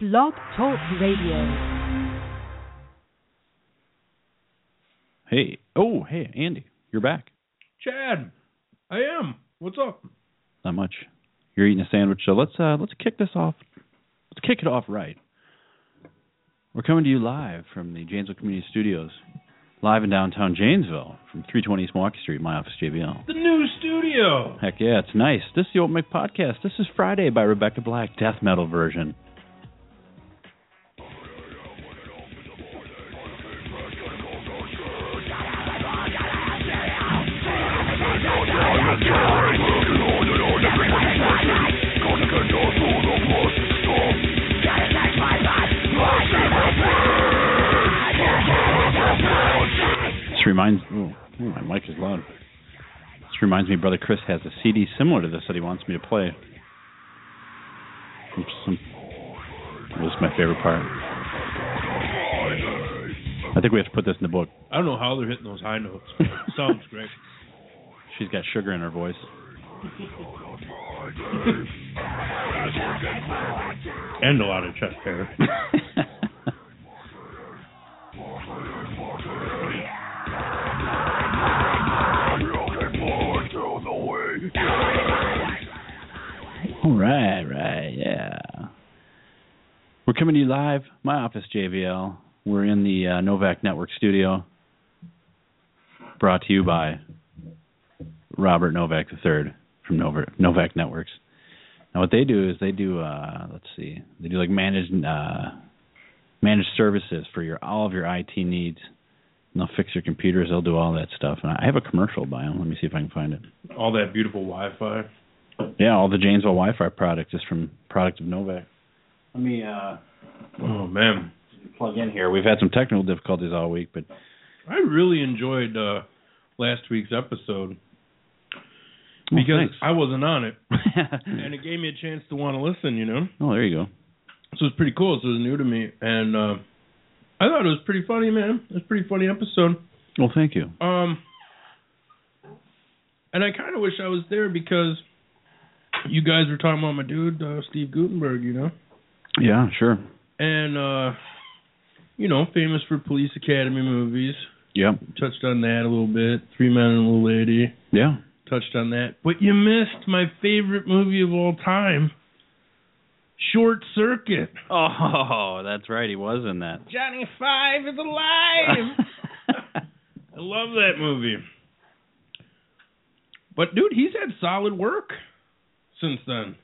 Blog Talk Radio. Hey, oh, hey, Andy, you're back. Chad, I am. What's up? Not much. You're eating a sandwich, so let's uh, let's kick this off. Let's kick it off right. We're coming to you live from the Janesville Community Studios, live in downtown Janesville, from 320 East Milwaukee Street, my office, JBL. The new studio. Heck yeah, it's nice. This is the Open Mic Podcast. This is Friday by Rebecca Black, death metal version. This reminds ooh, ooh, my mic is loud. This reminds me, brother Chris has a CD similar to this that he wants me to play. Oops, some, this is my favorite part. I think we have to put this in the book. I don't know how they're hitting those high notes. Sounds great. She's got sugar in her voice. And a lot of chest hair. All right, right, yeah. We're coming to you live, my office, JVL. We're in the uh, Novak Network studio, brought to you by Robert Novak III from Nova- Novak Networks. Now, what they do is they do, uh, let's see, they do like managed uh, managed services for your all of your IT needs. And they'll fix your computers. They'll do all that stuff. And I have a commercial by them. Let me see if I can find it. All that beautiful Wi-Fi. Yeah, all the Janesville Wi-Fi product is from product of Novak. Let me uh, Oh man, plug in here. We've had some technical difficulties all week, but oh, I really enjoyed uh, last week's episode because thanks. I wasn't on it, and it gave me a chance to want to listen. You know, oh, there you go. so it's pretty cool. So it was new to me, and uh, I thought it was pretty funny, man. It was a pretty funny episode. Well, thank you. Um, and I kind of wish I was there because you guys were talking about my dude uh, Steve Gutenberg, you know, Yeah, sure. and uh, you know, famous for Police Academy movies. Yep. Touched on that a little bit. Three Men and a Little Lady. Yeah. Touched on that. But you missed my favorite movie of all time, Short Circuit. Oh, that's right. He was in that. Johnny Five is alive. I love that movie. But dude, he's had solid work since then.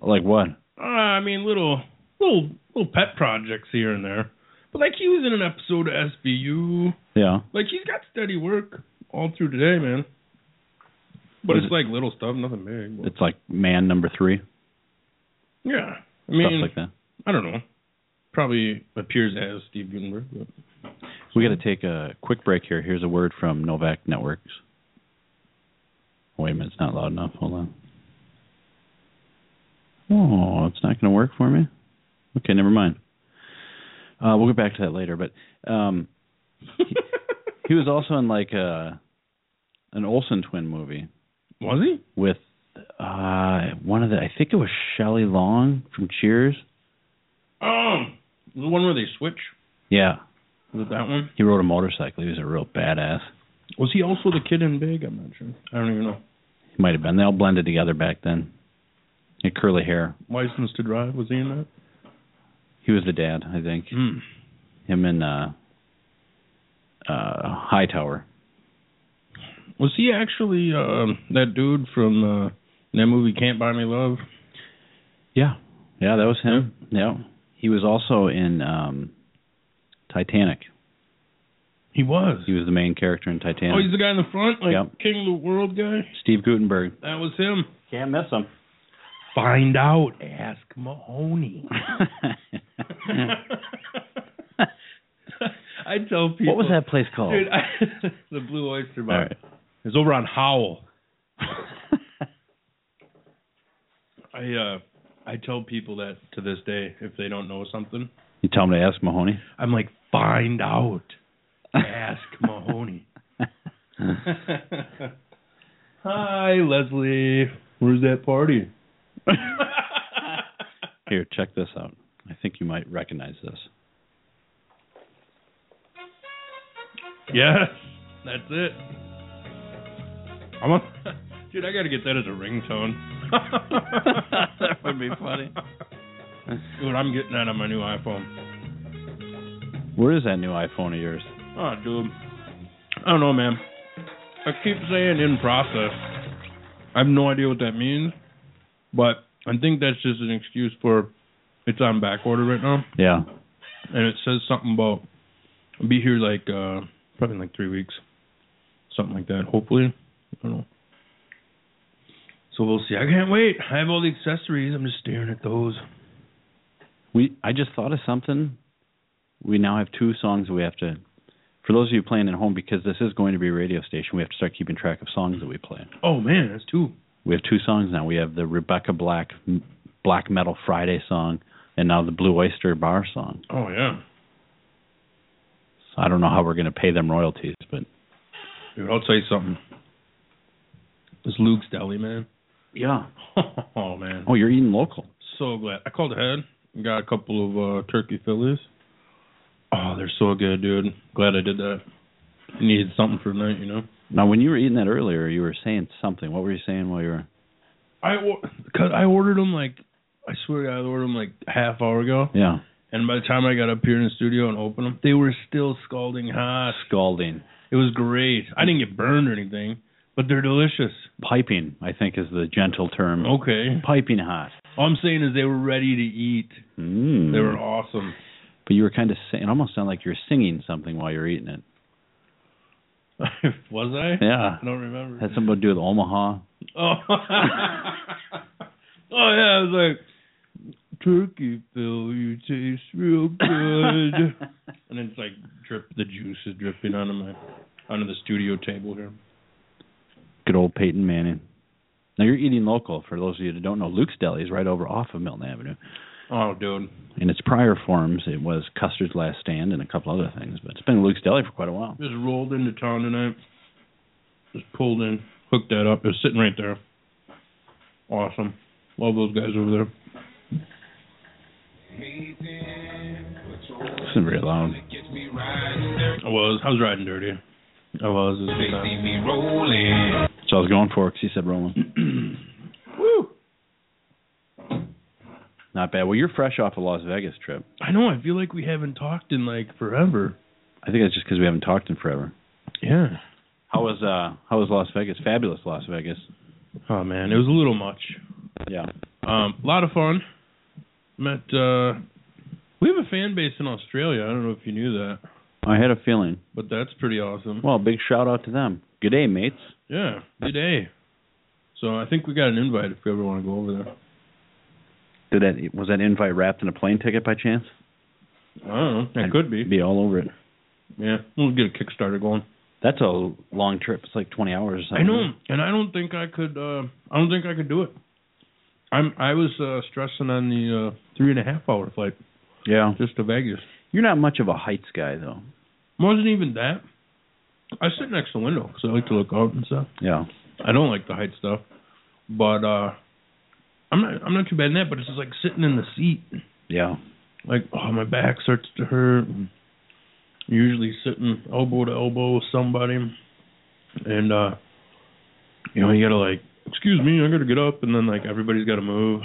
like what? Uh, I mean, little little little pet projects here and there. But like he was in an episode of SBU. Yeah. Like he's got steady work all through today, man. But Was it's it- like little stuff, nothing big. But, It's like man number three, yeah, I stuff mean, like that. I don't know. Probably appears as Steve Gutenberg. But. We got to take a quick break here. Here's a word from Novak Networks. Wait a minute, it's not loud enough. Hold on. Oh, it's not going to work for me. Okay, never mind. Uh, we'll get back to that later. But um, he, he was also in like a an Olsen twin movie Was he? with uh, one of the I think it was Shelley Long from Cheers. Um, the one where they switch. Yeah, Was it that one? he rode a motorcycle. He was a real badass. Was he also the kid in Big? I'm not sure. I don't even know. He might have been. They all blended together back then. He had curly hair. License to Drive was he in that? He was the dad, I think. Hmm. Him and uh uh Hightower. Was he actually um that dude from uh, that movie Can't Buy Me Love? Yeah. Yeah, that was him. Yeah. He was also in um Titanic. He was. He was the main character in Titanic. Oh, he's the guy in the front, like Yep. King of the World guy. Steve Gutenberg. That was him. Can't miss him. Find out. Ask Mahoney. I tell what people. was that place called? Dude, I, the Blue Oyster all Bar. right. It's over on Howell. I uh I tell people that to this day if they don't know something. you tell him to ask Mahoney. I'm like, find out. Ask Mahoney. Hi, Leslie. Where's that party? Here, check this out. I think you might recognize this. Yes, that's it. I'm on. Dude, I gotta get that as a ringtone. That would be funny. Dude, I'm getting that on my new iPhone. Where is that new iPhone of yours? Oh, dude. I don't know, man. I keep saying in process. I have no idea what that means, but I think that's just an excuse for it's on back order right now. Yeah. and it says something about I'll be here like uh probably in like three weeks. Something like that, hopefully. I don't know. So we'll see. I can't wait. I have all the accessories. I'm just staring at those. We I just thought of something. We now have two songs we have to for those of you playing at home because this is going to be a radio station, we have to start keeping track of songs that we play. Oh man, that's two. We have two songs now. We have the Rebecca Black Black Metal Friday song and now the Blue Oyster Bar song. Oh yeah. So I don't know how we're going to pay them royalties, but Dude, I'll tell you something. This Luke's deli, man. yeah. Oh man. Oh, you're eating local. So glad. I called ahead and got a couple of uh turkey fillets. Oh, they're so good, dude. Glad I did that. Needed something for tonight, you know. Now, when you were eating that earlier, you were saying something. What were you saying while you were? I because I ordered them like I swear to God, I ordered them like half hour ago, Yeah, and by the time I got up here in the studio and opened them, they were still scalding hot. scalding, It was great. I didn't get burned or anything, but they're delicious. piping. I think is the gentle term. Okay, Piping hot. all I'm saying is they were ready to eat. Mm. They were awesome. But you were kind of saying, it almost sounded like you were singing something while you were eating it. was I? Yeah, I don't remember. had something to do with Omaha. Oh. oh yeah, I was like turkey Phil, you taste real good. and it's like drip the juice is dripping onto my onto the studio table here. Good old Peyton Manning. Now you're eating local. For those of you that don't know, Luke's Deli is right over off of Milton Avenue. Oh dude. In its prior forms, it was Custer's Last Stand and a couple other things, but it's been Luke's Deli for quite a while. Just rolled into town tonight. Just pulled in, hooked that up. It was sitting right there. Awesome. Love those guys over there. It's been very loud. Gets me riding dirty. I was. I was riding dirty. I was. It was They good time. see me rolling. So I was going for it 'cause he said Roland. Woo! Not bad. Well, you're fresh off a Las Vegas trip. I know, I feel like we haven't talked in like forever. I think that's just because we haven't talked in forever. Yeah. How was uh How was Las Vegas? Fabulous Las Vegas. Oh man, it was a little much. Yeah. Um, a lot of fun. Met. Uh, we have a fan base in Australia. I don't know if you knew that, I had a feeling. but that's pretty awesome. Well, big shout out to them. Good day, mates. Yeah, good day. So I think we got an invite if we ever want to go over there. Did that was that invite wrapped in a plane ticket by chance? I don't know. It could be. Be all over it. Yeah, we'll get a Kickstarter going. That's a long trip. It's like 20 hours. Or I something. know, and I don't think I could. Uh, I don't think I could do it. I'm. I was uh, stressing on the uh, three and a half hour flight Yeah. just to Vegas. You're not much of a heights guy though. Wasn't even that. I sit next to the window because I like to look out and stuff. Yeah. I don't like the height stuff, but uh, I'm not I'm not too bad in that. But it's just like sitting in the seat, Yeah. like oh my back starts to hurt. And usually sitting elbow to elbow with somebody, and uh, you know you gotta like excuse me, I gotta get up, and then like everybody's gotta move.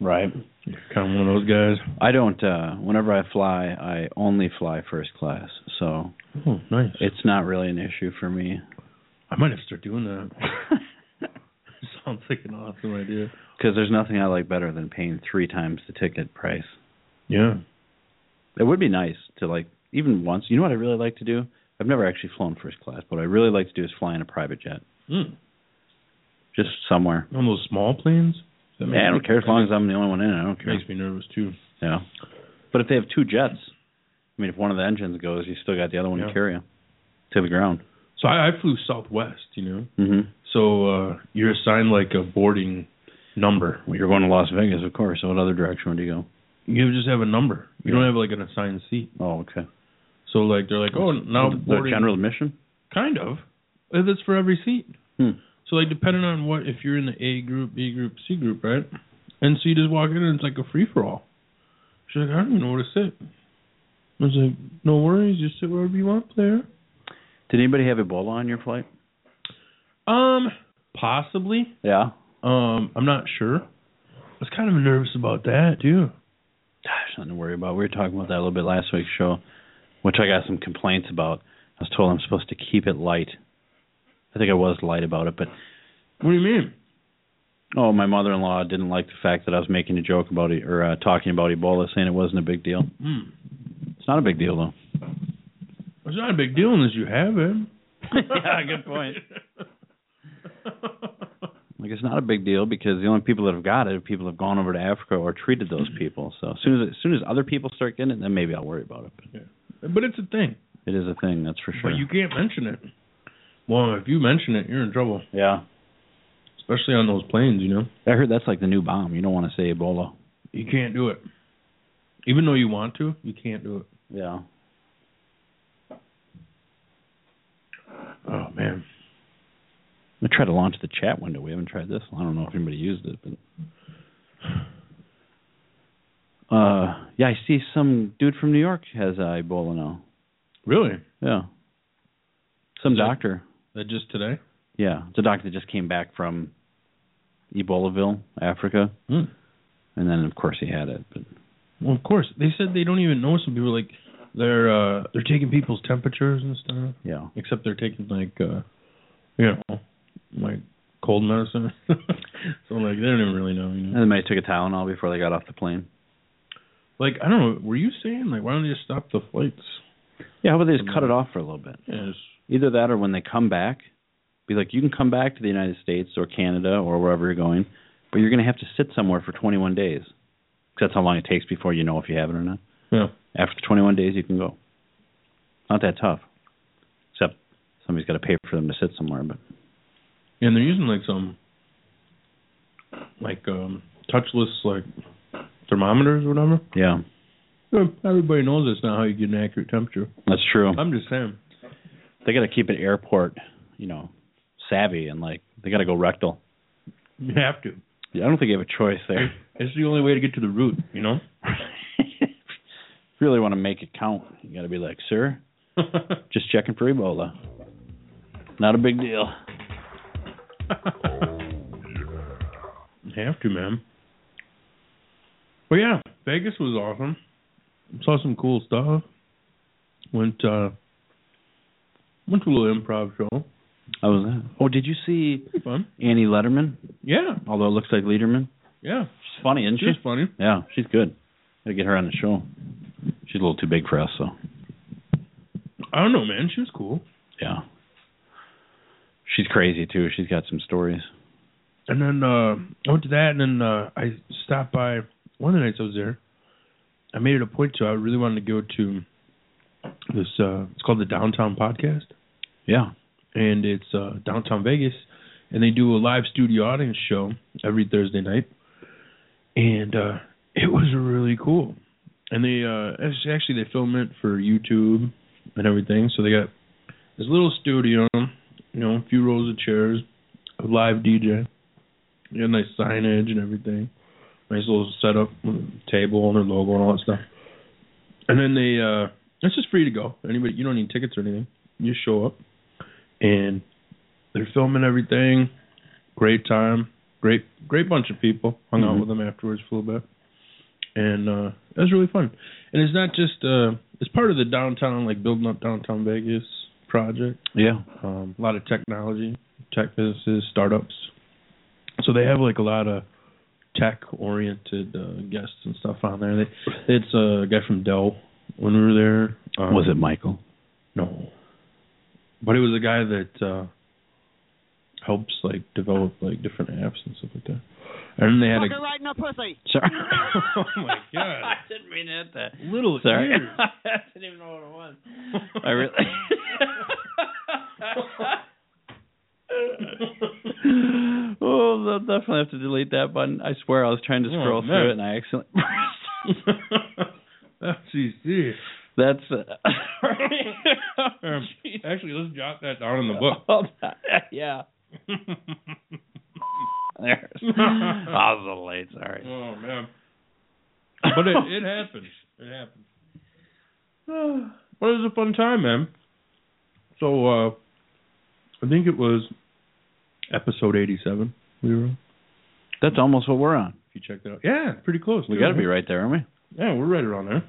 Right. You're kind of one of those guys. I don't uh whenever I fly, I only fly first class. So, Oh, nice. it's not really an issue for me. I might have to start doing that. Sounds like an awesome idea. Because there's nothing I like better than paying three times the ticket price. Yeah. It would be nice to like even once. You know what I really like to do? I've never actually flown first class, but what I really like to do is fly in a private jet, Mm. just somewhere. On those small planes. That Yeah, I don't care as long as I'm the only one in. it, I don't care. Makes me nervous too. Yeah. But if they have two jets, I mean, if one of the engines goes, you still got the other one Yeah. to carry you to the ground. So I, I flew Southwest, you know. Mm-hmm. So uh you're assigned like a boarding number. Well, you're going to Las Vegas, of course. So what other direction would you go? You just have a number. You don't have like an assigned seat. Oh, okay. So like they're like, oh, now the, the boarding. general admission. Kind of. Uh, That's for every seat. Hmm. So like depending on what, if you're in the A group, B group, C group, right? And so you just walk in and it's like a free for all. She's like, I don't even know where to sit. I was like, no worries, just sit wherever you want, player. Did anybody have Ebola on your flight? Um, possibly. Yeah. Um, I'm not sure. I was kind of nervous about that too. Gosh, nothing to worry about. We were talking about that a little bit last week's show, which I got some complaints about. I was told I'm supposed to keep it light. I think I was light about it, but What do you mean? oh, my mother-in-law didn't like the fact that I was making a joke about it or uh, talking about Ebola, saying it wasn't a big deal. Hmm. It's not a big deal though. It's not a big deal unless you have it. Yeah, good point. Like it's not a big deal because the only people that have got it are people that have gone over to Africa or treated those people. So as soon as as soon as other people start getting it, then maybe I'll worry about it. But but it's a thing. it is a thing, that's for sure. But you can't mention it. Well, if you mention it, you're in trouble, yeah. especially on those planes. You know, I heard that's like the new bomb. You don't want to say Ebola. you can't do it. Even though you want to, you can't do it. Yeah. Oh man. I tried to launch the chat window. We haven't tried this. I don't know if anybody used it, but uh, yeah, I see some dude from New York has uh, Ebola now. Really? Yeah, some Is that- doctor. That just today? Yeah, it's a doctor that just came back from Ebolaville, Africa, Hmm. and then of course he had it. But Well, of course. They said they don't even know some people like they're uh they're taking people's temperatures and stuff. yeah, Except they're taking like uh you know, like cold medicine. so like they don't even really know, you and know. they might have took a Tylenol before they got off the plane. Like I don't know, were you saying like why don't they just stop the flights? Yeah, how about they just cut it off for a little bit? Yes. Either that or when they come back, be like, you can come back to the United States or Canada or wherever you're going, but you're going to have to sit somewhere for 21 days. 'Cause that's how long it takes before you know if you have it or not. Yeah. After 21 days, you can go. Not that tough. Except somebody's got to pay for them to sit somewhere. But And they're using like some like um touchless like thermometers or whatever. yeah, Yeah, Everybody knows that's not how you get an accurate temperature. that's true. I'm just saying. They got to keep an airport, you know, savvy and like they got to go rectal. You have to. Yeah, I don't think they have a choice there. It's the only way to get to the root, you know? really want to make it count. You got to be like, sir, Just checking for Ebola. Not a big deal. Oh, have to, man. But yeah, Vegas was awesome. Saw some cool stuff. Went uh went to a little improv show. I was. Oh, did you see Pretty fun. Annie Letterman? Yeah, Although it looks like Lederman. yeah. She's funny, isn't She she? was funny. yeah, she's good. Gotta get her on the show. She's a little too big for us, so I don't know, man. She was cool. yeah. She's crazy too. She's got some stories. And then uh I went to that, and then uh I stopped by one of the nights I was there. I made it a point to. I really wanted to go to this. uh It's called the Downtown Podcast, Yeah. and it's uh downtown Vegas, and they do a live studio audience show every Thursday night, and uh it was really cool. And they uh it's- actually they film it for YouTube and everything, so they got this little studio, you know, a few rows of chairs, a live DJ, yeah, nice signage and everything. Nice little setup with a table and their logo and all that stuff. And then they uh it's just free to go. Anybody you don't need tickets or anything. You just show up and they're filming everything. Great time. Great great bunch of people. Hung out Mhm. with them afterwards for a little bit. And uh it was really fun. And it's not just uh it's part of the downtown like building up downtown Vegas project Yeah. um, a lot of technology, tech businesses, startups. So they have like a lot of tech-oriented uh, guests and stuff on there. They, it's a guy from Dell when we were there. Um, Was it Michael? No, but it was a guy that uh, helps like develop like different apps and stuff like that. And then they had a right in the pussy. Sorry. Oh my God. I didn't mean to hit that. little Sorry. ears. I didn't even know what it was. I really. oh, they'll definitely have to delete that button. I swear, I was trying to Oh, scroll man. through it and I accidentally. oh, geez, geez. That's. Uh, Um, Actually, let's jot that down in the book. Hold on. yeah. There. I was a little late. Sorry. oh man. but it, it happens. It happens. Uh, well, it was a fun time, man. So uh, I think it was episode eighty-seven. We were. on. That's almost what we're on. If you check that out, yeah, pretty close. We too, got to huh? be right there, aren't we? Yeah, we're right around there.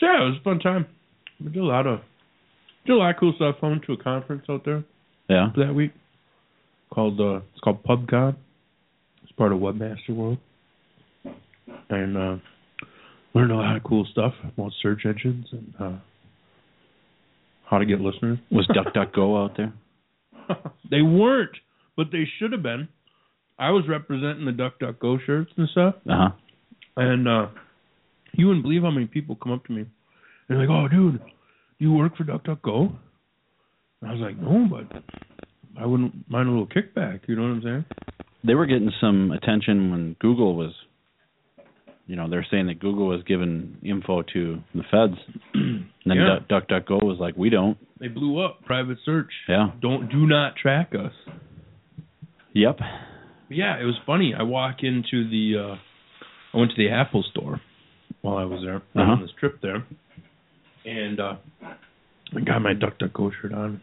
So yeah, it was a fun time. We did a lot of did a lot of cool stuff. I went to a conference out there Yeah. that week called uh it's called PubCon. It's part of Webmaster World. And uh learned a lot of cool stuff about search engines and uh how to get listeners. Was DuckDuckGo out there? they weren't, but they should have been. I was representing the DuckDuckGo shirts and stuff. Uh huh. And uh you wouldn't believe how many people come up to me and they're like, Oh dude, you work for DuckDuckGo? And I was like, No, but I wouldn't mind a little kickback, you know what I'm saying? They were getting some attention when Google was, you know, they're saying that Google was giving info to the feds. And then Yeah. Duck DuckDuckGo was like, we don't. They blew up private search. Yeah. Don't do not track us. Yep. But yeah, it was funny. I walk into the uh I went to the Apple store while I was there Uh-huh. on this trip there. And uh I got my DuckDuckGo shirt on.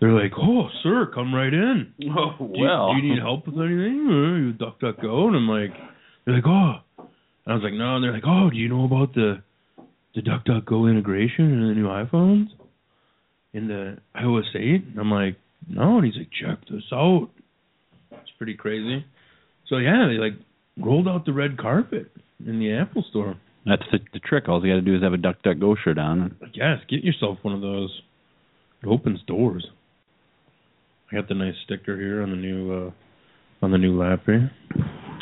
They're like, "Oh, sir, come right in." Oh, do you, do you need help with anything? Or you duck duck go and I'm like they're like, Oh and I was like, No and they're like, Oh, do you know about the the duck duck go integration in the new iPhones? In the iOS eight? And I'm like, No and he's like, Check this out. It's pretty crazy. So yeah, they like rolled out the red carpet in the Apple store. That's the, the trick. All you got to do is have a DuckDuckGo shirt on. Like, yes, get yourself one of those. It opens doors. I got the nice sticker here on the new uh on the new lap here.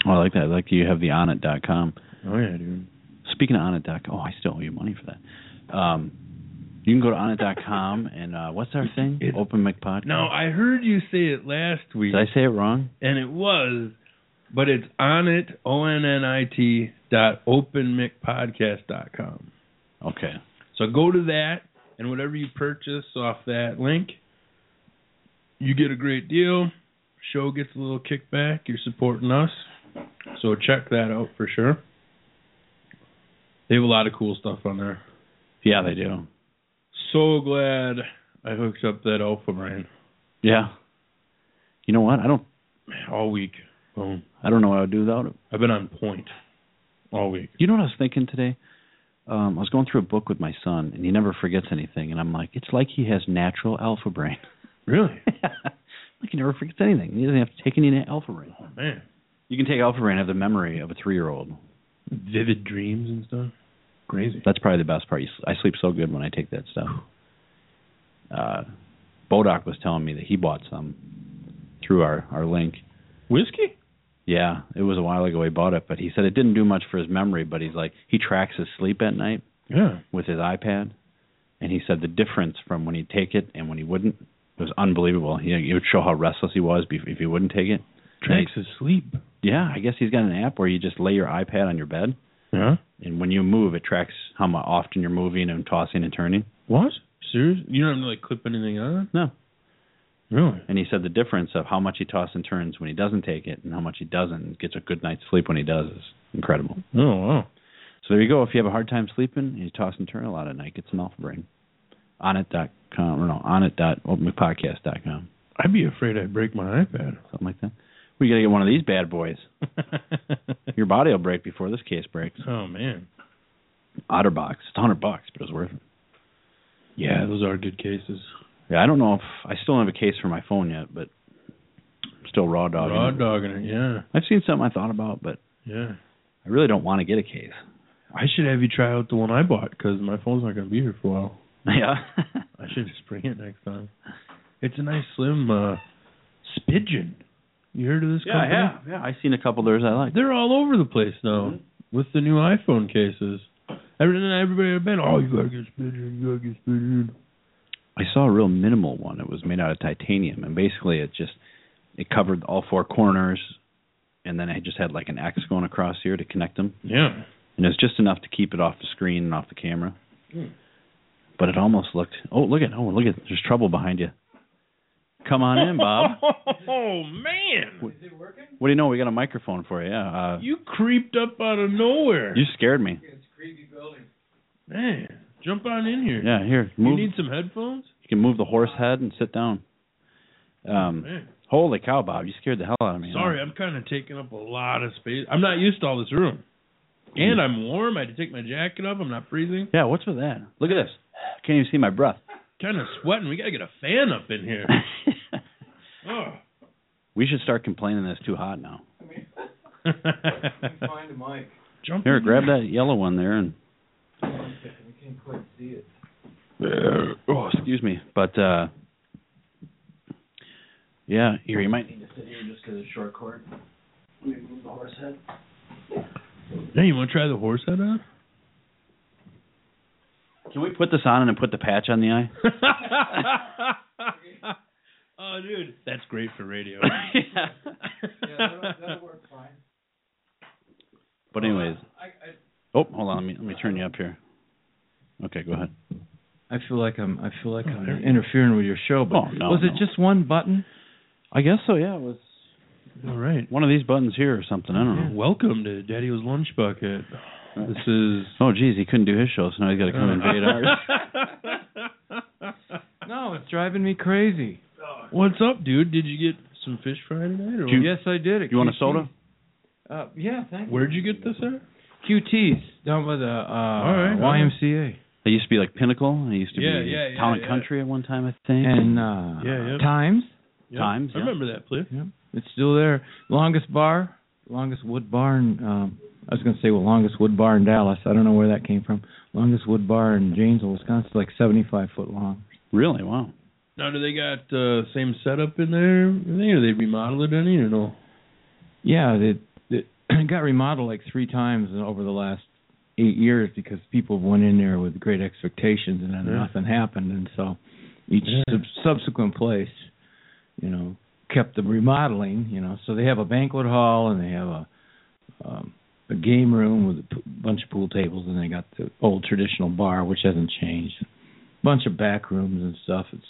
Oh, I like that. I like you have the onit.com. Oh yeah, dude. Speaking of onit.com, oh, I still owe you money for that. Um, you can go to onit.com and uh, what's our thing? It- Open Mic Podcast. Now I heard you say it last week, Did I say it wrong? and it was, but it's on it o n n i t dot openmicpodcast dot com. Okay. So go to that, and whatever you purchase off that link, you get a great deal. Show gets a little kickback. You're supporting us, so check that out for sure. They have a lot of cool stuff on there. Yeah, they do. So glad I hooked up that Alpha Brain Yeah. You know what? I don't. all week. Boom. I don't know what I would do without it. I've been on point all week. You know what I was thinking today? Um, I was going through a book with my son, and he never forgets anything. And I'm like, it's like he has natural alpha brain. Really? like he never forgets anything. He doesn't have to take any alpha brain. Man. You can take alpha brain and have the memory of a three year old. Vivid dreams and stuff. Crazy. That's probably the best part. You s- I sleep so good when I take that stuff. Uh, Bodoc was telling me that he bought some through our our link. Whiskey? Yeah, it was a while ago he bought it, but he said it didn't do much for his memory. But he's like, he tracks his sleep at night Yeah. with his iPad, and he said the difference from when he'd take it and when he wouldn't it was unbelievable. He it would show how restless he was bef- if he wouldn't take it. Tracks his sleep. Yeah, I guess he's got an app where you just lay your iPad on your bed, Yeah. and when you move, it tracks how mu often you're moving and tossing and turning. What? Serious? You don't have to like clip anything on? No. Really? And he said the difference of how much he tosses and turns when he doesn't take it and how much he doesn't and gets a good night's sleep when he does is incredible. Oh wow. So there you go. If you have a hard time sleeping and you toss and turn a lot at night, get some alpha brain. On it dot com or no, on it dot openmicpodcast dot com. I'd be afraid I'd break my iPad. Something like that. We gotta get one of these bad boys. Your body will break before this case breaks. oh man. Otterbox. It's a hundred bucks, but it's worth it. Yeah, those are good cases. Yeah, I don't know if I still don't have a case for my phone yet, but I'm still raw dog. Raw dogging it. Yeah. I've seen something I thought about, but Yeah. I really don't want to get a case. I should have you try out the one I bought because my phone's not gonna be here for a while. Yeah. I should just bring it next time. It's a nice slim uh Spidgin. You heard of this company? Yeah, I've seen a couple of theirs I like. They're all over the place now with the new iPhone cases. Every, everybody I've been, oh, you gotta get Spidgin, you gotta get Spidgin. Mm-hmm. I saw a real minimal one. It was made out of titanium, and basically it just it covered all four corners, and then it just had like an X going across here to connect them, Yeah. and it was just enough to keep it off the screen and off the camera. But it almost looked. Oh, look at oh look at there's trouble behind you. Come on in, Bob. Oh man, Is it working? What do you know? We got a microphone for you. Yeah. Uh, you creeped up out of nowhere. you scared me. It's a creepy building. Man, jump on in here. Yeah. Here, You move. need some headphones? You can move the horse head and sit down. Um, Man, holy cow, Bob! You scared the hell out of me. sorry, I'm kind of taking up a lot of space. I'm not used to all this room. And I'm warm. I had to take my jacket off. I'm not freezing. Yeah. What's with that? Look at this. Can't even see my breath. Kind of sweating. We gotta get a fan up in here. Oh. we should start complaining that it's too hot now. I mean, find a mic. Jump Here, in grab that yellow one there, and One second, I can't quite see it. there. oh, excuse me, but uh, yeah, here you I might. need to sit here just 'cause it's short cord. Let me move the horse head. Hey, you want to try the horse head on? Can we put this on and then put the patch on the eye? oh, dude, that's great for radio. Yeah, that'll, that'll work fine. but anyways, I, I, oh, hold on, let me let me turn you up here. Okay, go ahead. I feel like I'm I feel like Oh, I'm there you interfering with your show, but Oh, no, was no. it just one button? I guess so. Yeah, it was All right. one of these buttons here or something. I don't know. Welcome to Daddy Was Lunch Bucket. This is. Oh, geez, he couldn't do his show, so now he's got to come invade ours. No, it's driving me crazy. What's up, dude? Did you get some fish fry tonight? Or Did you- yes, I did. It You want a soda? Uh, yeah, thank Where'd you get this at? you. QT's down by the right, uh, all right. YMCA They used to be like Pinnacle. They used to Yeah, be yeah, yeah, Town and yeah. Country at one time, I think. and uh, Yeah, yeah. Times. Yeah, Times, I yeah. remember that place. Yep, it's still there. Longest bar, longest wood bar, in, um, I was gonna say well, longest wood bar in Dallas. I don't know where that came from. Longest wood bar in Janesville, Wisconsin, like 75 foot long. really, wow. Now, do they got uh, same setup in there? Anything, Or they remodeled it any or no? Yeah, it, it got remodeled like three times over the last eight years because people went in there with great expectations and then Yeah. nothing happened, and so each Yeah. sub- subsequent place, you know, kept the remodeling. You know, so they have a banquet hall and they have a um, a game room with a p- bunch of pool tables, and they got the old traditional bar which hasn't changed. Bunch of back rooms and stuff. It's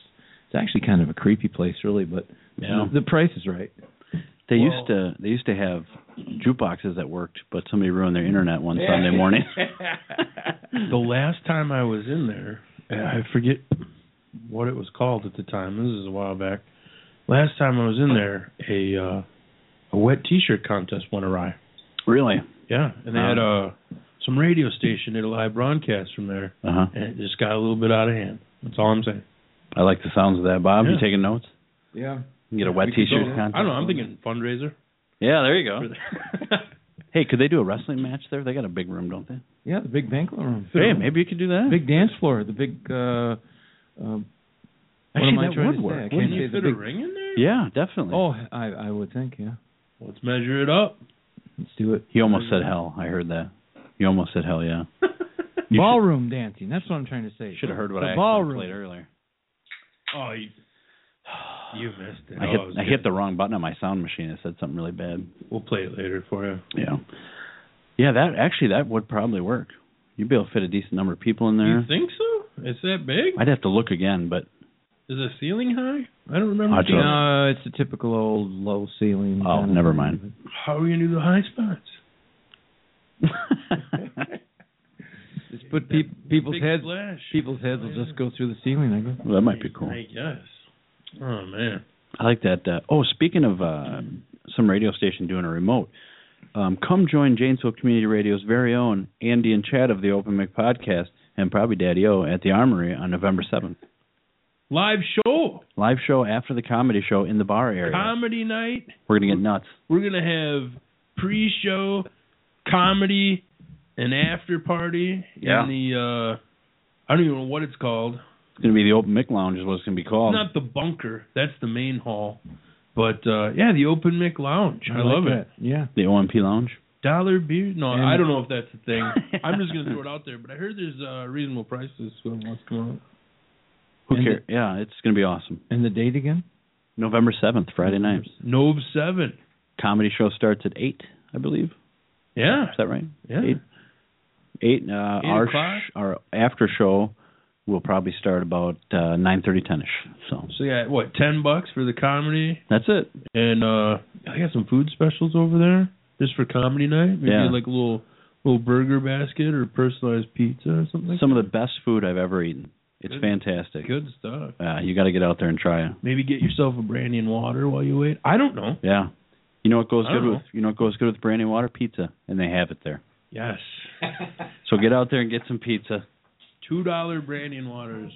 it's actually kind of a creepy place, really, but Yeah. the, the price is right. They Well- used to they used to have jukeboxes that worked, but somebody ruined their internet one Sunday morning. the last time I was in there, and I forget what it was called at the time. This is a while back. Last time I was in there, a uh, a wet T-shirt contest went awry. really? Yeah, and they had uh, some radio station did a live broadcast from there, Uh huh. and it just got a little bit out of hand. That's all I'm saying. I like the sounds of that, Bob. You Yeah. taking notes? Yeah. You get a wet We could T-shirt go- contest. I don't know. I'm thinking fundraiser. Yeah, there you go. for the- Hey, could they do a wrestling match there? They got a big room, don't they? Yeah, the big banquet room. Hey, maybe you could do that. Big dance floor. The big. Uh, um, Actually, what am I that trying would to work, Say? I wouldn't can't Wouldn't say you the fit a big. ring in there? Yeah, definitely. Oh, I I would think yeah. Let's measure it up. Let's do it. he almost said hell. I heard that. He almost said hell. Yeah. You ballroom dancing. That's what I'm trying to say. Should have heard what the I actually ballroom. played earlier. Oh, you, you missed it. I Oh, hit it was I good. hit the wrong button on my sound machine. It said something really bad. We'll play it later for you. Yeah. Yeah, that actually that would probably work. You'd be able to fit a decent number of people in You there. think so? It's that big? I'd have to look again, but Is the ceiling high? I don't remember. I'll seeing- try. No, it's a typical old low ceiling. oh, kinda- never mind. How are we gonna do the high spots? that Just put peop people's Big heads. splash. People's heads will just go through the ceiling. I guess. might be cool. I guess. Oh man. I like that. Uh, oh, speaking of uh, some radio station doing a remote, um, come join Janesville Community Radio's very own Andy and Chad of the Open Mic Podcast and probably Daddy O at the Armory on November seventh. Live show, Live show after the comedy show in the bar area. comedy night. We're gonna get nuts. We're gonna have pre-show, comedy, and after party Yeah. in the. uh I don't even know what it's called. It's gonna be the Open Mic Lounge is what it's gonna be called. Not the bunker. That's the main hall. But uh yeah, the open mic lounge. I, love like it. that. Yeah. The OMP Lounge. Dollar beer? No, And- I don't know if that's a thing. I'm just gonna throw it out there. But I heard there's uh, reasonable prices when what's going on. Who And cares? yeah, it's going to be awesome. And the date again? November 7th, Friday night. Nove seven. Comedy show starts at 8, I believe. Yeah. Is that right? Yeah. 8. 8. Uh, our, o'clock? sh- our after show will probably start about uh, nine thirty, ten ish. So So yeah, what ten bucks for the comedy, that's it. and uh I got some food specials over there just for comedy night. Maybe Yeah. like a little little burger basket or personalized pizza or something. Like Some of the best food I've ever eaten. It's Good. fantastic. that. good stuff. Uh, you got to get out there and try it. Maybe get yourself a brandy and water while you wait. I don't know. Yeah. You know what goes I good don't know. with you know what goes good with brandy and water pizza, and they have it there. Yes, So get out there and get some pizza. two dollar brandy and waters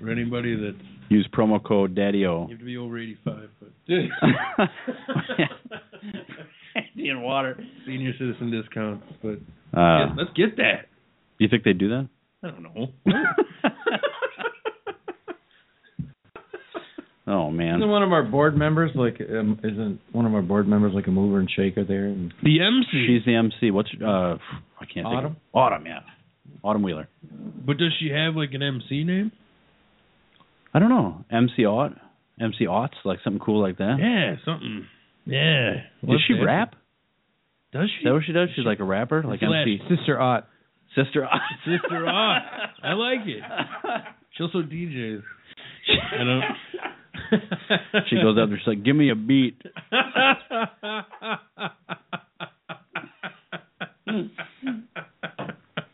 for anybody that Use promo code Daddy O. you have to be over eighty five, but brandy and water. senior citizen discounts. But Uh, yeah, let's get that. you think they do that? I don't know. Oh man. Isn't one of our board members like um, isn't one of our board members like a mover and shaker there? And the MC. She's the MC. What's uh I can't think. of- Autumn? Autumn, yeah. Autumn Wheeler. But does she have like an MC name? I don't know. MC Aut MC Auts, like something cool like that. Yeah, something. Yeah. Does Let's she ask rap? her. Does Is she? that what she does? She's like a rapper, like Slash MC Sister Ott. Sister Aunt. Sister Ott. I like it. She also DJs. I don't. she goes out there, she's like, Give me a beat.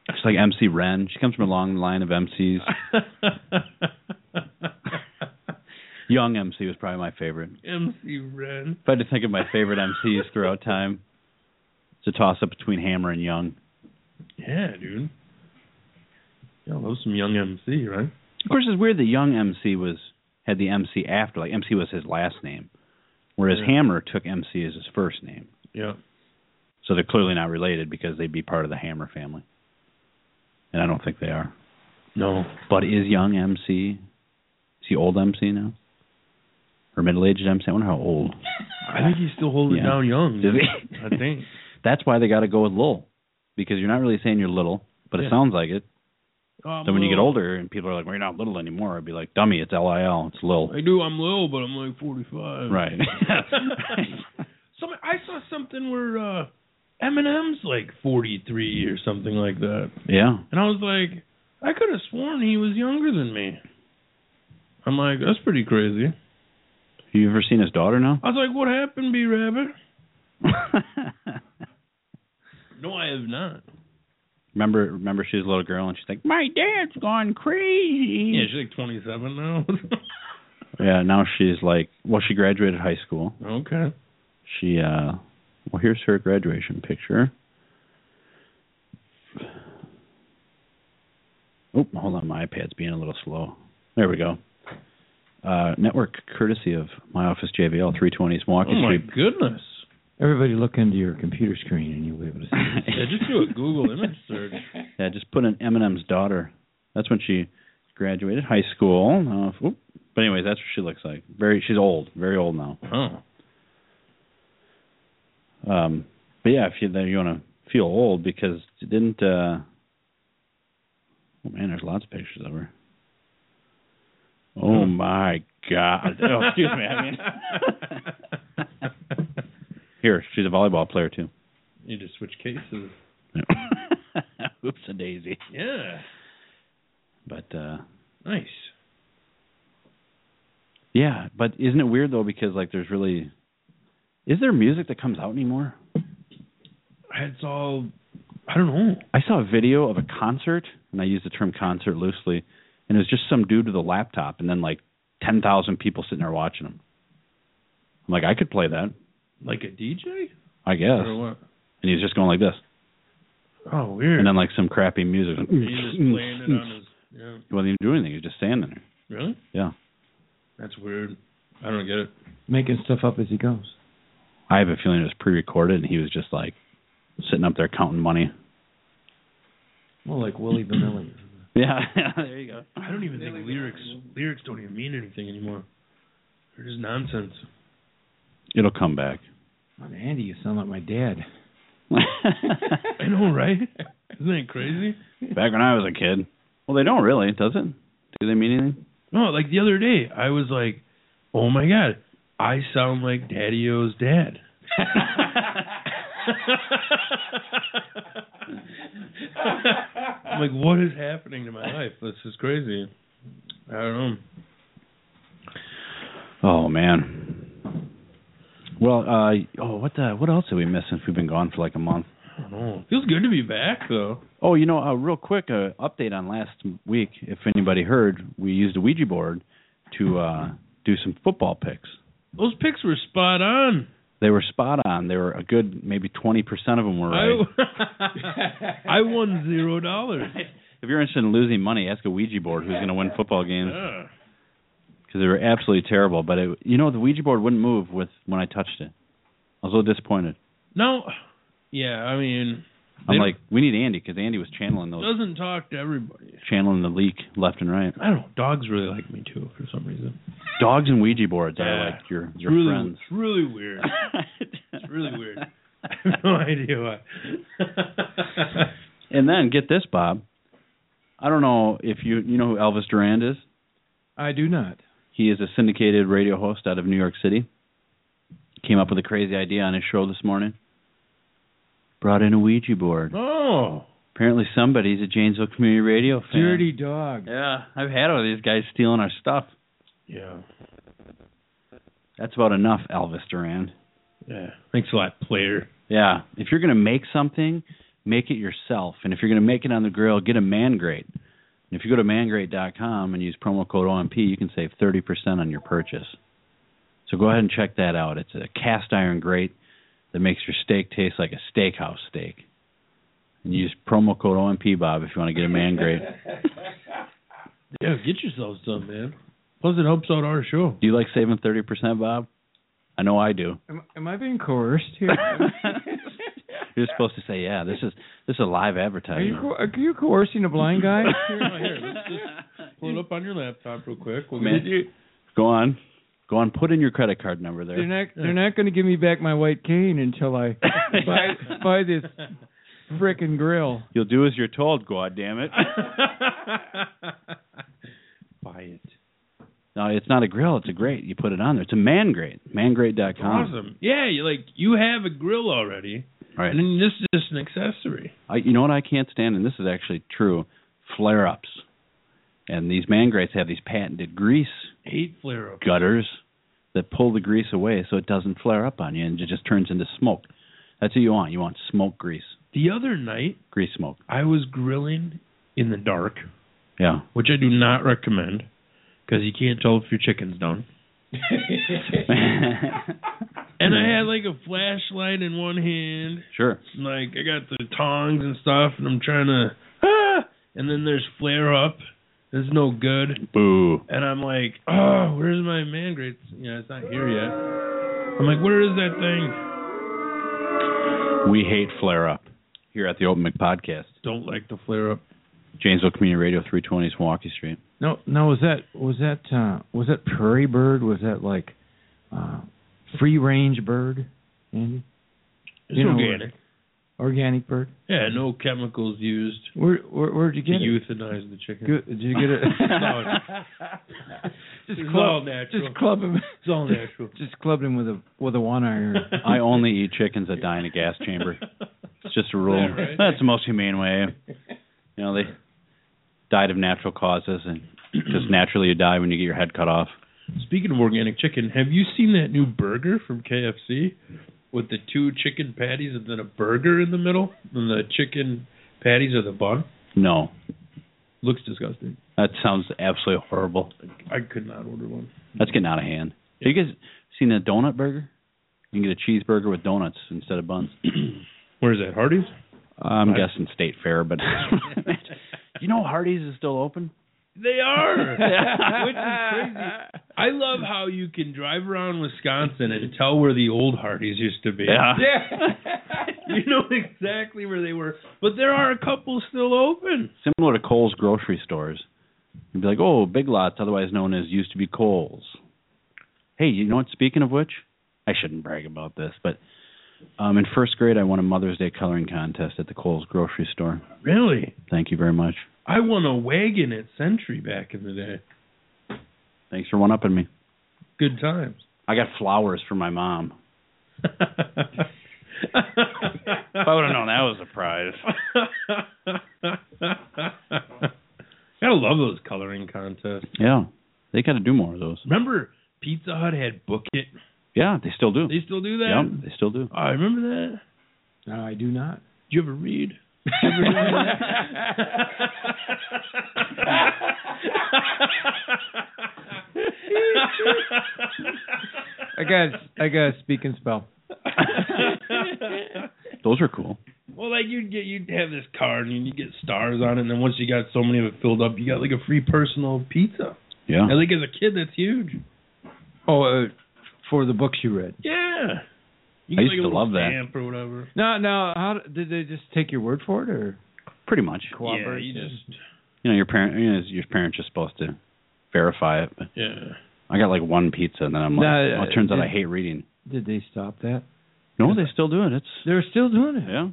She's like MC Ren. She comes from a long line of MCs. Young MC was probably my favorite. MC Ren. If I had to think of my favorite MCs throughout time, it's a toss up between Hammer and Young. Yeah, dude. Y'all love some young MC, right? Of course, it's weird that Young MC was had the MC after, like MC was his last name, whereas Yeah. Hammer took MC as his first name. Yeah. So they're clearly not related because they'd be part of the Hammer family, and I don't think they are. No. But is Young MC? Is he old MC now? Or middle aged MC? I wonder how old. I think he's still holding Yeah. down young. Does he? I think. That's why they got to go with Lil, because you're not really saying you're little, but it Yeah. sounds like it. Um, So when you get older and people are like, "Well, you're not little anymore," I'd be like, "Dummy, it's L I L, it's Lil." I do. I'm little, but I'm like 45. Right. Some I saw something where uh Eminem's like 43 or something like that, yeah. and I was like, I could have sworn he was younger than me. I'm like, that's pretty crazy. You ever seen his daughter now? I was like, what happened, B Rabbit? No, I have not. remember, remember, she was a little girl and she's like, "My dad's gone crazy." Yeah, she's like 27 now. Yeah, Now she's like, well, she graduated high school. okay. She, uh, well, here's her graduation picture. Oh, hold on, my iPad's being a little slow. There we go. Uh, network courtesy of my office JVL 320s Milwaukee Oh my Street. goodness. Everybody look into your computer screen and you'll be able to see. Yeah, just do a Google image search. Yeah, just put in Eminem's daughter. That's when she graduated high school. Uh, oop. but anyways, that's what she looks like. Very, she's old, very old now. Oh. Um, but yeah, if you then you want to feel old because you didn't. Uh, oh man, there's lots of pictures of her. Oh my god! Oh, excuse me. I mean, here she's a volleyball player too. You just switch cases. Oops a daisy. Yeah. But uh, Nice. yeah, but isn't it weird though? Because like, there's really, is there music that comes out anymore? It's all. I don't know. I saw a video of a concert, and I use the term concert loosely, and it was just some dude with a laptop, and then like ten thousand people sitting there watching him. I'm like, I could play that, Like a DJ? I guess. Or what? And he's just going like this, Oh, weird. and then like some crappy music. He's just playing it on his. Yeah. He wasn't even doing anything. He was just standing there. Really? Yeah, That's weird. I don't get it. Making stuff up as he goes. I have a feeling it was pre-recorded, and he was just like sitting up there counting money. Well, like Willie Vanilli. Yeah, there you go. I don't even think lyrics lyrics don't even mean anything anymore. They're just nonsense. It'll come back. Man, Andy, you sound like my dad. back I know, right? Isn't that crazy? when I was a kid. Well, they don't really, does it? Do they mean anything? No, like the other day, I was like, "Oh my god, I sound like Daddy O's dad." I'm like, what is happening to my life? This is crazy. I don't know. Oh man. Well, uh, oh, what the, what else are we missing? If we've been gone for like a month. I don't know. Feels good to be back though. Oh, you know, uh, real quick, uh, update on last week. If anybody heard, we used a Ouija board to uh, do some football picks. Those picks were spot on. They were spot on. They were a good, maybe twenty percent of them were Oh. right. I, I won zero dollars. if you're interested in losing money, ask a Ouija board who's going to win football games Yeah. because they were absolutely terrible. But it, you know, the Ouija board wouldn't move with when I touched it. I was a little disappointed. No, yeah. I mean, I'm They- like, we need Andy because Andy was channeling those, doesn't talk to everybody. channeling the leak left and right. I don't know. Dogs really like me too for some reason. Dogs and Ouija boards Yeah. are like your It's your really, friends. it's really weird. it's really weird. I have no idea why. And then get this, Bob. I don't know if you you know who Elvis Durand is. I do not. He is a syndicated radio host out of New York City. Came up with a crazy idea on his show this morning. Brought in a Ouija board. oh, Apparently, somebody's a Janesville Community Radio fan. Dirty dog. Yeah, I've had all these guys stealing our stuff. yeah, That's about enough, Elvis Durand. yeah. Thanks a lot, player. Yeah, if you're gonna make something, make it yourself. And if you're gonna make it on the grill, get a Mangrate. And if you go to mangrate.com and use promo code OMP, you can save 30% on your purchase. So go ahead and check that out. It's a cast iron grate that makes your steak taste like a steakhouse steak. And use promo code OMP, Bob, if you want to get a Mangrate. Yeah, get yourself some, man. Plus, it helps out our show. Do you like saving 30%, Bob? I know I do. Am, am I being coerced here? You're supposed to say, yeah, this is this is a live Are you, advertisement. co- are you coercing a blind guy? Here, let's just pull it up on your laptop real quick. We'll Man. get you. Go on. Go on, put in your credit card number there. They're not. They're not going to give me back my white cane until I buy, buy this frickin' grill. You'll do as you're told, god damn it. Buy it. no, it's not a grill, it's a grate. You put it on there. It's a man grate. Mangrate.com. Awesome. Yeah, you like you have a grill already, All right. and then this is just an accessory. I, you know what I can't stand, and this is actually true, flare ups. And these man grates have these patented grease Eight flare up. gutters that pull the grease away so it doesn't flare up on you and it just turns into smoke. That's what you want. You want smoke grease. The other night Grease smoke. I was grilling in the dark, Yeah. which I do not recommend because you can't tell if your chicken's done. And I had like a flashlight in one hand, sure. and, like I got the tongs and stuff, and I'm trying to, ah! and then there's flare up. It's no good. Boo. And I'm like, oh, where's my man grate? You know, it's not here yet. I'm like, where is that thing? We hate flare up here at the Open Mic Podcast. Don't like the flare up. Janesville Community Radio, 320 Milwaukee Street. No, no. Was that was that uh, was that prairie bird? Was that like uh, free range bird? Andy, It's You know organic. organic bird. Yeah, no chemicals used Where where where'd you to get it? euthanize the chicken. Good- Did you get it? No, it's- just it's all club, natural. just club him. It's all natural. Just clubbed him with a with a one iron. I only eat chickens that die in a gas chamber. It's just a rule. Yeah, right. That's the most humane way. You know, they died of natural causes, and just naturally you die when you get your head cut off. Speaking of organic chicken, have you seen that new burger from KFC with the two chicken patties and then a burger in the middle? And the chicken patties are the bun? No, Looks disgusting. that sounds absolutely horrible. I could not order one. That's getting out of hand. Have you guys seen the donut burger? You can get a cheeseburger with donuts instead of buns. Where is that? Hardee's? I'm I- guessing State Fair, but you know Hardee's is still open. They are. Which is crazy. I love how you can drive around Wisconsin and tell where the old Hardee's used to be. You know exactly where they were. But there are a couple still open. similar to Kohl's grocery stores. You'd be like, oh, Big Lots, otherwise known as used to be Kohl's. Hey, you know what? Speaking of which, I shouldn't brag about this, but um, in first grade, I won a Mother's Day coloring contest at the Kohl's grocery store. Really? Thank you very much. I won a wagon at Century back in the day. Thanks for one upping me. Good times. I got flowers for my mom. If I would have known that was a prize. Gotta love those coloring contests. Yeah. They got to do more of those. Remember Pizza Hut had Book It? Yeah, they still do. They still do that? Yep, they still do. Oh, I remember that. No, I do not. Did you ever read? I got I got a speak and spell. Those are cool. Well, like you'd get you'd have this card and you'd get stars on it, and then once you got so many of it filled up, you got like a free personal pizza. Yeah. I think as a kid, that's huge. Oh, uh, for the books you read. Yeah. You I used get, like, a to little love that. Stamp or whatever. No, no. How did they just take your word for it, or Pretty much. Yeah, cooperate? you just You know, your parent you know, your parents are supposed to verify it. But yeah. I got like one pizza and then I'm like, No, oh, it turns out uh, I hate reading. Did they stop that? No, they still do it. It's They're still doing it. yeah.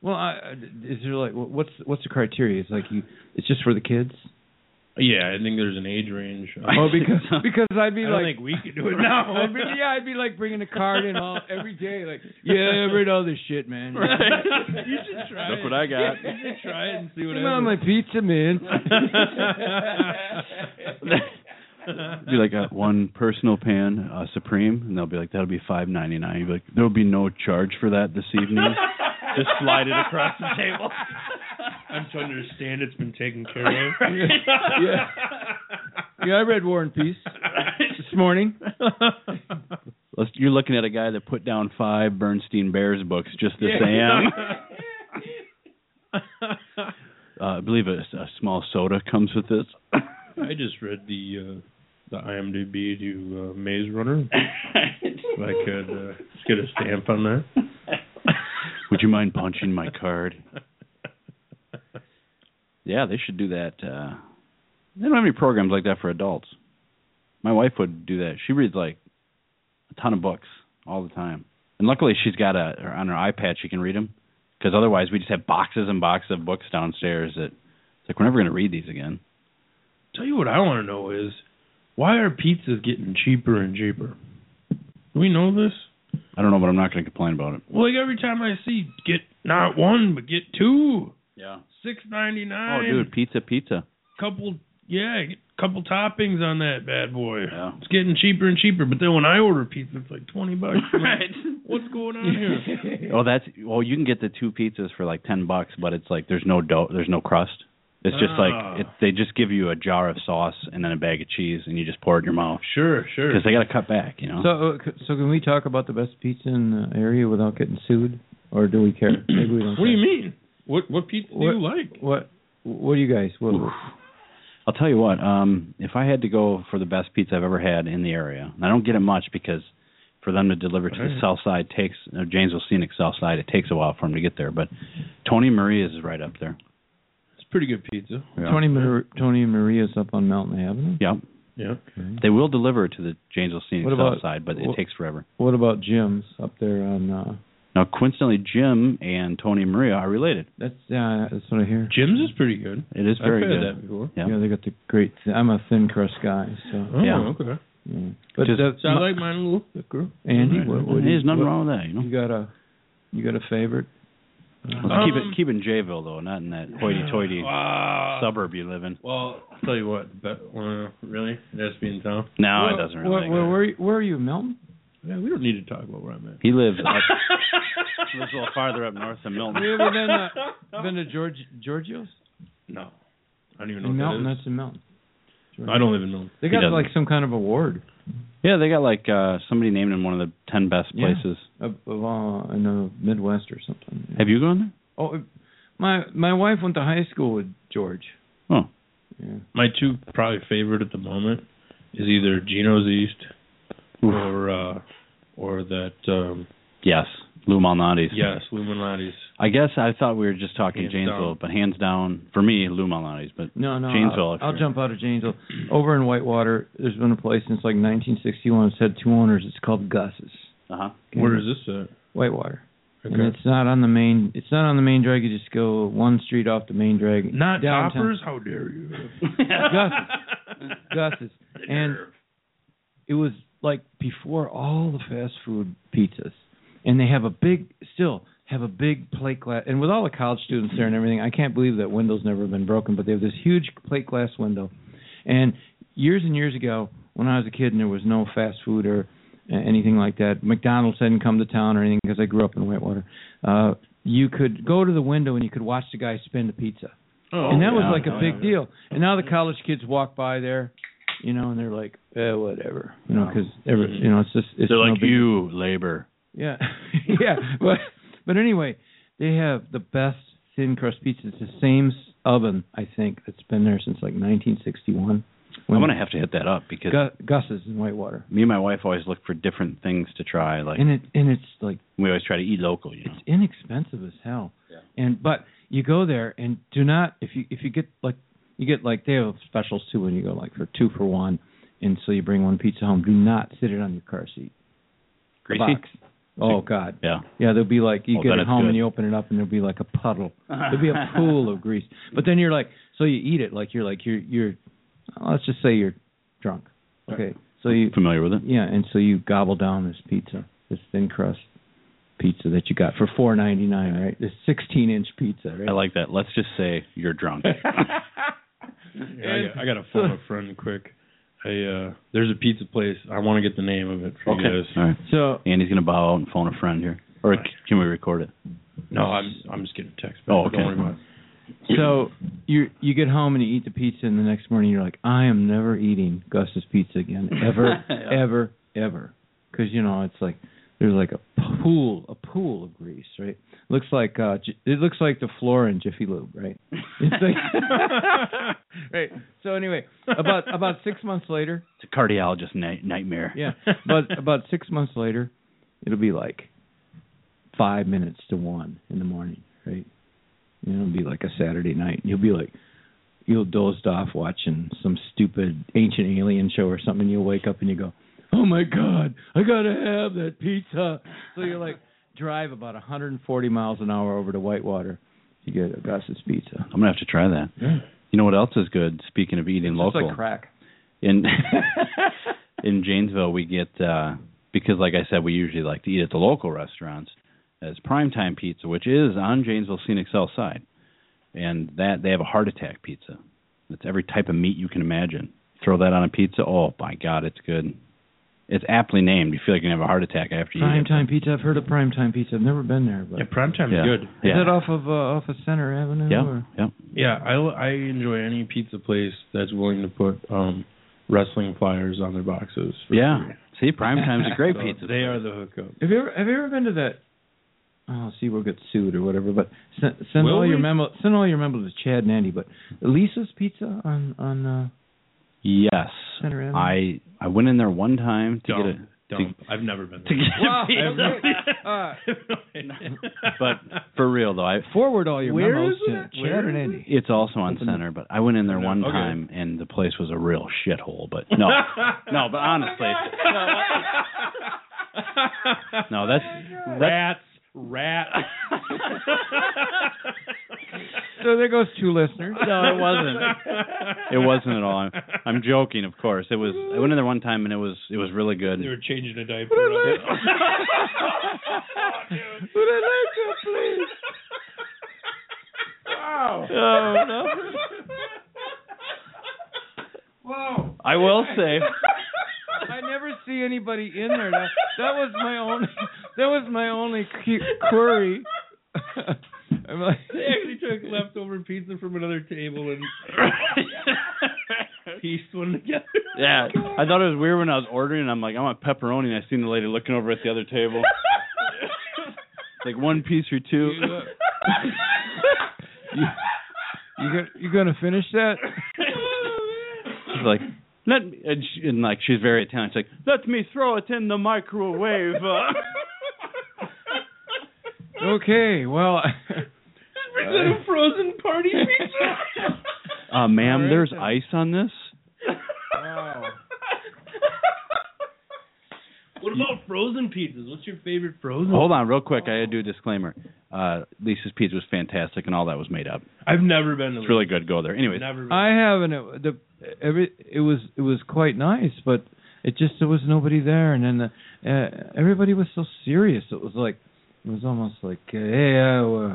Well, I, I- is there like wh- what's what's the criteria? It's like you, it's just for the kids. Yeah, I think there's an age range. Oh, because because I'd be I don't like, think we could do it now. I'd be, yeah, I'd be like bringing a card in all every day. Like, yeah, I read all this shit, man. you should try Look it. what I got. You should try it and see what Come on, my pizza, man. It'd be like a one personal pan uh, supreme, and they'll be like, "That'll be five ninety nine. You'd be like, "There'll be no charge for that this evening." Just slide it across the table. I'm to understand it's been taken care of. yeah. yeah, I read War and Peace this morning. Let's, you're looking at a guy that put down five Bernstein Bears books just this AM. Uh, I believe a, a small soda comes with this. I just read the uh, the IMDb to uh, Maze Runner. if I could uh, just get a stamp on that. Would you mind punching my card? Yeah, they should do that. Uh, they don't have any programs like that for adults. My wife would do that. She reads like a ton of books all the time, and luckily she's got a or on her iPad she can read them. Because otherwise, we just have boxes and boxes of books downstairs that it's like we're never going to read these again. Tell you what I want to know is why are pizzas getting cheaper and cheaper? Do we know this? I don't know, but I'm not going to complain about it. Well, like every time I see get not one but get two, Yeah. six ninety Oh, nine. dude, pizza, pizza. couple yeah, get a couple toppings on that bad boy. Yeah. It's getting cheaper and cheaper. But then when I order pizza, it's like twenty bucks. right. What's going on here? Oh, that's well. You can get the two pizzas for like ten bucks, but it's like there's no dough, there's no crust. It's just Ah. like it, they just give you a jar of sauce and then a bag of cheese, and you just pour it in your mouth Sure, sure. because they got to cut back, you know. So, uh, c- so can we talk about the best pizza in the area without getting sued, or do we care? Maybe we don't. what do you care. mean? What what pizza do you like? What? What do you guys? What? Oof. I'll tell you what. Um, if I had to go for the best pizza I've ever had in the area, and I don't get it much because for them to deliver to the Right. south side takes uh, Janesville Scenic South Side. It takes a while for them to get there, but Tony Maria's is right up there. It's pretty good pizza. Yeah. Tony, Mar- Tony and Maria's up on Mountain Avenue. Yeah, Yeah. Okay. they will deliver to the Janesville Scenic What South about- Side, but it what- takes forever. What about Jim's up there on? Uh, Now, coincidentally, Jim and Tony Maria are related. that's yeah, that's what I hear. Jim's is pretty good. It is I've very had good. that before. Yeah. Yeah, they got the great. Th- I'm a thin crust guy, so. Oh, Yeah. okay. Yeah. But Just- the, So I like mine a little thicker. Andy, Alright. what, what do you- There's nothing what- wrong with that, you know. You got a, you got a favorite? Uh, Let's keep Um, it keep it in Jayville though, not in that hoity-toity uh, Wow. suburb you live in. Well, I'll tell you what, but uh, really, it has to be in town. No, Where- Oh, it doesn't Where, really. where, matter. where, are you- where are you, Milton? Yeah, we don't need to talk about where I'm at. He lives up, he lives a little farther up north than Milton. Have you ever been to, been to George Giorgio's? No, I don't even know. In what Milton, that is. Oh, that's in Milton. I don't live in Milton. They He got doesn't. like some kind of award Yeah, they got like uh somebody named him one of the ten best Yeah. places. of, of uh, in the Midwest or something. Have you gone Oh, it- my my wife went to high school with George. there? Oh, Yeah. My two probably favorite at the moment is either Geno's East or uh or that um yes, Lou Malnati's. yes, Luminati's. I guess I thought we were just talking Hands Janesville, down. but hands down for me, Lou Malnati's. But No, no. Janesville, I'll, if I'll you're- jump out of Janesville. Over in Whitewater, there's been a place since like 1961. It's had two owners. It's called Gus's. uh Uh-huh. huh. Where is this at? Whitewater. And Okay. it's not on the main. It's not on the main drag. You just go one street off the main drag. Not downtown. toppers, how dare you? Gus's. Gus's. And it was like before all the fast food pizzas, and they have a big still have a big plate glass. And with all the college students there and everything, I can't believe that window's never been broken. But they have this huge plate glass window. And years and years ago, when I was a kid and there was no fast food or uh, anything like that, McDonald's hadn't come to town or anything because I grew up in Whitewater. Uh, you could go to the window and you could watch the guy spin the pizza. Oh, and that was yeah. like a Oh, big yeah. deal. And now the college kids walk by there, you know, and they're like, eh, whatever, you know, because every, you know, it's just it's Oh. Mm-hmm. They're no like big- you, labor. yeah, yeah. But but anyway, they have the best thin crust pizza. It's the same s- oven, I think, that's been there since like 1961. I'm When gonna have to hit that up because Gu- Gus's in Whitewater, me and my wife always look for different things to try. Like and it and it's like we always try to eat local, you know. it's inexpensive as hell. And but you go there and do not if you if you get like you get like they have specials too when you go like for two for one, and so you bring one pizza home. Do not sit it on your car seat. The Greasy. box. Oh God. Yeah. Yeah, there'll be like you Oh, get then it it's home good. and you open it up and there'll be like a puddle. There'll be a pool of grease. But then you're like, so you eat it like you're like you're you're, let's just say you're drunk. Okay, so you Familiar with it? yeah, and so you gobble down this pizza, this thin crust pizza that you got for four ninety nine, right? This sixteen inch pizza, right? I like that. Let's just say you're drunk. Yeah, I, got, I got to phone a friend quick. I uh there's a pizza place. I want to get the name of it for you guys. All right. so Andy's gonna bow out and phone a friend here, or c- can we record it? No, I'm I'm just getting a text. back. Oh, okay. Don't worry about it. so you you get home and you eat the pizza and the next morning you're like, I am never eating Gus's pizza again, ever, Yeah. ever, ever, because you know it's like there's like a pool, a pool of grease, right? Looks like uh, J- it looks like the floor in Jiffy Lube, right? It's like, right. So anyway, about about six months later, It's a cardiologist night- nightmare. yeah. But about six months later, it'll be like five minutes to one in the morning, right? And it'll be like a Saturday night. You'll be like, you'll dozed off watching some stupid ancient alien show or something. And you'll wake up and you go, oh my God, I got to have that pizza. So you're like, drive about 140 miles an hour over to Whitewater to get a Goss's Pizza. I'm gonna have to try that. You know what else is good? Speaking of eating It's local, like crack. in in Janesville we get uh because like I said we usually like to eat at the local restaurants as primetime pizza which is on Janesville Scenic South Side. And that they have a heart attack pizza. It's every type of meat you can imagine. Throw that on a pizza, oh my god, it's good. It's aptly named. You feel like you can have a heart attack after you eat it. Primetime Pizza. I've heard of Primetime Pizza. I've never been there, but Yeah, prime time Yeah. is good. Is Yeah. that off of uh, off of Center Avenue? Yeah. Or? Yeah. Yeah, I I enjoy any pizza place that's willing to put um wrestling flyers on their boxes. for Yeah. free. See, primetime's a great So pizza. They are the hookup. Have you ever have you ever been to that? Oh, see, we'll get sued or whatever. But send, send Will all your we? memo send all your memos to Chad and Andy. But Lisa's Pizza on on uh, Yes. Center Avenue. I I went in there one time to Dumb, get a dumb. I've never been to there. get a Wow, pizza. but for real though, I forward all your Where memos is to it? Chad Where and is Andy. It's also on center, but I went in there one Okay. time and the place was a real shithole. But no, no, but honestly, no, that's that's rats, rats. So there goes two listeners. no, it wasn't. It wasn't at all. I'm, I'm joking, of course. It was. I went in there one time and it was it was really good. They were changing a diaper. Would Wow. Oh, no. Wow. I will say, I never see anybody in there. That, that was my only that was my only cu- query. I'm like, They actually took leftover pizza from another table and pieced one together. yeah, I thought it was weird when I was ordering. and I'm like, I want pepperoni, and I seen the lady looking over at the other table. Like one piece or two. you go- you gonna finish that? She's like, let me, and, she, and like she's very Italian. She's like, let me throw it in the microwave. Uh, Okay, well, a frozen party pizza. uh, ma'am, Alright, there's then. ice on this. What about frozen pizzas? What's your favorite frozen? Hold on, real quick. I gotta do a disclaimer. Uh, Lisa's pizza was fantastic, and all that was made up. I've never been to. It's really good. Go there. Anyways, Never been. I haven't. It, the every it was it was quite nice, but it just there was nobody there, and then the, uh, everybody was so serious. It was like, It was almost like, uh, hey, uh, uh, uh,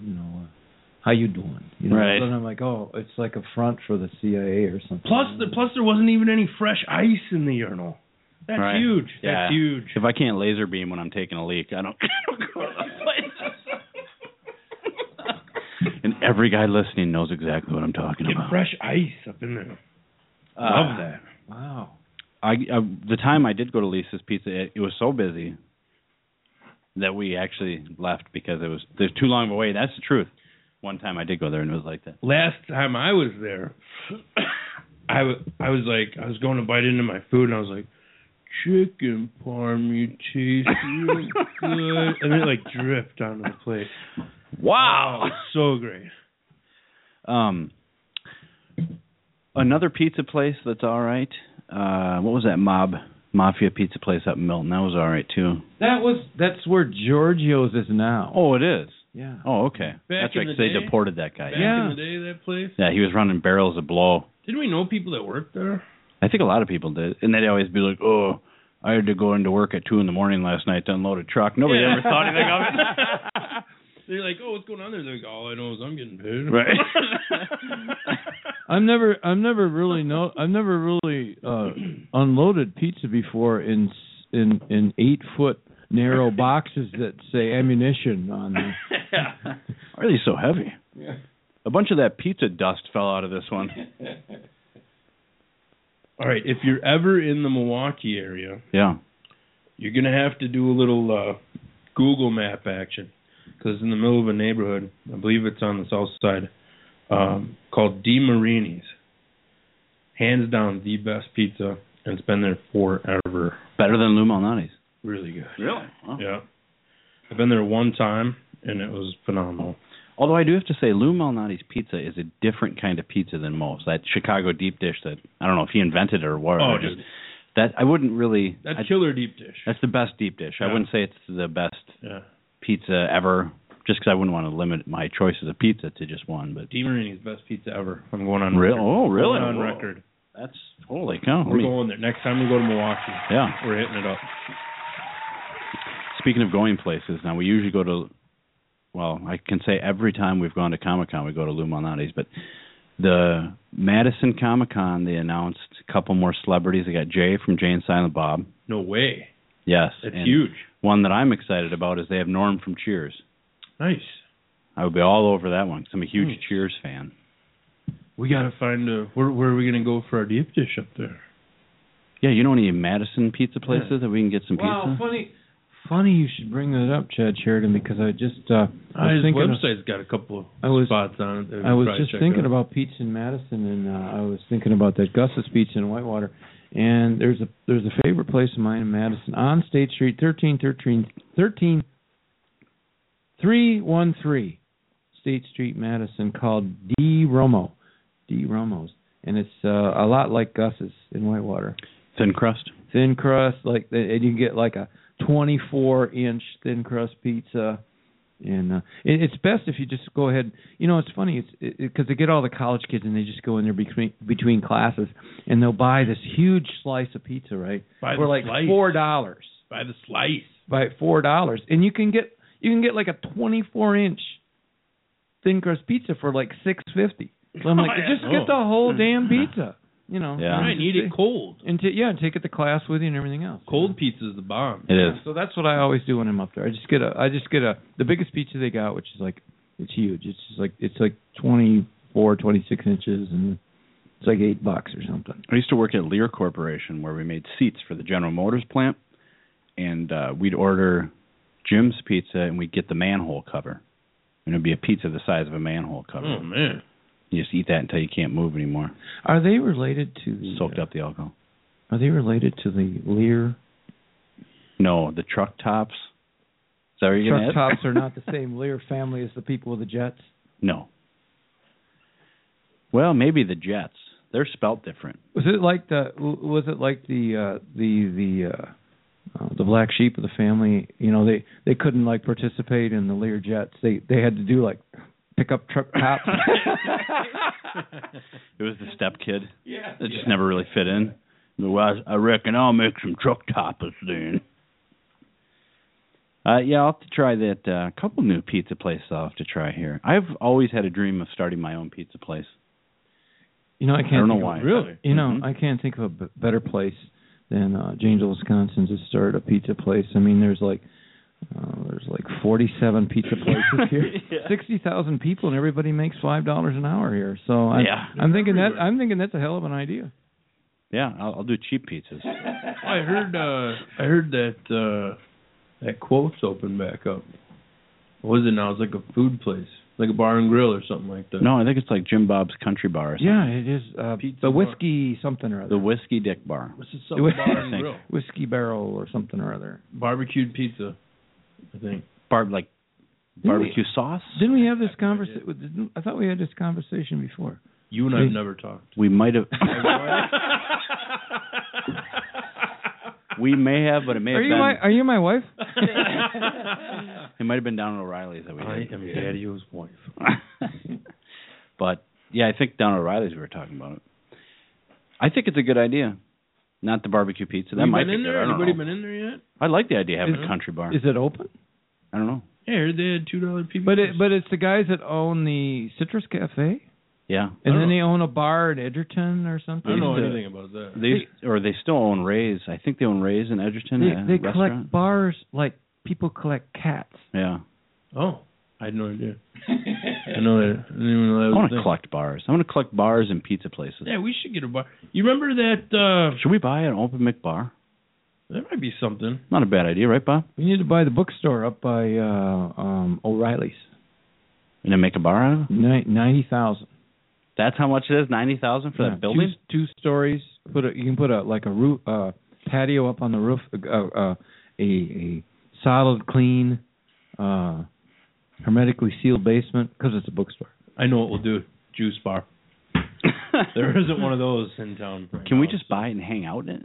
you know, uh, how you doing? You know, Right. so then I'm like, oh, it's like a front for the CIA or something. Plus, the, plus there wasn't even any fresh ice in the urinal. That's Right. huge. Yeah. That's huge. If I can't laser beam when I'm taking a leak, I don't, I don't go to the place. and every guy listening knows exactly what I'm talking Get about. fresh ice up in there. Uh, Love that. wow. I, I the time I did go to Lisa's Pizza, it, it was so busy that we actually left because it was there's too long of a wait. That's the truth. One time I did go there and it was like that. Last time I was there, I, w- I was like, I was going to bite into my food, and I was like, chicken parm, you taste real good. And it like dripped onto the plate. Wow. So great. Um, another pizza place that's all right. Uh, what was that mob mafia pizza place up in Milton? That was all right too. That was that's where Giorgio's is now. Oh, it is. yeah. Oh, okay. Back that's in right. the 'cause they day? deported that guy. Back Yeah. in the day, that place. Yeah, he was running barrels of blow. Didn't we know people that worked there? I think a lot of people did, and they'd always be like, "Oh, I had to go into work at two in the morning last night to unload a truck. Nobody Yeah. ever thought anything of it." They're like, oh, what's going on there? They're like, all I know is I'm getting paid. Right. I've never I've never really know I've never really uh unloaded pizza before in s- in in 8 foot narrow boxes that say ammunition on them. Why are they so heavy? A bunch of that pizza dust fell out of this one. all right, if you're ever in the Milwaukee area, Yeah. you're gonna have to do a little uh, Google Map action because in the middle of a neighborhood, I believe it's on the south side, um, called Di Marini's. Hands down, the best pizza, and it's been there forever. Better than Lou Malnati's. Really good. Really? Yeah, I've been there one time, and it was phenomenal. Although I do have to say, Lou Malnati's pizza is a different kind of pizza than most. That Chicago deep dish that I don't know if he invented it or what. Oh, or just- dude. That I wouldn't really. That I- killer deep dish. that's the best deep dish. I Yeah. wouldn't say it's the best yeah. pizza ever, just because I wouldn't want to limit my choices of pizza to just one. But Di Marini's best pizza ever. I'm going on Real- record. oh, really? Going on Whoa. record. that's holy cow. Let We're me- going there next time we go to Milwaukee. yeah. We're hitting it up. Speaking of going places, now we usually go to, well, I can say every time we've gone to Comic Con, we go to Lou Malnati's, but the Madison Comic Con, they announced a couple more celebrities. They got Jay from Jay and Silent Bob. No way. Yes. That's and huge. One that I'm excited about is they have Norm from Cheers. Nice. I would be all over that one because I'm a huge Nice. Cheers fan. We gotta find a where where are we gonna go for our deep dish up there? Yeah, you know any Madison pizza places that we can get some Wow, pizza? funny funny you should bring that up, Chad Sheridan, because I just uh I was His thinking of- website's got a couple of I was spots on it. that we I was probably just check thinking out. about pizza in Madison, and uh, I was thinking about that Gus's pizza in Whitewater. And there's a there's a favorite place of mine in Madison on State Street, thirteen thirteen thirteen three one three State Street, Madison, called D Romo, D Romo's, and it's uh, a lot like Gus's in Whitewater. Thin crust. Thin crust, like and you can get like a twenty four inch thin crust pizza and uh, it, it's best if you just go ahead. You know, it's funny it's because they get all the college kids and they just go in there between between classes and they'll buy this huge slice of pizza, right? Buy for the like slice. four dollars. by the slice. By four dollars, and you can get you can get like a twenty four inch thin crust pizza for like six fifty. So I'm like, Oh, Mm-hmm. yeah. just get the whole damn pizza. You know, Yeah. and Right, just eat it ta- cold. and ta- yeah, and take it to class with you and everything else. Cold pizza's the bomb. It is. Yeah, So that's what I always do when I'm up there. I just get a I just get a the biggest pizza they got, which is like it's huge. It's just like it's like twenty four, twenty six inches, and it's like eight bucks or something. I used to work at Lear Corporation where we made seats for the General Motors plant, and uh, we'd order Jim's pizza and we'd get the manhole cover, and it'd be a pizza the size of a manhole cover. Hmm. Oh man. You just eat that until you can't move anymore. Are they related to the, Soaked up the alcohol. Are they related to the Lear No, the truck tops. Is that what you're truck gonna add? tops are not the same Lear family as the people with the jets? No. Well, maybe the Jets. They're spelt different. Was it like the was it like the uh, the the uh, uh, the black sheep of the family? You know, they they couldn't like participate in the Lear jets. They they had to do like pickup truck tops. It was the step kid. Yeah. That just never really fit in. Well, I reckon I'll make some truck toppers then. Uh, yeah, I'll have to try that. A uh, couple new pizza places I'll have to try here. I've always had a dream of starting my own pizza place. You know, I can't I don't know think why. Of, Really? you know, Mhm. I can't think of a b- better place than uh, Janesville, Wisconsin, to start a pizza place. I mean, there's like uh, there's like 47 pizza places here. Yeah. Sixty thousand people, and everybody makes five dollars an hour here. So I'm, Yeah. I'm thinking that Everywhere. I'm thinking that's a hell of an idea. Yeah, I'll, I'll do cheap pizzas. I heard uh I heard that uh that quote's opened back up. What was it now? It's like a food place. Like a bar and grill or something like that. No, I think it's like Jim Bob's Country Bar. Or something. Yeah, it is uh, Pizza the bar. whiskey something or other. The Whiskey Dick Bar. What's it Whi- bar and I think. grill? whiskey barrel or something or other. Barbecued pizza, I think. Bar like barbecue sauce. Didn't we have this That's what I conversation? I thought we had this conversation before. You and Me- I've never talked. We might have. we may have, but it may have Are you been. my Are you my wife? It might have been down at O'Reilly's that we Oh, I did. am Daddy-O's wife. but yeah, I think down at O'Reilly's we were talking about it. I think it's a good idea. Not the barbecue pizza. That you might been be in good. there? I don't Anybody know. been in there yet? I like the idea of having Is- a country bar. Is it open? I don't know. Yeah, I heard they had two dollar pizza. But it, but it's the guys that own the Citrus Cafe, Yeah. and don't then know. they own a bar at Edgerton or something. Oh. I don't know They- anything about that. They used- or they still own Rays. I think they own Rays in Edgerton. uh, They, they collect restaurant. bars like people collect cats. Yeah. oh, I had no idea. I know that. I didn't even know that I was a want to thing. collect bars. I want to collect bars and pizza places. Yeah, we should get a bar. You remember that? uh Should we buy an open mic bar? That might be something. Not a bad idea, right, Bob? We need to buy the bookstore up by uh um O'Reilly's. And then make a bar out of it? Ni- Ninety thousand That's how much it is? 90000 for that building? Two, two stories. Put a, you can put a like a roof uh, patio up on the roof. Uh, uh, a a solid, clean, uh, hermetically sealed basement because it's a bookstore. I know what we'll do. Juice bar. There isn't one of those in town. right Can we now, just so- buy it and hang out in it?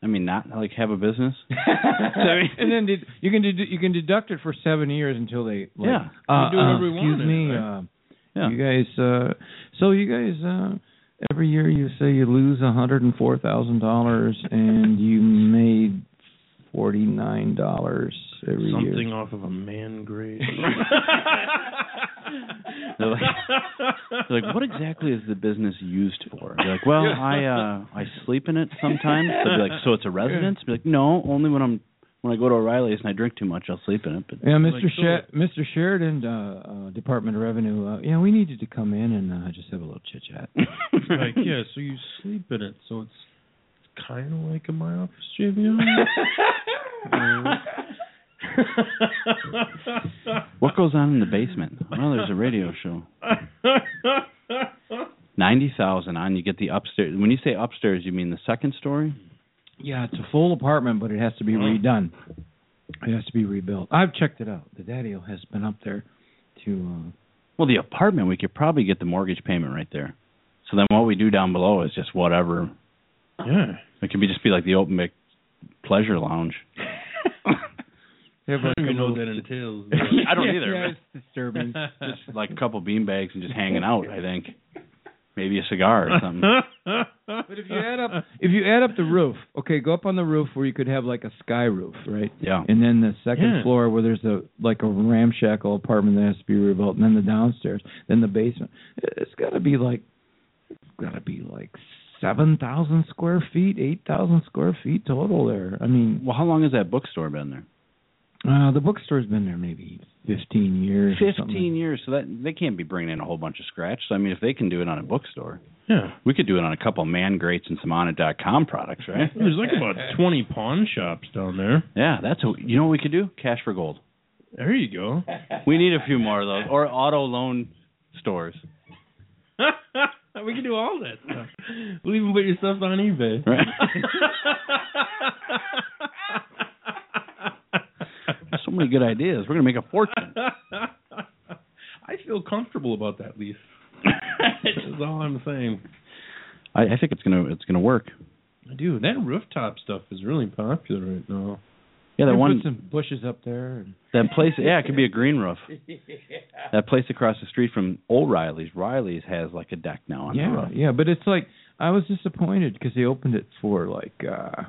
I mean, not like have a business. I mean- and then did, you can dedu- you can deduct it for seven years until they like, Yeah. Uh, You do whatever uh, you want excuse in it, me. right? Uh, Yeah. You guys. Uh, so you guys. Uh, every year you say you lose a hundred and four thousand dollars, and you made forty nine dollars every year. something off of a man grade? They're like, they're like, what exactly is the business used for? They're like, well, I uh I sleep in it sometimes. They'll be like, so it's a residence? Be like, no, only when I'm when I go to O'Reilly's and I drink too much, I'll sleep in it. But Yeah, Mr. Like, Sher- Mr. Sheridan, uh, uh, Department of Revenue. Uh, yeah, we needed to come in and uh, just have a little chit chat. like, yeah, so you sleep in it, so it's it's kind of like in my office, JVL. what goes on in the basement? Well, there's a radio show. Ninety thousand on you get the upstairs. When you say upstairs, you mean the second story? Yeah, it's a full apartment, but it has to be redone. It has to be rebuilt. I've checked it out. The daddy has been up there to. Uh, Well, the apartment we could probably get the mortgage payment right there. So then what we do down below is just whatever. yeah. It could be just be like the open mic pleasure lounge. they have I don't like even a know what little- that entails. I don't either. Yeah, man. it's disturbing. just like a couple bean bags and just hanging out. I think maybe a cigar or something. But if you add up, if you add up the roof, okay, go up on the roof where you could have like a sky roof, right? Yeah. And then the second Yeah. floor where there's a like a ramshackle apartment that has to be rebuilt, and then the downstairs, then the basement. It- It's got to be like, it's got to be like seven thousand square feet, eight thousand square feet total there. I mean, Well, how long has that bookstore been there? uh, the bookstore's been there maybe fifteen years. or something. Fifteen years. So that they can't be bringing in a whole bunch of scratch. So I mean, if they can do it on a bookstore, yeah. we could do it on a couple of man grates and some on com products, right? There's like about 20 pawn shops down there. yeah, that's a, you know what we could do? Cash for gold. There you go. We need a few more of those, or auto loan stores. we can do all that stuff. We'll even put your stuff on eBay. Right. so many good ideas. We're gonna make a fortune. I feel comfortable about that leaf. That's all I'm saying. I, I think it's gonna it's gonna work. I do. That rooftop stuff is really popular right now. Yeah, They that put one some bushes up there. And, That place, yeah, it could be a green roof. That place across the street from O'Reilly's, Riley's has like a deck now on the yeah, roof. yeah, but it's like I was disappointed because they opened it for like uh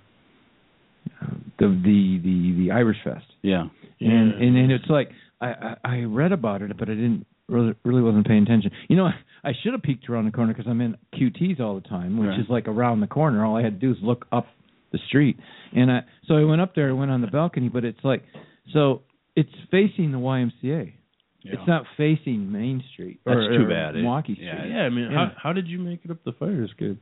the the the the Irish Fest. Yeah, and Yeah. and, and it's like I, I I read about it, but I didn't really really wasn't paying attention. You know, I should have peeked around the corner because I'm in QTs all the time, which Right. is like around the corner. All I had to do is look up the street, and I so I went up there, I went on the balcony, but it's like so it's facing the YMCA. Yeah. It's not facing Main Street. That's or- too or bad, eh? Milwaukee Yeah, Street. Yeah, I mean, Yeah. how how did you make it up the fire escape?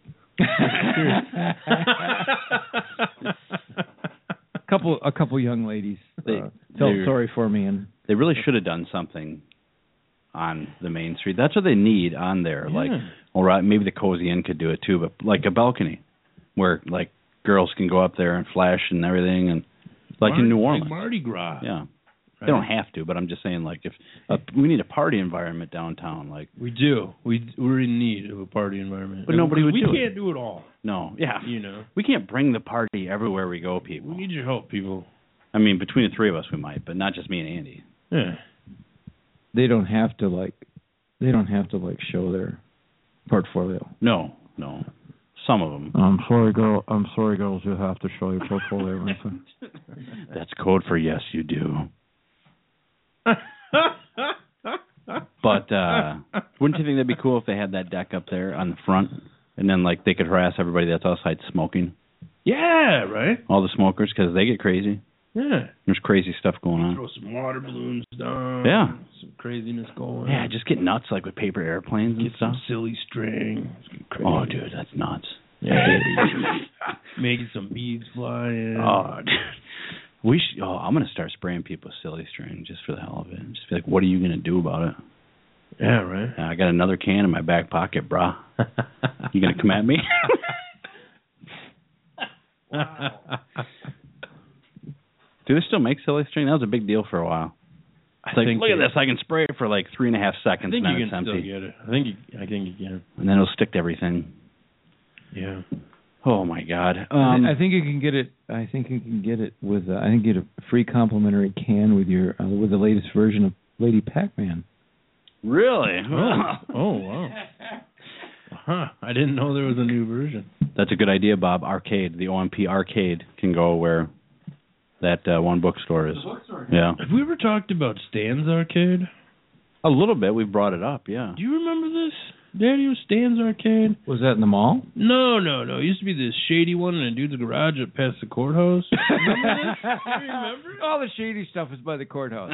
couple a couple young ladies They- uh, felt they're- sorry for me and They really should have done something on the main street. That's what they need on there. Like, Yeah. all right, maybe the cozy inn could do it too, but like a balcony where like girls can go up there and flash and everything, and like in Mar- New Orleans. like Mardi Gras. yeah, right? they don't have to, but I'm just saying like if uh, we need a party environment downtown, like We do. We we're in need of a party environment. But And nobody we, would we do it. can't do it all. no, yeah, You know, we can't bring the party everywhere we go, we people. need your help, people. I mean, between the three of us, we might, but not just me and Andy. Yeah. they don't have to like they don't have to like show their portfolio. No, no, some of them. I'm sorry, girl. I'm sorry, girls. You have to show your portfolio. That's code for yes, you do. But uh wouldn't you think that'd be cool if they had that deck up there on the front, and then like they could harass everybody that's outside smoking, yeah, right. all the smokers, because they get crazy. Yeah. There's crazy stuff going on. Throw some water balloons down. Uh-huh. Yeah. Some craziness going. Yeah, just get nuts like with paper airplanes and get stuff. some silly string. It's gonna be crazy. Oh, dude, that's nuts. Yeah. Making some beads fly in. Oh, dude. we should. Oh, I'm gonna start spraying people with silly string just for the hell of it. Just be like, what are you gonna do about it? Yeah, right. Uh, I got another can in my back pocket, brah. You gonna come at me? Do they still make silly string? That was a big deal for a while. It's like, think look at you- this, I can spray it for like three and a half I seconds think and then you it's can still empty. get it. I think you, I think you can. And then it'll stick to everything. Yeah. Oh my god. Um I think you can get it. I think you can get it with. Uh, I think you get a free complimentary can with your uh, with the latest version of Lady Pac-Man. really? Oh wow. Huh. I didn't know there was a new version. That's a good idea, Bob. Arcade, the OMP arcade can go where that uh, one bookstore is. bookstore. Yeah. Have we ever talked about Stan's Arcade? A little bit. We brought it up, yeah. Do you remember this? Daddy was Stan's Arcade. Was that in the mall? No, no, no. It used to be this shady one in a dude's garage up past the courthouse. Remember that? You remember it? All the shady stuff is by the courthouse.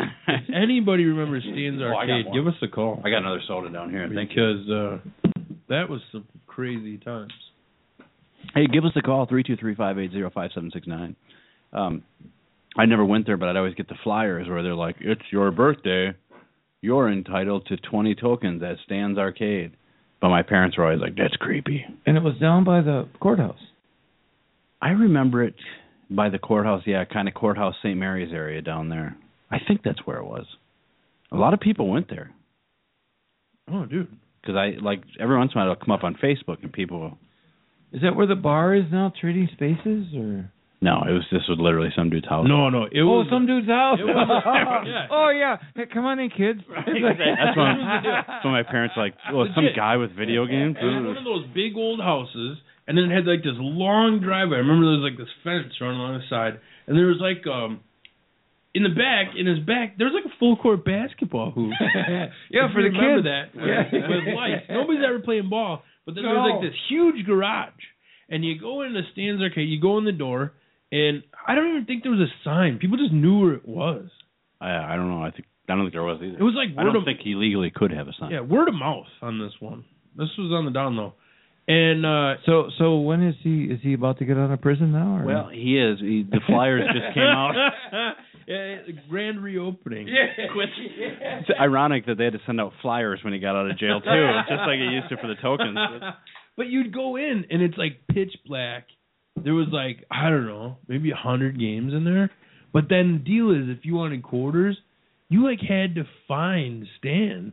Anybody remembers Stan's Oh, I got Arcade? one. Give us a call. I got another soda down here. Thank you. because uh, that was some crazy times. Hey, give us a call three two three five eight zero five seven six nine. Um, I never went there, but I'd always get the flyers where they're like, "It's your birthday, you're entitled to twenty tokens at Stan's Arcade." But my parents were always like, "That's creepy." and it was down by the courthouse. I remember it by the courthouse, yeah, kind of courthouse St. Mary's area down there. I think that's where it was. A lot of people went there Oh, dude. because I like every once in a while it'll come up on Facebook and people. Will, Is that where the bar is now, Trading Spaces, or no, it was this was literally some dude's house. No, no. It oh, was some dude's house? It was- yeah. Oh yeah, Hey, come on in, kids. That's what, that's what my parents like. Well, some Legit. guy with video games. It was one of those big old houses, and then it had like this long driveway. I remember there was like this fence running along the side, and there was like um, in the back, in his back, there was like a full court basketball hoop. yeah, If for you the remember kids. that with- Yeah. with lights. Nobody's ever playing ball, but then there's like this huge garage, and you go into Stan's Arcade, you go in the door, and I don't even think there was a sign. People just knew where it was. I, I don't know. I think I don't think there was either. It was like I word don't of think he legally could have a sign. yeah, word of mouth on this one. This was on the down low, and uh, So so when is he is he about to get out of prison now? Or? Well, he is. He, the Flyers just came out. yeah, the grand reopening. Yeah. It's ironic that they had to send out flyers when he got out of jail too. It's just like he used to for the tokens. But you'd go in and it's like pitch black. There was like I don't know, maybe a hundred games in there. But then the deal is, if you wanted quarters, you like had to find Stan.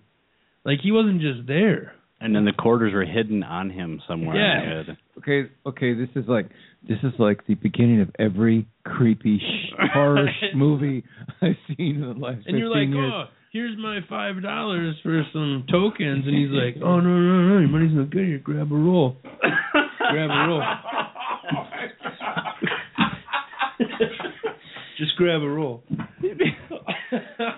Like he wasn't just there. And then the quarters were hidden on him somewhere. in the Yes. hood. okay okay this is like this is like the beginning of every creepy sh- horror sh- movie I've seen in the last And 15 you're like, years. oh, here's my five dollars for some tokens, and he's like, oh no no no, your money's not good. Here, grab a roll. grab a roll. Just grab a roll.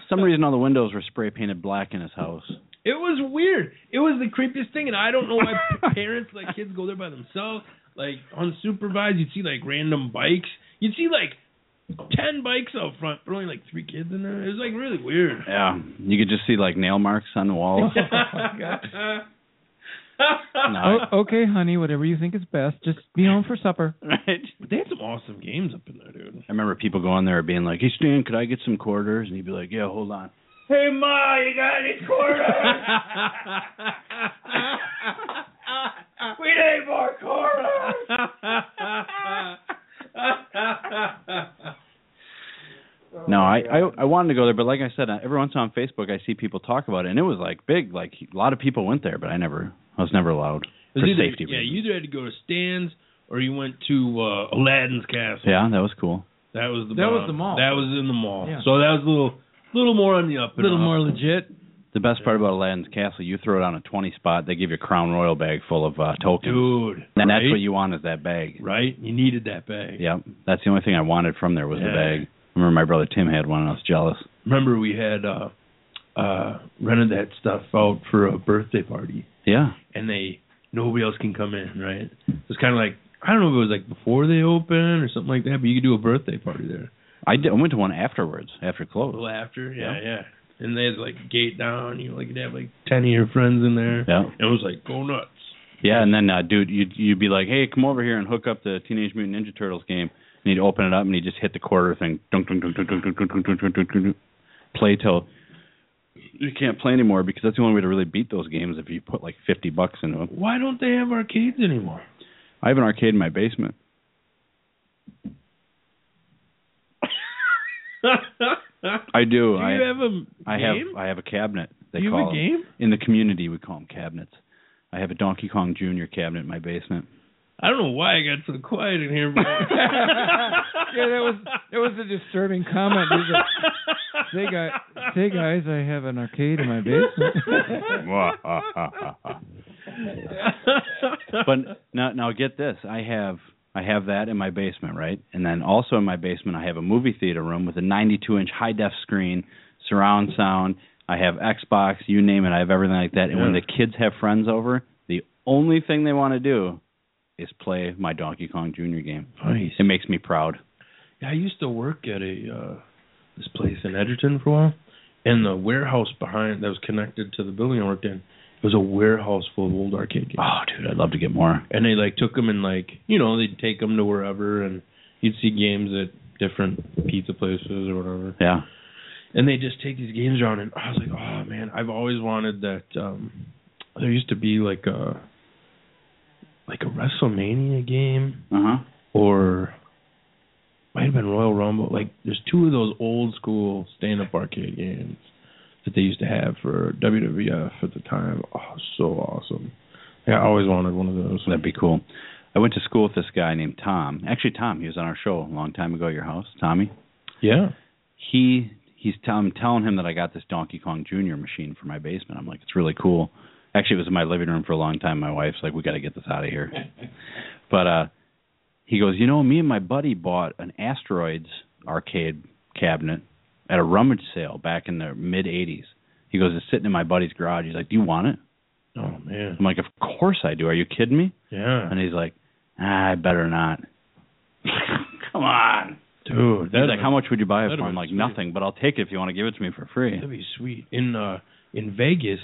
some reason, all the windows were spray painted black in his house. It was weird. It was the creepiest thing, and I don't know why parents let kids go there by themselves, like unsupervised. You'd see like random bikes. You'd see like ten bikes out front, but only like three kids in there. It was like really weird. Yeah, you could just see like nail marks on the walls. No. Oh, okay, honey, whatever you think is best. Just be home for supper. right? But they had some awesome games up in there, dude. I remember people going there being like, "Hey Stan, could I get some quarters?" And he'd be like, "Yeah, hold on." Hey Ma, you got any quarters? we need more quarters. no, I, I I wanted to go there, but like I said, uh, every once in a while on Facebook, I see people talk about it, and it was like big. Like a lot of people went there, but I never, I was never allowed It for was either- safety Yeah, reasons. you either had to go to Stan's or you went to uh, Aladdin's Castle. yeah, that was cool. That was the That bomb. was the mall. That was in the mall. Yeah. So that was a little little more on the up A and little up. more legit. The best part about Aladdin's Castle, you throw down a twenty spot, they give you a Crown Royal bag full of uh, tokens, Dude. and right? that's what you want is that bag. Right? You needed that bag. Yep, that's the only thing I wanted from there was the Yeah. bag. I remember my brother Tim had one, and I was jealous. Remember we had uh uh rented that stuff out for a birthday party Yeah, and they nobody else can come in, right? It's kinda like I don't know if it was like before they open or something like that, but you could do a birthday party there. I, did, I went to one afterwards after A close. little after, yeah, Yeah. yeah. And they had like a gate down, you know, like you'd have like ten of your friends in there. Yeah. And it was like go nuts. Yeah, and then uh, dude, you'd you'd be like, "Hey, come over here and hook up the Teenage Mutant Ninja Turtles game." And he'd open it up and he'd just hit the quarter thing, dunk, dunk, dunk, dunk, dunk, dunk, dunk, dunk, dunk, dunk, dunk, dunk, dunk. play till you can't play anymore because that's the only way to really beat those games if you put like fifty bucks into them. Why don't they have arcades anymore? I have an arcade in my basement. I do. Do I you have a I have game? I have a cabinet. They Do you call have a 'em. game? in the community we call them cabinets. I have a Donkey Kong Junior cabinet in my basement. I don't know why I got so quiet in here, but Yeah, that was that was a disturbing comment. He's like, Say, guy, say guys, I have an arcade in my basement. but now now get this i have i have that in my basement right and then also in my basement i have a movie theater room with a 92 inch high def screen surround sound i have xbox you name it i have everything like that and when Yeah. the kids have friends over the only thing they want to do is play my donkey kong junior game nice. it makes me proud Yeah, I used to work at a uh this place in Edgerton for a while, and the warehouse behind that was connected to the building I worked in it was a warehouse full of old arcade games. oh dude i'd love to get more And they like took them and like you know they'd take them to wherever, and you'd see games at different pizza places or whatever. yeah and they just take these games around and I was like, Oh man, I've always wanted that um there used to be like a like a WrestleMania game uh-huh or might have been Royal Rumble. Like there's two of those old school stand up arcade games that they used to have for WWF at the time. Oh so awesome. Yeah, I always wanted one of those. that'd be cool I went to school with this guy named Tom. Actually, Tom, he was on our show a long time ago at your house. Tommy? Yeah. he he's tell, I'm telling him that I got this Donkey Kong Junior machine for my basement. I'm like, it's really cool. Actually, it was in my living room for a long time. My wife's like, we got to get this out of here. but uh he goes, you know, me and my buddy bought an asteroids arcade cabinet at a rummage sale back in the mid '80s. He goes, it's sitting in my buddy's garage. He's like, do you want it? Oh man. I'm like, of course I do. Are you kidding me? Yeah. And he's like, ah, I better not. Come on. Dude, He's that's like, how much would you buy it that'd for? have I'm been like, sweet. nothing, but I'll take it if you want to give it to me for free. That'd be sweet. In uh in Vegas,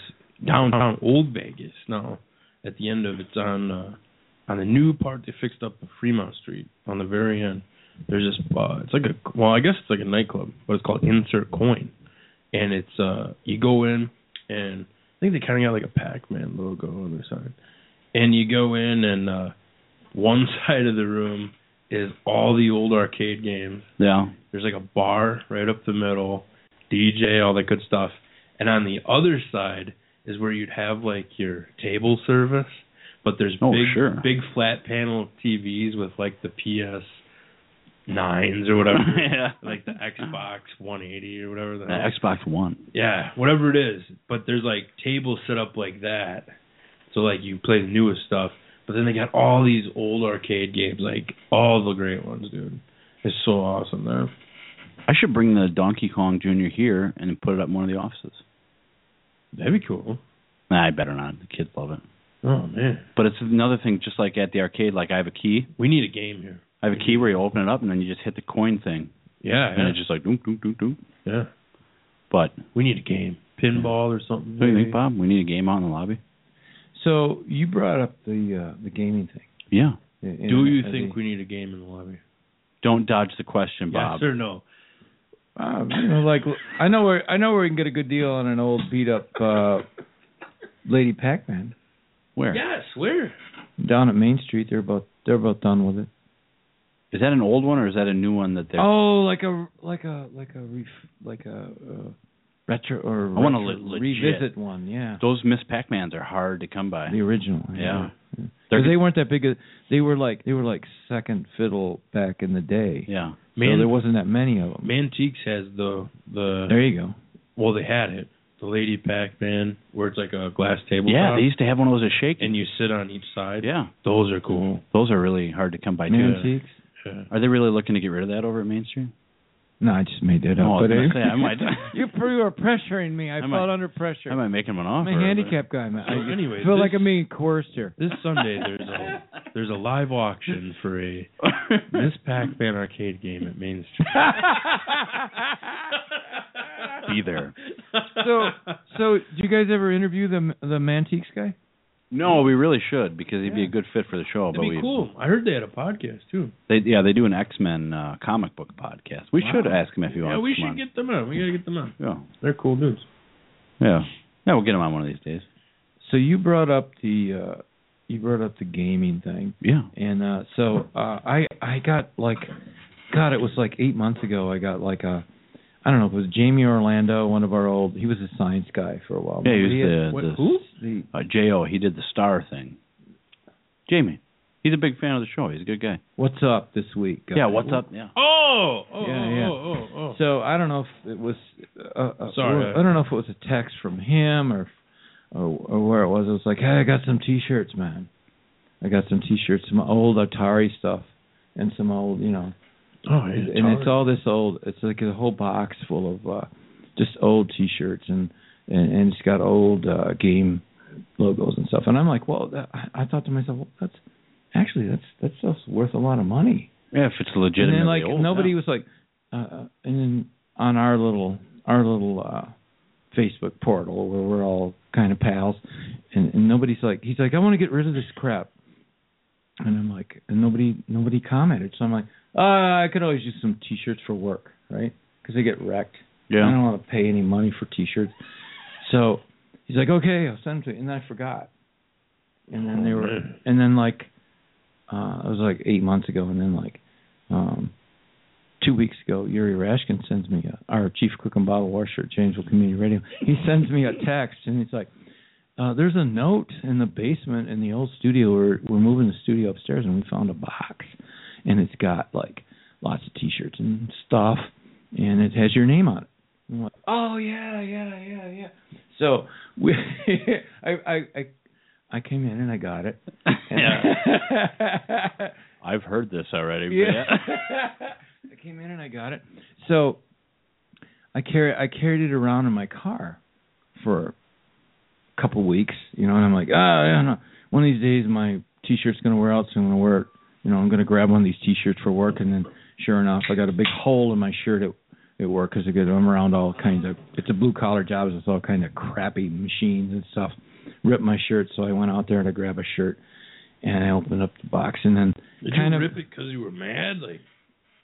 downtown old Vegas now, at the end of it's on uh on the new part they fixed up of Fremont Street on the very end. There's this uh it's like a well, I guess it's like a nightclub, but it's called Insert Coin. And it's uh you go in and I think they kinda got like a Pac Man logo on their sign. And you go in and uh one side of the room is all the old arcade games Yeah. there's like a bar right up the middle, DJ, all that good stuff. And on the other side is where you'd have like your table service, but there's Oh, big sure. big flat panel TVs with like the PS nines or whatever. Yeah. Like the Xbox one eighty or whatever the The hell. Xbox One. Yeah, whatever it is. But there's like tables set up like that. So like you play the newest stuff, but then they got all these old arcade games, like all the great ones, dude. It's so awesome there. I should bring the Donkey Kong Jr. here and put it up in one of the offices. That'd be cool. Nah, I better not. The kids love it. Oh man, But it's another thing, just like at the arcade, like I have a key. we need a game here. I have a key where you open it up and then you just hit the coin thing. Yeah, And yeah, it's just like doop doop doop doop. yeah. But We need a game, pinball or something. what do you maybe. think, Bob? We need a game out in the lobby? So you brought up the uh, the gaming thing. Yeah. Do you think we need a game in the lobby? Don't dodge the question, Bob. Yes or no? Uh, you know, like I know where I know where we can get a good deal on an old beat up uh, Lady Pac-Man Where? Is Yes, where? down at Main Street. They're about they're about done with it. that an old one or is that a new one that they're Oh, like a like a like a ref, like a uh, retro or I want a retro- le- legit. revisit one. Yeah, those Miss Pac Mans are hard to come by. the original. Yeah. because they weren't that big. A, they were like they were like second fiddle back in the day. Yeah. so Man, there wasn't that many of them. Mantiques has the the. There you go. well, they had it. The Lady Pac-Man, where it's like a glass table. Yeah, they used to have one of those at Shake. and you sit on each side. yeah. Those are cool. Uh, Those are really hard to come by too. Antiques. Yeah. Are they really looking to get rid of that over at Mainstream? No, I just made that up. No, I was but gonna anyway. say, I might- you you are pressuring me. I, I felt might- under pressure. I I'm, might make him an offer. a handicap guy, man. So I anyway, feel this- like I'm being coerced here. This Sunday there's a there's a live auction for a but- Miss Pac-Man arcade game at Main Street. Be there. So, so do you guys ever interview the the Mantiques guy? no, we really should because he'd be Yeah. a good fit for the show. but That'd be we, cool. I heard they had a podcast too. They, yeah, they do an X Men uh, comic book podcast. We Wow. should ask him if he Yeah, wants we to come should get them on. We gotta get them on. on. They're cool dudes. Yeah, yeah, yeah. We'll get him on one of these days. So you brought up the uh you brought up the gaming thing. Yeah. And uh so uh I I got like god it was like 8 months ago I got like a I don't know, if it was Jamie Orlando, one of our old he was a science guy for a while. Yeah, he was had- the- what- the- who? The Uh, Jo, he did the star thing. Jamie, he's a big fan of the show. He's a good guy. What's up this week? yeah. guys? What's up? Yeah. Oh, oh, Yeah, yeah. oh, oh, oh. So I don't know if it was. Uh, uh, Sorry. I don't know if it was a text from him or, or or where it was. It was like, hey, I got some T-shirts, man. I got some T-shirts, some old Atari stuff, and some old, you know, oh, yeah, and it's all this old. It's like a whole box full of uh just old T-shirts, and and, and it's got old uh game logos and stuff. And I'm like, well, that, I, I thought to myself, well, that's actually that's that stuff's worth a lot of money. Yeah, if it's And legitimately then like old, nobody yeah. was like, uh, uh, and then on our little our little uh, Facebook portal where we're all kind of pals, and, and nobody's like, he's like, I want to get rid of this crap, and I'm like, and nobody nobody commented, so I'm like, uh, I could always use some T-shirts for work, right? Because they get wrecked. I Yeah. don't want to pay any money for T-shirts. So he's like, okay, I'll send them to you. And then I forgot. And then they were, man. and then like, uh, it was like eight months ago. And then like, um, two weeks ago, Yuri Rashkin sends me a, our chief cook and bottle washer at Jamesville Community Radio. He sends me a text and he's like, uh, there's a note in the basement in the old studio. We're we're moving the studio upstairs, and we found a box, and it's got like lots of T-shirts and stuff, and it has your name on it. And I'm like, oh yeah, yeah, yeah, yeah. So we, I, I, I, I came in and I got it. Yeah. I've heard this already. but Yeah. yeah. I came in and I got it. So I carry I carried it around in my car for a couple weeks, you know, and I'm like, ah, yeah, no. One of these days my t-shirt's gonna wear out, so I'm gonna wear it. You know, I'm gonna grab one of these t-shirts for work, and then sure enough, I got a big hole in my shirt at at work because I'm around all kinds of. It's a blue collar job, so it's all kind of crappy machines and stuff. Ripped my shirt, so I went out there to grab a shirt, and I opened up the box, and then Did kind you of rip it because you were mad? Like,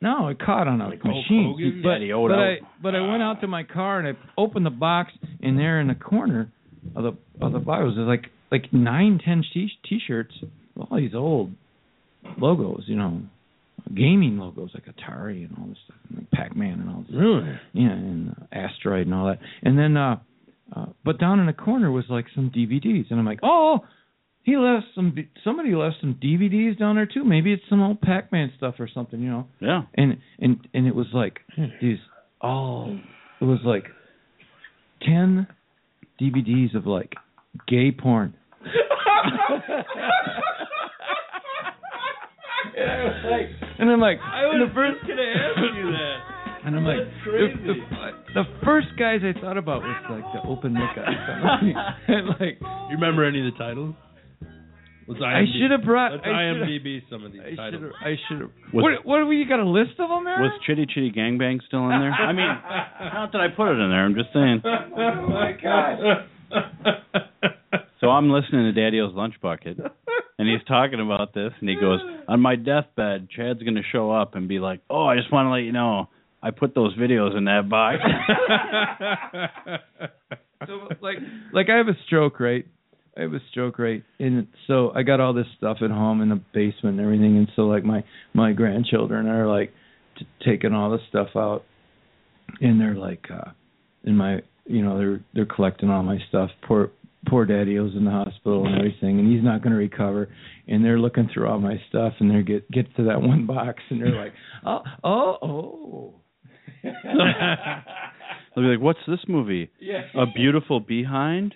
no, it caught on a Like Hulk machine. Hogan? But, Yeah, the old but I Hulk. but I went out to my car and I opened the box and there in the corner of the of the box was like like nine ten t- t-shirts, with all these old logos, you know, gaming logos like Atari and all this stuff, and like Pac-Man and all this really? yeah, and uh, asteroid and all that. And then, uh, uh, but down in the corner was like some DVDs, and I'm like, oh, he left some. Somebody left some DVDs down there too. Maybe it's some old Pac-Man stuff or something, you know. Yeah. And and and it was like these all. It was like ten DVDs of like gay porn. and I was like, and I'm like, I and was the first just gonna ask you that. And I'm like, That's the, crazy. the, the first guys I thought about was like the open mic guys. and like, You remember any of the titles? Let's I IMD should have brought. Let's I should have- IMDb some of these I should titles. have. I should have. Was- What? What? We got a list of them there? Was Chitty Chitty Gangbang still in there? I mean, not that I put it in there. I'm just saying. oh my gosh. So I'm listening to Daddy O's Lunch Bucket, and he's talking about this, and he goes, "On my deathbed, Chad's going to show up and be like, oh, I just want to let you know, I put those videos in that box.'" so like like I have a stroke, right? I have a stroke, right? And so I got all this stuff at home in the basement and everything. And so like my my grandchildren are like t- taking all this stuff out, and they're like, uh in my you know they're they're collecting all my stuff. Poor poor daddy was in the hospital and everything, and he's not going to recover. And they're looking through all my stuff, and they get get to that one box, and they're like, oh oh oh. They'll be like, "What's this movie? A Beautiful Behind?"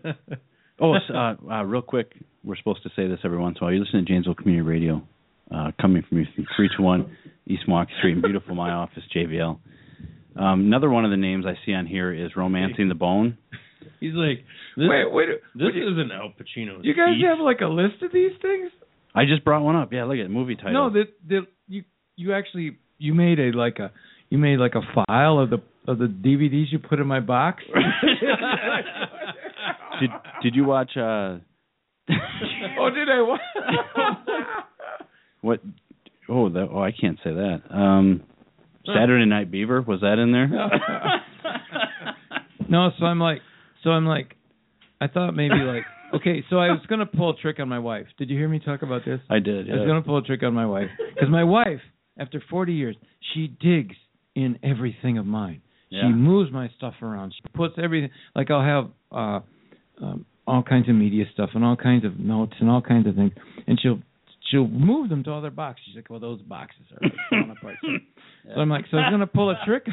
Oh, s- uh, uh, real quick, we're supposed to say this every once in a while. You listen to Janesville Community Radio, uh, coming from you through 321 East Milwaukee Street in beautiful my office, JVL. Um, another one of the names I see on here is Romancing the Bone. He's like, this, wait wait. this would you- isn't Al Pacino. You guys have like a list of these things? I just brought one up. Yeah, look at it, movie title. No, that that you you actually you made a like a you made like a file of the of the DVDs you put in my box. did Did you watch uh, oh, did I? wa- what? Oh, that, oh, I can't say that. Um, Saturday Night Beaver was that in there? no, so I'm like, so I'm like, I thought maybe like, okay, so I was gonna pull a trick on my wife. Did you hear me talk about this? I did. I was yeah. gonna pull a trick on my wife because my wife, after 40 years, she digs in everything of mine. Yeah. She moves my stuff around. She puts everything. Like I'll have uh, um, all kinds of media stuff and all kinds of notes and all kinds of things, and she'll she'll move them to other boxes. She's like, "Well, those boxes are like, falling apart." So, so I'm like, "So I was gonna pull a trick.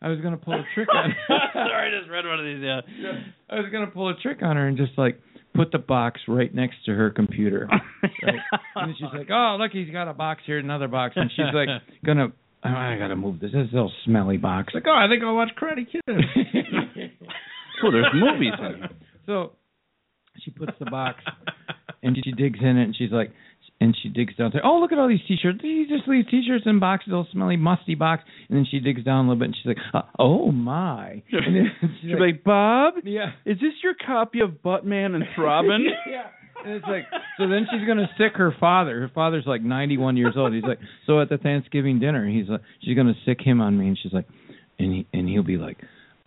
I was gonna pull a trick on. Sorry, I just read one of these. Yeah. I was gonna pull a trick on her and just like put the box right next to her computer." And then she's like, "Oh, look, he's got a box here, another box." And she's like, "Gonna, oh, I gotta move this. This is a little smelly box." Like, oh, I think I'll watch Karate Kid. oh, there's movies in here. so she puts the box and she digs in it, and she's like, and she digs down there. Oh, look at all these t-shirts. He just leaves t-shirts in boxes, all smelly, musty box. And then she digs down a little bit, and she's like, uh, "Oh my!" And then she's She'd be like, Bob, "Yeah." is this your copy of Buttman and Throbbing? yeah. And it's like, so then she's gonna sick her father. Her father's like 91 years old. He's like, so at the Thanksgiving dinner, he's like, she's gonna sick him on me, and she's like, and he and he'll be like,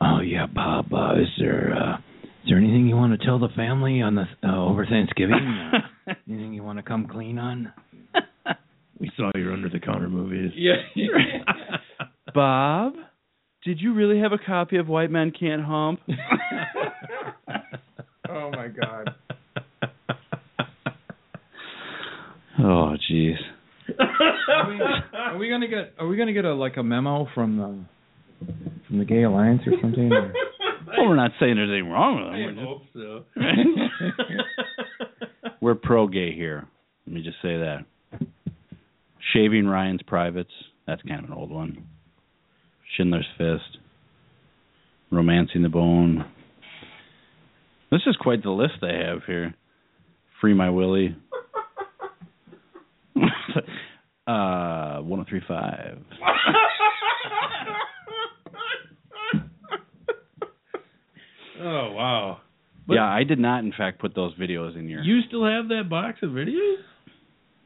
oh yeah, Bob, uh, is there uh, is there anything you want to tell the family on the uh, over Thanksgiving? Uh, anything you want to come clean on? we saw your under the counter movies. Yeah. Bob, did you really have a copy of White Men Can't Hump? oh my God. Oh, jeez. Are we, are we gonna get are we gonna get a like a memo from the from the Gay Alliance or something? or- Well, we're not saying there's anything wrong with them. We're I just- hope so. We're pro gay here. Let me just say that. Shaving Ryan's privates. That's kind of an old one. Schindler's Fist. Romancing the Bone. This is quite the list they have here. Free My Willie. uh, 1035. oh wow. But- yeah, I did not, in fact, put those videos in your. You still have that box of videos?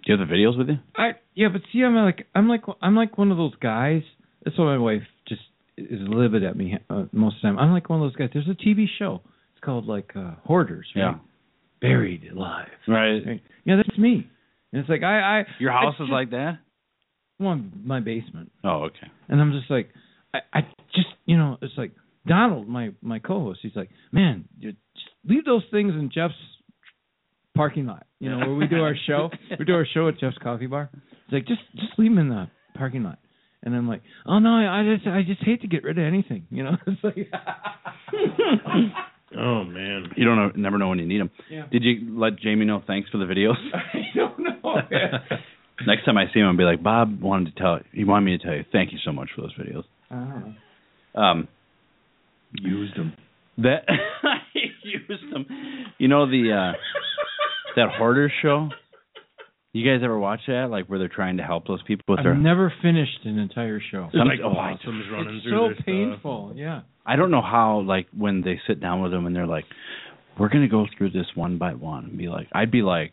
Do you have the videos with you? I yeah, but see, I'm like I'm like I'm like one of those guys. That's why my wife just is livid at me uh, most of the time. I'm like one of those guys. There's a TV show. It's called like uh, Hoarders. Right? Buried Alive. Right. Right? Yeah, that's me. And it's like I I Your house is like that? well, my basement, Oh, okay. and I'm just like I I just you know it's like Donald, my my co-host. He's like, man, you just leave those things in Jeff's parking lot. You know where we do our show. we do our show at Jeff's Coffee Bar. He's like, just just leave them in the parking lot. And I'm like, oh no, I, I just I just hate to get rid of anything. You know, it's like Oh man. You don't know, never know when you need them. Yeah. Did you let Jamie know thanks for the videos? I don't know. man. Next time I see him, I'll be like, Bob wanted to tell. He wanted me to tell you. Thank you so much for those videos. Oh. Um, Used them. that I used them. You know the uh that hoarder show. You guys ever watch that? Like where they're trying to help those people with their. I've never finished an entire show. Some- like oh, I- possums running It's through so their stuff. painful. Yeah. I don't know how like when they sit down with them and they're like, "We're gonna go through this one by one," and be like, I'd be like,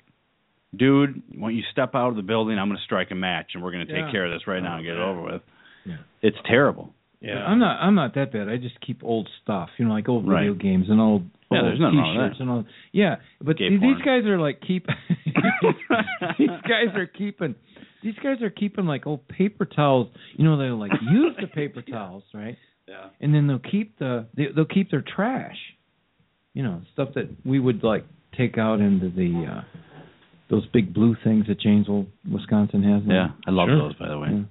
"Dude, when you step out of the building, I'm gonna strike a match and we're gonna take Yeah. care of this right now and get it Oh, yeah. over with." Yeah. It's terrible. Yeah, I'm not. I'm not that bad. I just keep old stuff. You know, like old Right. video games and old. Yeah, old there's nothing wrong with t-shirts that. and all. Yeah, but Gay th- these porn. guys are like keep. these guys are keeping. These guys are keeping like old paper towels. You know, they'll like use the paper towels, right? Yeah. And then they'll keep the they, they'll keep their trash. You know, stuff that we would like take out into the uh those big blue things that Janesville, Wisconsin has. Yeah, I love Mm-hmm. Sure. Mm-hmm. those by the way. Yeah.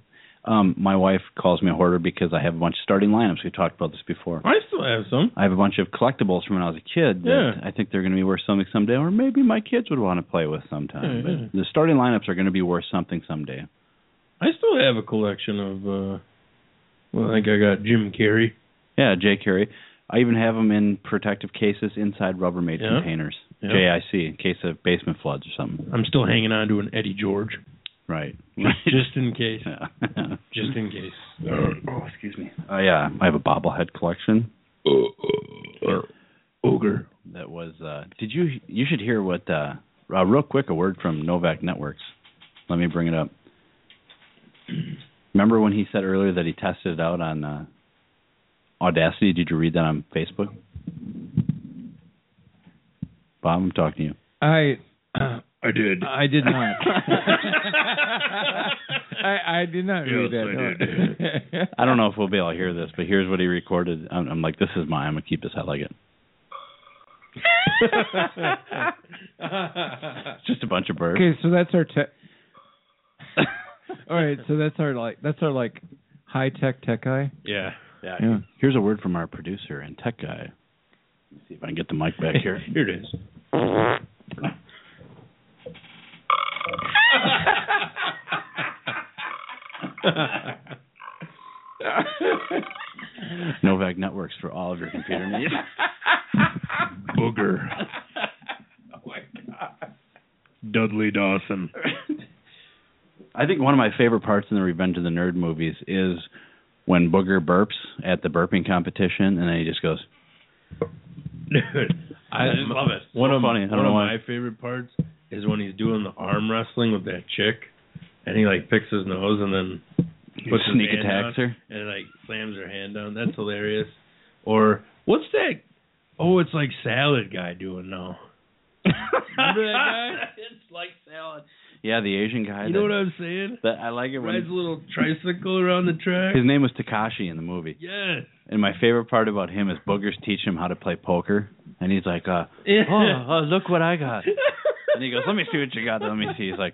Um, my wife calls me a hoarder because I have a bunch of starting lineups. We talked about this before. I still have some. I have a bunch of collectibles from when I was a kid that I think they're going to be worth something someday, or maybe my kids would want to play with sometime. Yeah, but yeah. the starting lineups are going to be worth something someday. I still have a collection of. uh Well, I think I got Jim Carrey. Yeah, J. Carey. I even have them in protective cases inside Rubbermaid Yeah. containers, Yeah. JIC, in case of basement floods or something. I'm still hanging on to an Eddie George, Right. just in case. yeah. Just in case. oh, excuse me. Oh yeah, I have a bobblehead collection. Ogre. that was uh did you you should hear what uh, uh real quick a word from Novak Networks. Let me bring it up. Remember when he said earlier that he tested it out on uh Audacity? Did you read that on Facebook? Bob, I'm talking to you. I I did. I did not. I, I did not read Yes, that. no. I don't know if we'll be able to hear this, but here's what he recorded. I'm, I'm like, this is mine. I'm gonna keep this. I like it. It's just a bunch of birds. okay, so that's our tech. All right, so that's our like that's our like high tech tech guy. yeah. Yeah. Here's a word from our producer and tech guy. Let me see if I can get the mic back here. Here it is. Novak Networks for all of your computer needs. Booger. Oh, Dudley Dawson. I think one of my favorite parts in the Revenge of the Nerd movies is when Booger burps at the burping competition, and then he just goes, I just love it. One of- funny. I don't one know of why. my favorite parts is when he's doing the arm wrestling with that chick, and he like picks his nose and then puts his sneak hand attacks down her. and like slams her hand down. That's hilarious. Or what's that? Oh, it's like salad guy doing now. Remember that guy? it's like salad. Yeah, the Asian guy. You that, know what I'm saying? that I like it Rides a when little tricycle around the track. his name was Takashi in the movie, Yeah. and my favorite part about him is Boogers teach him how to play poker, and he's like, uh, oh, oh, look what I got. And he goes, let me see what you got. Let me see. He's like,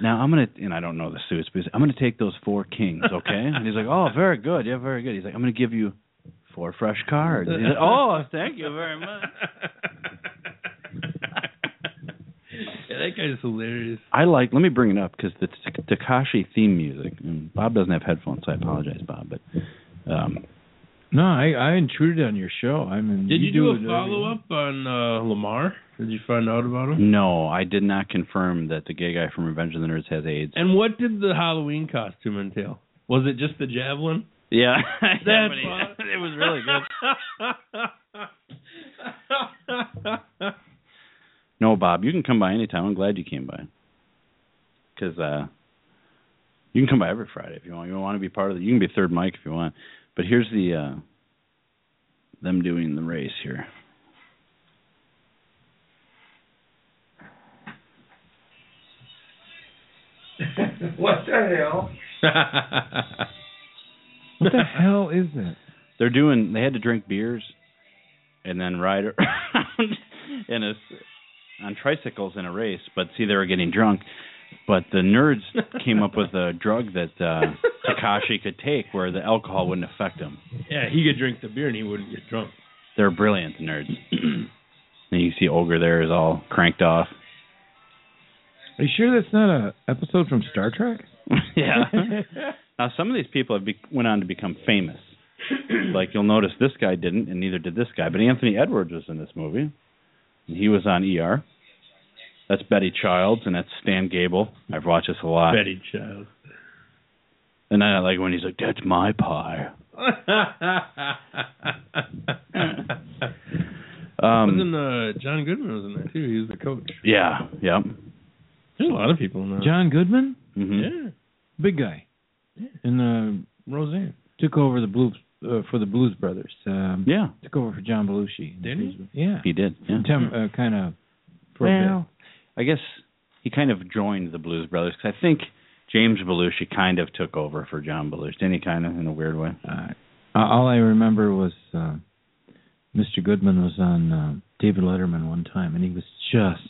now I'm gonna, and I don't know the suits, but he's, I'm gonna take those four kings, okay? And he's like, oh, very good, yeah, very good. He's like, I'm gonna give you four fresh cards. He's like, oh, thank you very much. yeah, that guy's hilarious. I like. Let me bring it up because the t- Takashi theme music, and Bob doesn't have headphones, so I apologize, Bob. But um, No, I I intruded on your show. I mean, Did you, do, it every- a follow up on uh, Lamar? Did you find out about him? no, I did not confirm that the gay guy from Revenge of the Nerds has AIDS. And what did the Halloween costume entail? Was it just the javelin? yeah, That But part. he- it was really good. good. No, Bob, you can come by anytime. I'm glad you came by. Because uh, you can come by every Friday if you want. You want to be part of the. You can be third mic if you want. But here's the uh, them doing the race here. What the hell? What the hell is that? They're doing. They had to drink beers, and then ride around in a s- on tricycles in a race. But see, they were getting drunk. But the nerds came up with a drug that uh, Takashi could take, where the alcohol wouldn't affect him. yeah, he could drink the beer and he wouldn't get drunk. They're brilliant, the nerds. and you see Ogre there is all cranked off. Are you sure that's not a episode from Star Trek? yeah. Now some of these people have be- went on to become famous. like you'll notice this guy didn't, and neither did this guy. But Anthony Edwards was in this movie, and he was on ER. That's Betty Childs, and that's Stan Gable. I've watched this a lot. Betty Child. And I like when he's like, "That's my pie." Um, Wasn't uh, John Goodman was in there too? He was the coach. yeah, yeah. There's a lot of people in there. John Goodman, hmm Yeah. big guy, Mm-hmm. and Roseanne. uh, took over the Blues uh, for the Blues Brothers. Um, Yeah, took over for John Belushi. Did he? Yeah, he did. Yeah. Tem- uh, kind of. For a bit. Well, I guess he kind of joined the Blues Brothers 'cause I think James Belushi kind of took over for John Belushi. Didn't he? Kind of in a weird way. Uh, all I remember was uh, Mr. Goodman was on uh, David Letterman one time, and he was just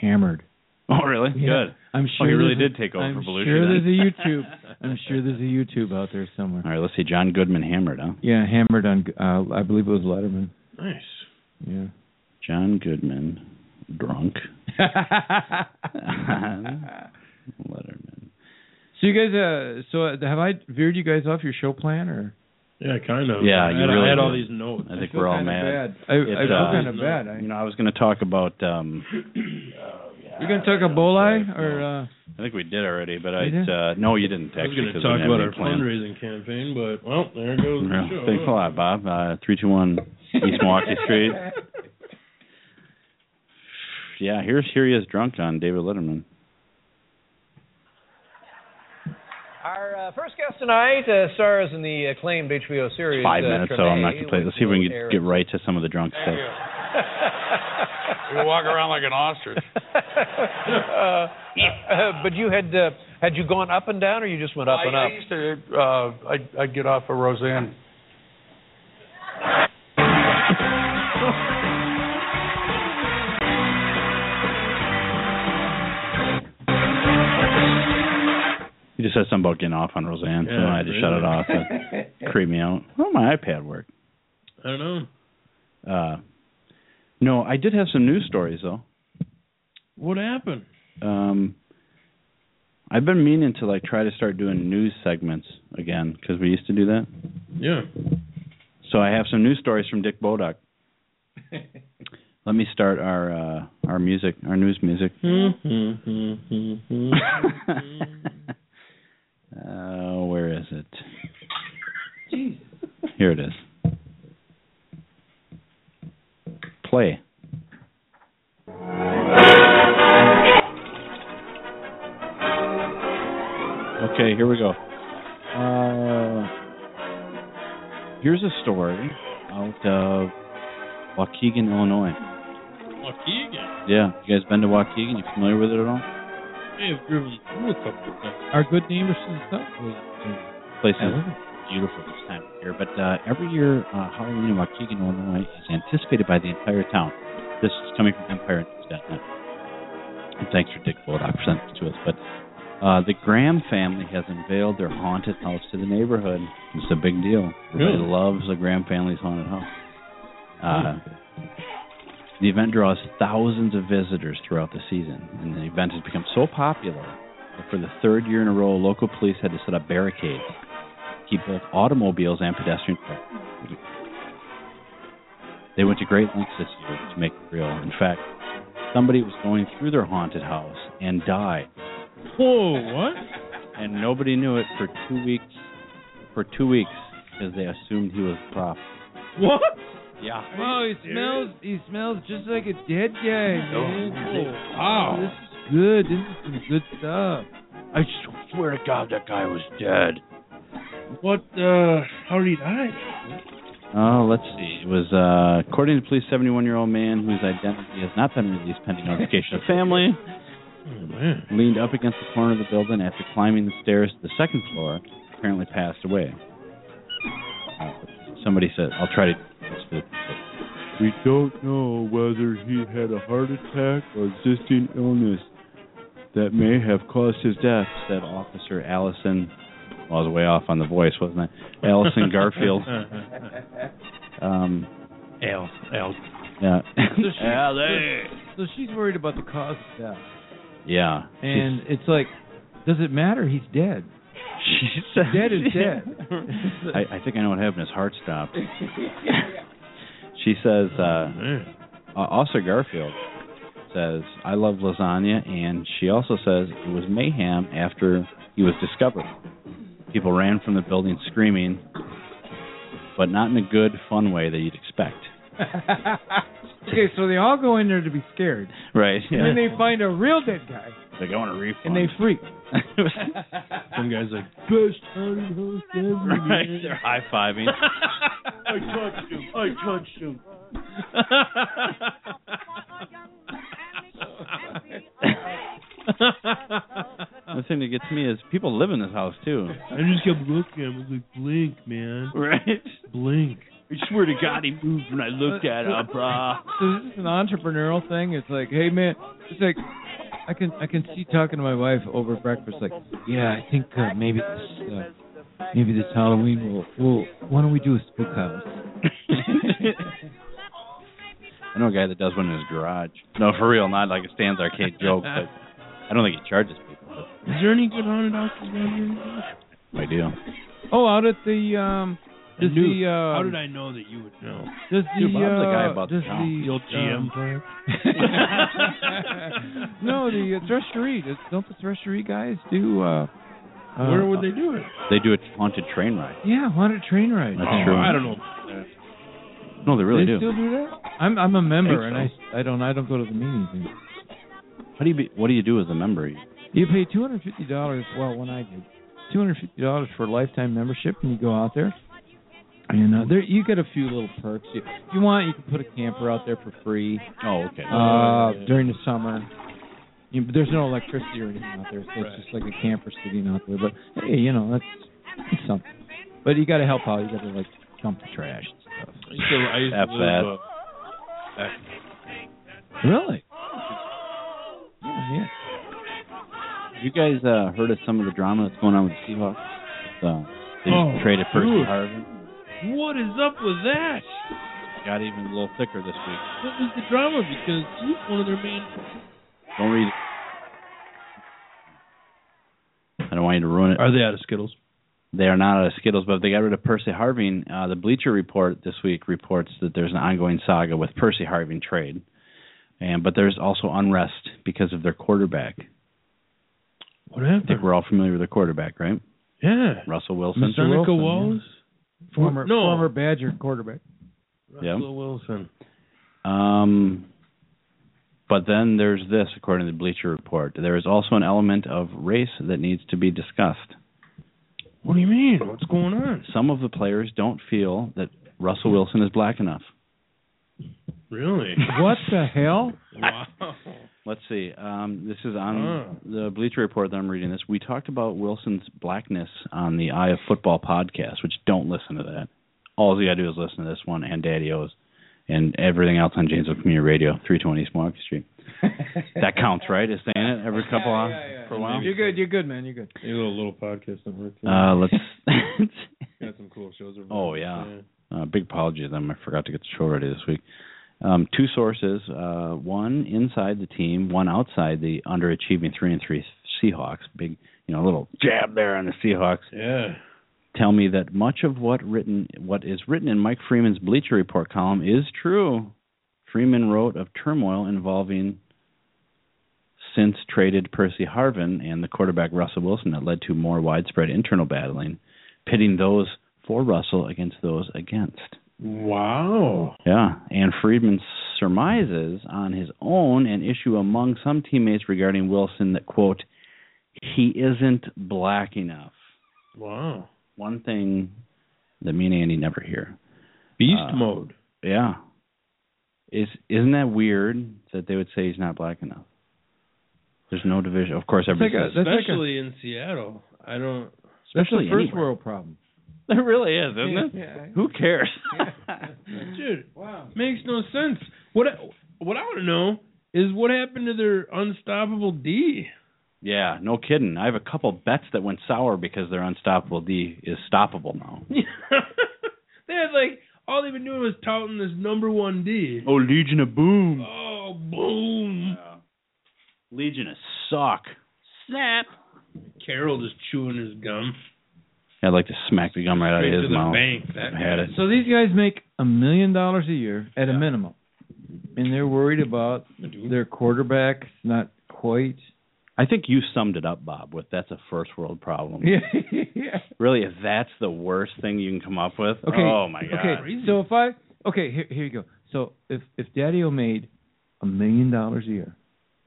hammered. Oh, really? Yeah. Good. I'm oh, sure he really there's did take over I'm for Belushi. sure then. there's a YouTube. A, I'm sure there's a YouTube out there somewhere. All right, let's see. John Goodman hammered, huh? Yeah, hammered on. Uh, I believe it was Letterman. Nice. Yeah. John Goodman, drunk. Letterman. So you guys, uh, so uh, have I veered you guys off your show plan, or Yeah, kind of. Yeah, I you had, really I had do. all these notes. I think we're all mad. I, I feel It's, uh, kind of bad. I, You know, I was going to talk about. um you gonna talk about Bolai or? Uh, I think we did already, but I We did? uh, no, you didn't I was actually going to because talk we didn't have about any our plan. fundraising campaign, but well, there goes the Yeah, show. Thanks a lot, Bob. Uh, three two one East Milwaukee Street. Yeah, here's here he is drunk on David Letterman. Our uh, first guest tonight uh, stars in the acclaimed HBO series. Five uh, minutes, so I'm not Treme, gonna play. it. which Let's see if we will can air- get right to some of the drunk stuff. You walk around like an ostrich. uh, uh, but you had uh, had you gone up and down, or you just went up I, and I up? used to. Uh, I'd, I'd get off of Roseanne. You just said something about getting off on Roseanne, so Yeah, I just shut it really. off. That creeped me out. How did my iPad work? I don't know. Uh, no, I did have some news stories though. What happened? Um, I've been meaning to like try to start doing news segments again because we used to do that. Yeah. So I have some news stories from Dick Bodock. Let me start our uh, our music, our news music. Mm-hmm. uh, where is it? Here it is. Play. Okay, here we go. Uh, here's a story out of Waukegan, Illinois. Waukegan. Yeah, you guys been to Waukegan? You familiar with it at all? Hey, I've driven through a couple of times. Our good neighbors to the south. was- Place I is love it. beautiful this time of year. But uh, every year, uh, Halloween in Waukegan, Illinois, is anticipated by the entire town. This is coming from EmpireNews.net. And thanks for Dick Bodock for sending this to us. But uh, the Graham family has unveiled their haunted house to the neighborhood. It's a big deal. Everybody Really? loves the Graham family's haunted house. Uh, the event draws thousands of visitors throughout the season, and the event has become so popular that for the third year in a row, local police had to set up barricades to keep both automobiles and pedestrians. away. They went to great lengths this year to make it real. In fact, somebody was going through their haunted house and died, Whoa, what? and nobody knew it for two weeks. For two weeks, because they assumed he was a prop. What? Yeah. Oh, he smells. He smells just like a dead guy, man. wow. This is good. This is some good stuff. I swear to God, that guy was dead. What, uh, how did he die? Oh, let's see. It was, uh, according to police, 71 year old man whose identity has not been released pending notification of family Oh, man. leaned up against the corner of the building after climbing the stairs to the second floor, apparently passed away. Uh, somebody said, I'll try to. We don't know whether he had a heart attack or existing illness that may have caused his death, said Officer Allison. Well, I was way off on the voice, wasn't I? Allison Garfield. Um, Al. Al. yeah. So she- So she's worried about the cause of death. Yeah. And it's like, does it matter? He's dead. She said, Dead is dead. I, I think I know what happened. His heart stopped. she says, uh, Man. uh, also Garfield says, I love lasagna. And she also says, it was mayhem after he was discovered. People ran from the building screaming, but not in a good, fun way that you'd expect. okay, so they all go in there to be scared, Right. and then they find a real dead guy, They're going to refund. and they freak. Some guy's like, Best hunting host ever. right. They're high fiving. I touched him. I touched him. the thing that gets me is people live in this house too. I just kept looking. I was like, blink, man, Right. blink. I swear to God, he moved when I looked at him, brah. So this is an entrepreneurial thing. It's like, hey man, it's like I can I can see talking to my wife over breakfast. Like, yeah, I think uh, maybe this uh, maybe this Halloween will. Well, why don't we do a spook house? I know a guy that does one in his garage. No, for real, not like a stands arcade joke, but I don't think he charges people. Is there any good haunted houses around here? But I do. Oh, out at the um, I does knew- the uh, How did I know that you would know? does the Dude, Bob's the guy uh, about the does town. the The old GM player. no, the uh, threshery. Does, don't the threshery guys do? Uh, uh, Where would they do it? They do a haunted train ride. Yeah, haunted train ride. That's Oh, true. I don't know. No, they really they do. still do that? I'm I'm a member, Think and I I don't I don't go to the meetings. anymore. How do you be, what do you do as a member? You- You pay two hundred fifty dollars. Well, when I did, two hundred fifty dollars for a lifetime membership, and you go out there, and uh, there you get a few little perks. You, if you want, you can put a camper out there for free Oh, okay. uh, during the summer. You, but there's no electricity or anything out there, so Right. it's just like a camper sitting out there. But hey, you know that's, that's something. But you got to help out. You got to like dump the trash and stuff. I used to, I used to F that. live, uh, back Really? Oh, Yeah, yeah. you guys uh, heard of some of the drama that's going on with the Seahawks? Uh, they Oh, traded Percy dude. Harvin. What is up with that? Got even a little thicker this week. What was the drama? Because he's one of their main. Don't read it. I don't want you to ruin it. Are they out of Skittles? They are not out of Skittles, but they got rid of Percy Harvin. Uh, the Bleacher Report this week reports that there's an ongoing saga with Percy Harvin trade, and but there's also unrest because of their quarterback. I What think happened? we're all familiar with their quarterback, right? Yeah. Russell Wilson. Mr. Monica Wilson, yeah. Wallace? Former No. former Badger quarterback. Yeah. Russell Wilson. Um, but then there's this, according to the Bleacher Report. There is also an element of race that needs to be discussed. What do you mean? What's going on? Some of the players don't feel that Russell Wilson is black enough. Really? What the hell? wow. Let's see. Um, this is on Oh. the Bleacher Report that I'm reading. This we talked about Wilson's blackness on the Eye of Football podcast, which don't listen to that. All you gotta do is listen to this one and Daddy O's and everything else on Janesville Community Radio, 320 East Milwaukee Street. that counts, right? Is saying it every couple hours for a while. You're good. You're good, man. You're good. You got a little podcast on her, too. Uh, let's. Got some cool shows over oh there. yeah. Uh, big apology to them. I forgot to get the show ready this week. Um, two sources, uh, one inside the team, one outside the underachieving three and three Seahawks. Big, you know, little jab there on the Seahawks. Yeah. Tell me that much of what written, what is written in Mike Freeman's Bleacher Report column is true. Freeman wrote of turmoil involving since traded Percy Harvin and the quarterback Russell Wilson that led to more widespread internal battling, pitting those for Russell against those against. Wow. Yeah, and Friedman surmises on his own an issue among some teammates regarding Wilson that quote, he isn't black enough. Wow. One thing that me and Andy never hear. Beast Uh, mode. Yeah. Is isn't that weird that they would say he's not black enough? There's no division. Of course, everybody like a- says that's like Especially in Seattle. I don't. That's especially a first anywhere. world problem. It really is, isn't it? Who cares? Dude, wow. Makes no sense. What I, what I want to know is what happened to their unstoppable D. yeah, no kidding. I have a couple bets that went sour because their unstoppable D is stoppable now. they had like all they've been doing was touting this number one D. Oh, Legion of Boom. Oh, boom. Legion of suck. Snap. Carol just chewing his gum. I'd like to smack the gum right out Straight of to his the mouth. bank. That I had it. So these guys make a million dollars a year at a minimum, and they're worried about their quarterback's not quite. I think you summed it up, Bob. With that's a first world problem. Yeah. Really, if that's the worst thing you can come up with. Okay. Oh my god. Okay. So if I okay here here you go. So if if Daddy-O made a million dollars a year,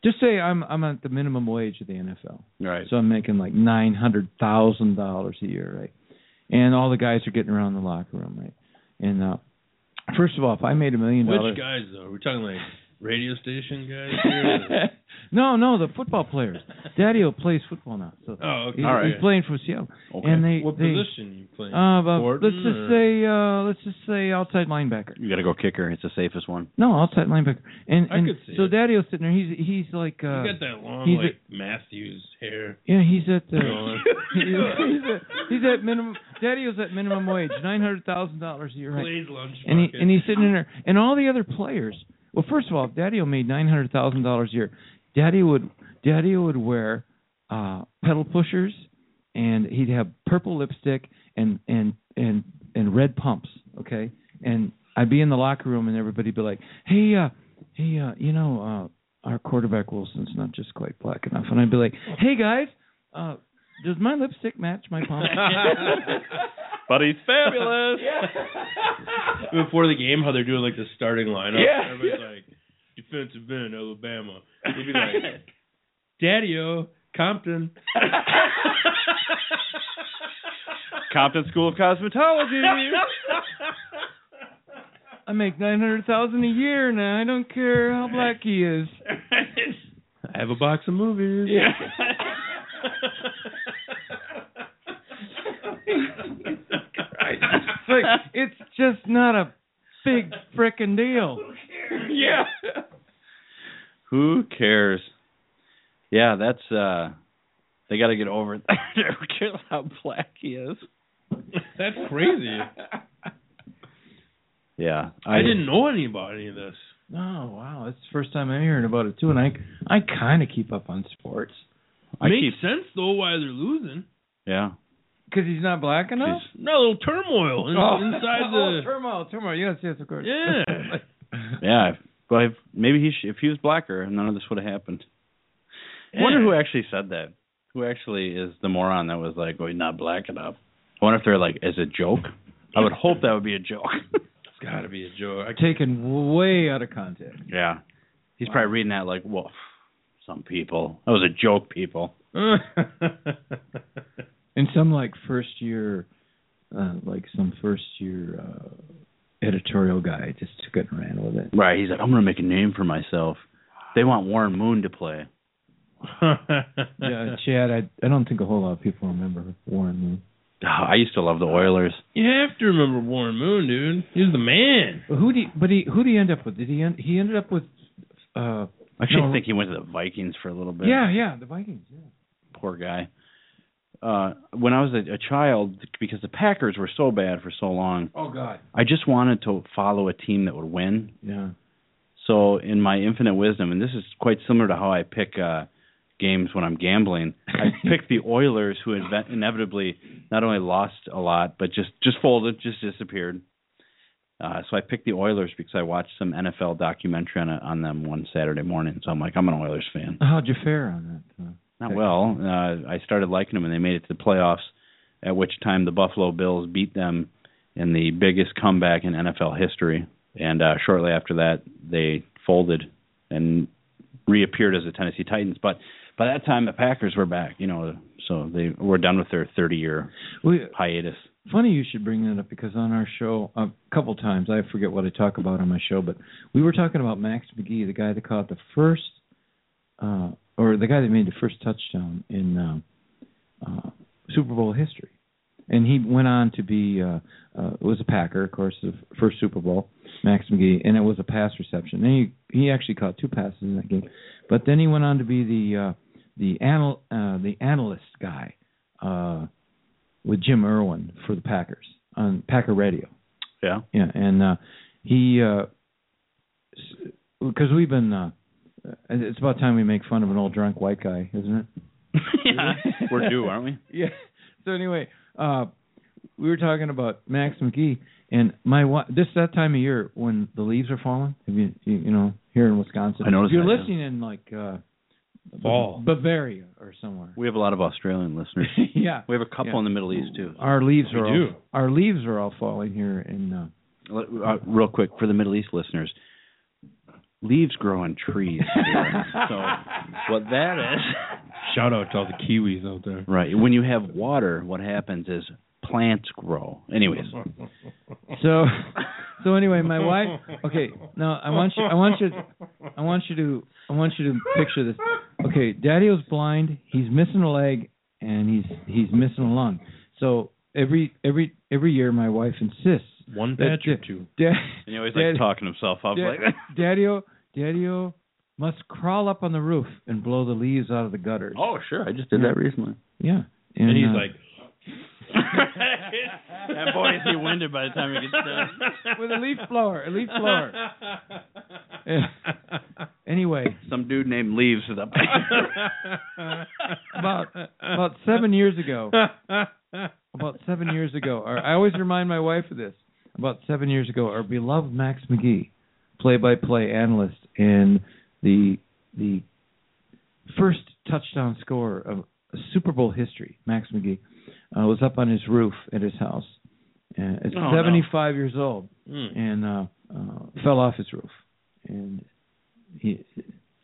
just say I'm I'm at the minimum wage of the NFL. Right. So I'm making like nine hundred thousand dollars a year, right? And all the guys are getting around the locker room, right? And uh first of all, if I made a million dollars, Which guys though? We're talking like radio station guys here. no, no, the football players. Daddy-O plays football now, so oh, okay. he's, All right. he's playing for Seattle. okay. And they What they position you playing? uh, but let's Orton just or- say uh let's just say outside linebacker. you got to go kicker. It's the safest one. No, outside linebacker. And, I and could see so it. Daddy-O's sitting there. He's he's like uh you got that long he's like Matthews hair. Yeah, he's at the Going. he's, at, he's at minimum. Daddy was at minimum wage, nine hundred thousand dollars a year, right? Plays lunch And he bucket. and he's sitting in there, and all the other players. Well, first of all, if Daddy made nine hundred thousand dollars a year, Daddy would Daddy would wear uh pedal pushers, and he'd have purple lipstick and and and and red pumps. Okay, and I'd be in the locker room, and everybody'd be like, "Hey, uh, hey, uh, you know, uh, our quarterback Wilson's not just quite black enough," and I'd be like, "Hey guys, uh, does my lipstick match my pump?" But he's fabulous. Before the game, how they're doing like the starting lineup. Yeah. Everybody's like, defensive end, Alabama. They'd be like, Daddy-O, Compton. Compton School of Cosmetology. I make nine hundred thousand a year now. I don't care how black he is. I have a box of movies. Yeah. Like it's just not a big frickin' deal. Yeah. Who cares? Yeah, that's uh they got to get over it. I don't care how black he is. That's crazy. Yeah, I didn't know any about any of this. Oh wow, it's the first time I'm hearing about it too, and I I kind of keep up on sports I Makes keep sense though why they're losing. yeah. because he's not black enough. Jeez. No, a little turmoil in, Oh, inside oh, the. turmoil, turmoil. Yes, yes, of course. yeah. Yeah, if- but if, maybe he sh- if he was blacker, none of this would have happened. I wonder who actually said that. Who actually is the moron that was like, "Oh, you're not black enough." I wonder if they're like, as a joke. I would hope that would be a joke. It's got to be a joke. I Taken way out of context. yeah, he's probably reading that like, "Woof." Some people. That was a joke, people. And some like first year, uh, like some first year uh, editorial guy just took it and ran with it. Right. He's like, I'm gonna make a name for myself. They want Warren Moon to play. Yeah, Chad, I I don't think a whole lot of people remember Warren Moon. Oh, I used to love the Oilers. you have to remember Warren Moon, dude. He was the man. But who do but he who did he end up with? Did he end he ended up with? Uh, I actually No. think he went to the Vikings for a little bit. yeah, yeah, the Vikings. Yeah. poor guy. Uh, when I was a, a child, because the Packers were so bad for so long, Oh God. I just wanted to follow a team that would win. Yeah. So, in my infinite wisdom, and this is quite similar to how I pick uh, games when I'm gambling, I picked the Oilers, who inve- inevitably not only lost a lot, but just just folded, just disappeared. Uh, so I picked the Oilers because I watched some NFL documentary on, on them one Saturday morning. So I'm like, I'm an Oilers fan. How'd you fare on that? Uh, Not Okay. well. Uh, I started liking them, and they made it to the playoffs. At which time, the Buffalo Bills beat them in the biggest comeback in NFL history. And uh, shortly after that, they folded and reappeared as the Tennessee Titans. But by that time, the Packers were back. You know, so they were done with their 30-year we, hiatus. funny you should bring that up because on our show a couple times I forget what I talk about on my show, but we were talking about Max McGee, the guy that caught the first, uh, or the guy that made the first touchdown in um, uh, Super Bowl history, and he went on to be uh, uh, was a Packer, of course, the first Super Bowl, Max McGee, and it was a pass reception. And he he actually caught two passes in that game, but then he went on to be the uh, the anal uh, the analyst guy. Uh, with Jim Irwin for the Packers on Packer Radio. Yeah. Yeah, and uh, he because we've been uh, Uh, It's about time we make fun of an old drunk white guy, isn't it? yeah. We're due, aren't we? yeah. So anyway, uh, we were talking about Max McGee, and my wa- this that time of year when the leaves are falling. Have you you, you know here in Wisconsin? I noticed you're that, yeah. listening in like uh, Ba- Fall. Bavaria or somewhere. We have a lot of Australian listeners. yeah, We have a couple Yeah. in the Middle East too. our leaves We are all, do. our leaves are all falling here in. Uh, Let- uh, real quick for the Middle East listeners, leaves grow on trees. Here. so what that is, Shout out to all the Kiwis out there. right? When you have water, what happens is plants grow. Anyways, So, so anyway, my wife. Okay, now I want you. I want you. I want you to. I want you to picture this. Okay, Daddy was blind. He's missing a leg, and he's he's missing a lung. So every every every year, my wife insists. One that patch or Da- two. Dad, and he always Dad- like talking himself up. Dad, Like, Daddy-o, Daddy-o must crawl up on the roof and blow the leaves out of the gutters. oh sure, I just did that recently. Yeah, And he's uh, like, that boy is he winded by the time he gets done. with a leaf blower, a leaf blower. Yeah. anyway, Some dude named Leaves is up. about about seven years ago. about seven years ago, our, I always remind my wife of this. About seven years ago, our beloved Max McGee, play-by-play analyst and the the first touchdown scorer of Super Bowl history, Max McGee, uh, was up on his roof at his house. And at no. 75 years old, Mm. and uh, uh, fell off his roof, and he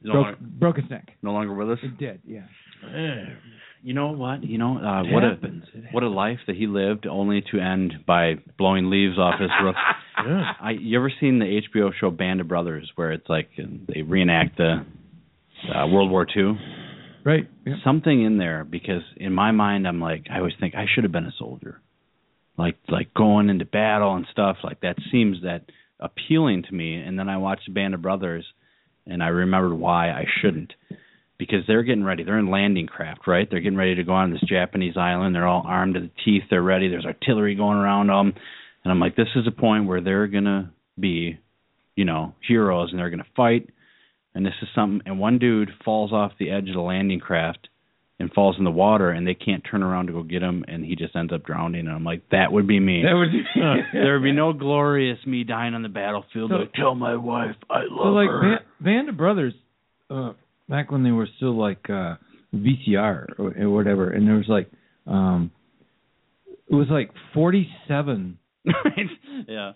no, broke longer- broke his neck. no longer with us. It did, yeah. You know what? You know uh, what a what a life that he lived, only to end by blowing leaves off his roof. Yeah. I, you ever seen the HBO show Band of Brothers, where it's like um, they reenact the uh, World War II? Right. yeah. Something in there because in my mind, I'm like, I always think I should have been a soldier, like like going into battle and stuff like that seems that appealing to me. And then I watched Band of Brothers, and I remembered why I shouldn't. Because they're getting ready. They're in landing craft, right? They're getting ready to go on this Japanese island. They're all armed to the teeth. They're ready. There's artillery going around them. And I'm like, this is a point where they're going to be, you know, heroes and they're going to fight. And this is something. And one dude falls off the edge of the landing craft and falls in the water, and they can't turn around to go get him. And he just ends up drowning. And I'm like, that would be me. That was there would be no glorious me dying on the battlefield. So- like, tell my wife I love So like her. Band, Band of Brothers, uh, back when they were still like uh, VCR or, or whatever, and there was like, um, it was like forty-seven Right? yeah.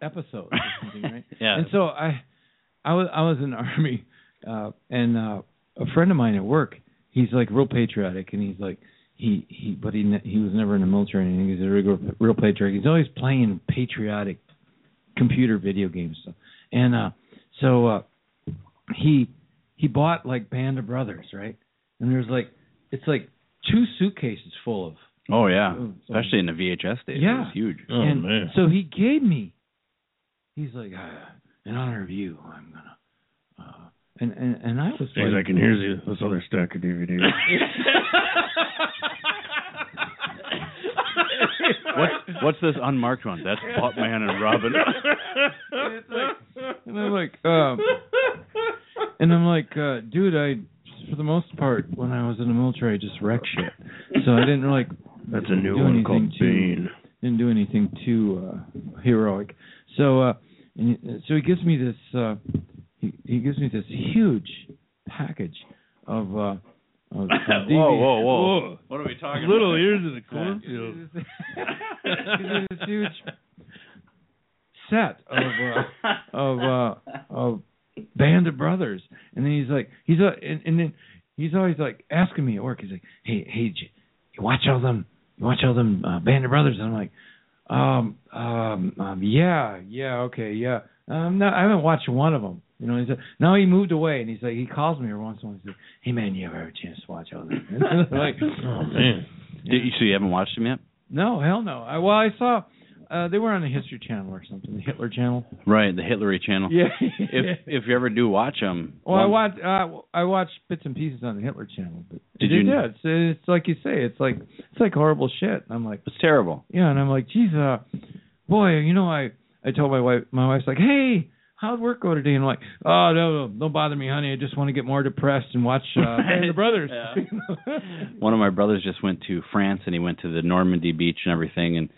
episodes or something, right? Yeah. And so I, I was I was in the army, uh, and uh, a friend of mine at work, he's like real patriotic, and he's like he he, but he ne- he was never in the military or anything. He's a real, real patriotic. He's always playing patriotic computer video games stuff, and uh, so uh, he he bought like Band of Brothers, right? And there's like it's like two suitcases full of Oh yeah. Mm, so- Especially in the VHS days. It Yeah. was huge. Oh and man. so he gave me. He's like, "Ah, in honor of you, I'm gonna. Uh, and and and I was He's like, and here's the- this other stack of DVDs. What's what's this unmarked one? That's Batman and Robin. and I'm like, uh, and I'm like, uh, dude, I for the most part when I was in the military, I just wrecked shit. So I didn't like. That's a new do one anything called to- Bane. Didn't do anything too uh, heroic. So uh, and, so he gives me this. Uh, he he gives me this huge package of. Uh, of, of whoa, DVDs. whoa, whoa. Whoa. What are we talking Oh. Little about? ears of the cornfield. This is this huge set of uh, of uh, of band of brothers, and then he's like, he's uh, and, and then he's always like asking me at work. He's like, hey, hey, J- you watch all them, you watch all them uh, band of brothers, and I'm like, um, um, um, yeah, yeah, okay, yeah. Um, no, I haven't watched one of them. You know, he's like, no, he moved away, and he's like, he calls me every once in a while. He's like, hey man, you ever have a chance to watch all them? And I'm like, Oh man. Did you, so you haven't watched him yet? no, oh, hell no. I well, I saw uh they were on the History Channel or something, the Hitler Channel. Right, the Hitlery channel. Yeah. If if you ever do watch um, him, well, I one- watched uh, I watched bits and pieces on the Hitler Channel, but Did it- you- Yeah, it's, it's like you say, it's like it's like horrible shit. And I'm like, It's terrible. yeah, and I'm like, geez, uh, boy, you know, I I told my wife, my wife's like, hey, how'd work go today? And I'm like, oh no, no, don't bother me, honey. I just want to get more depressed and watch uh, Band of Brothers. Yeah. One of my brothers just went to France and he went to the Normandy beach and everything, and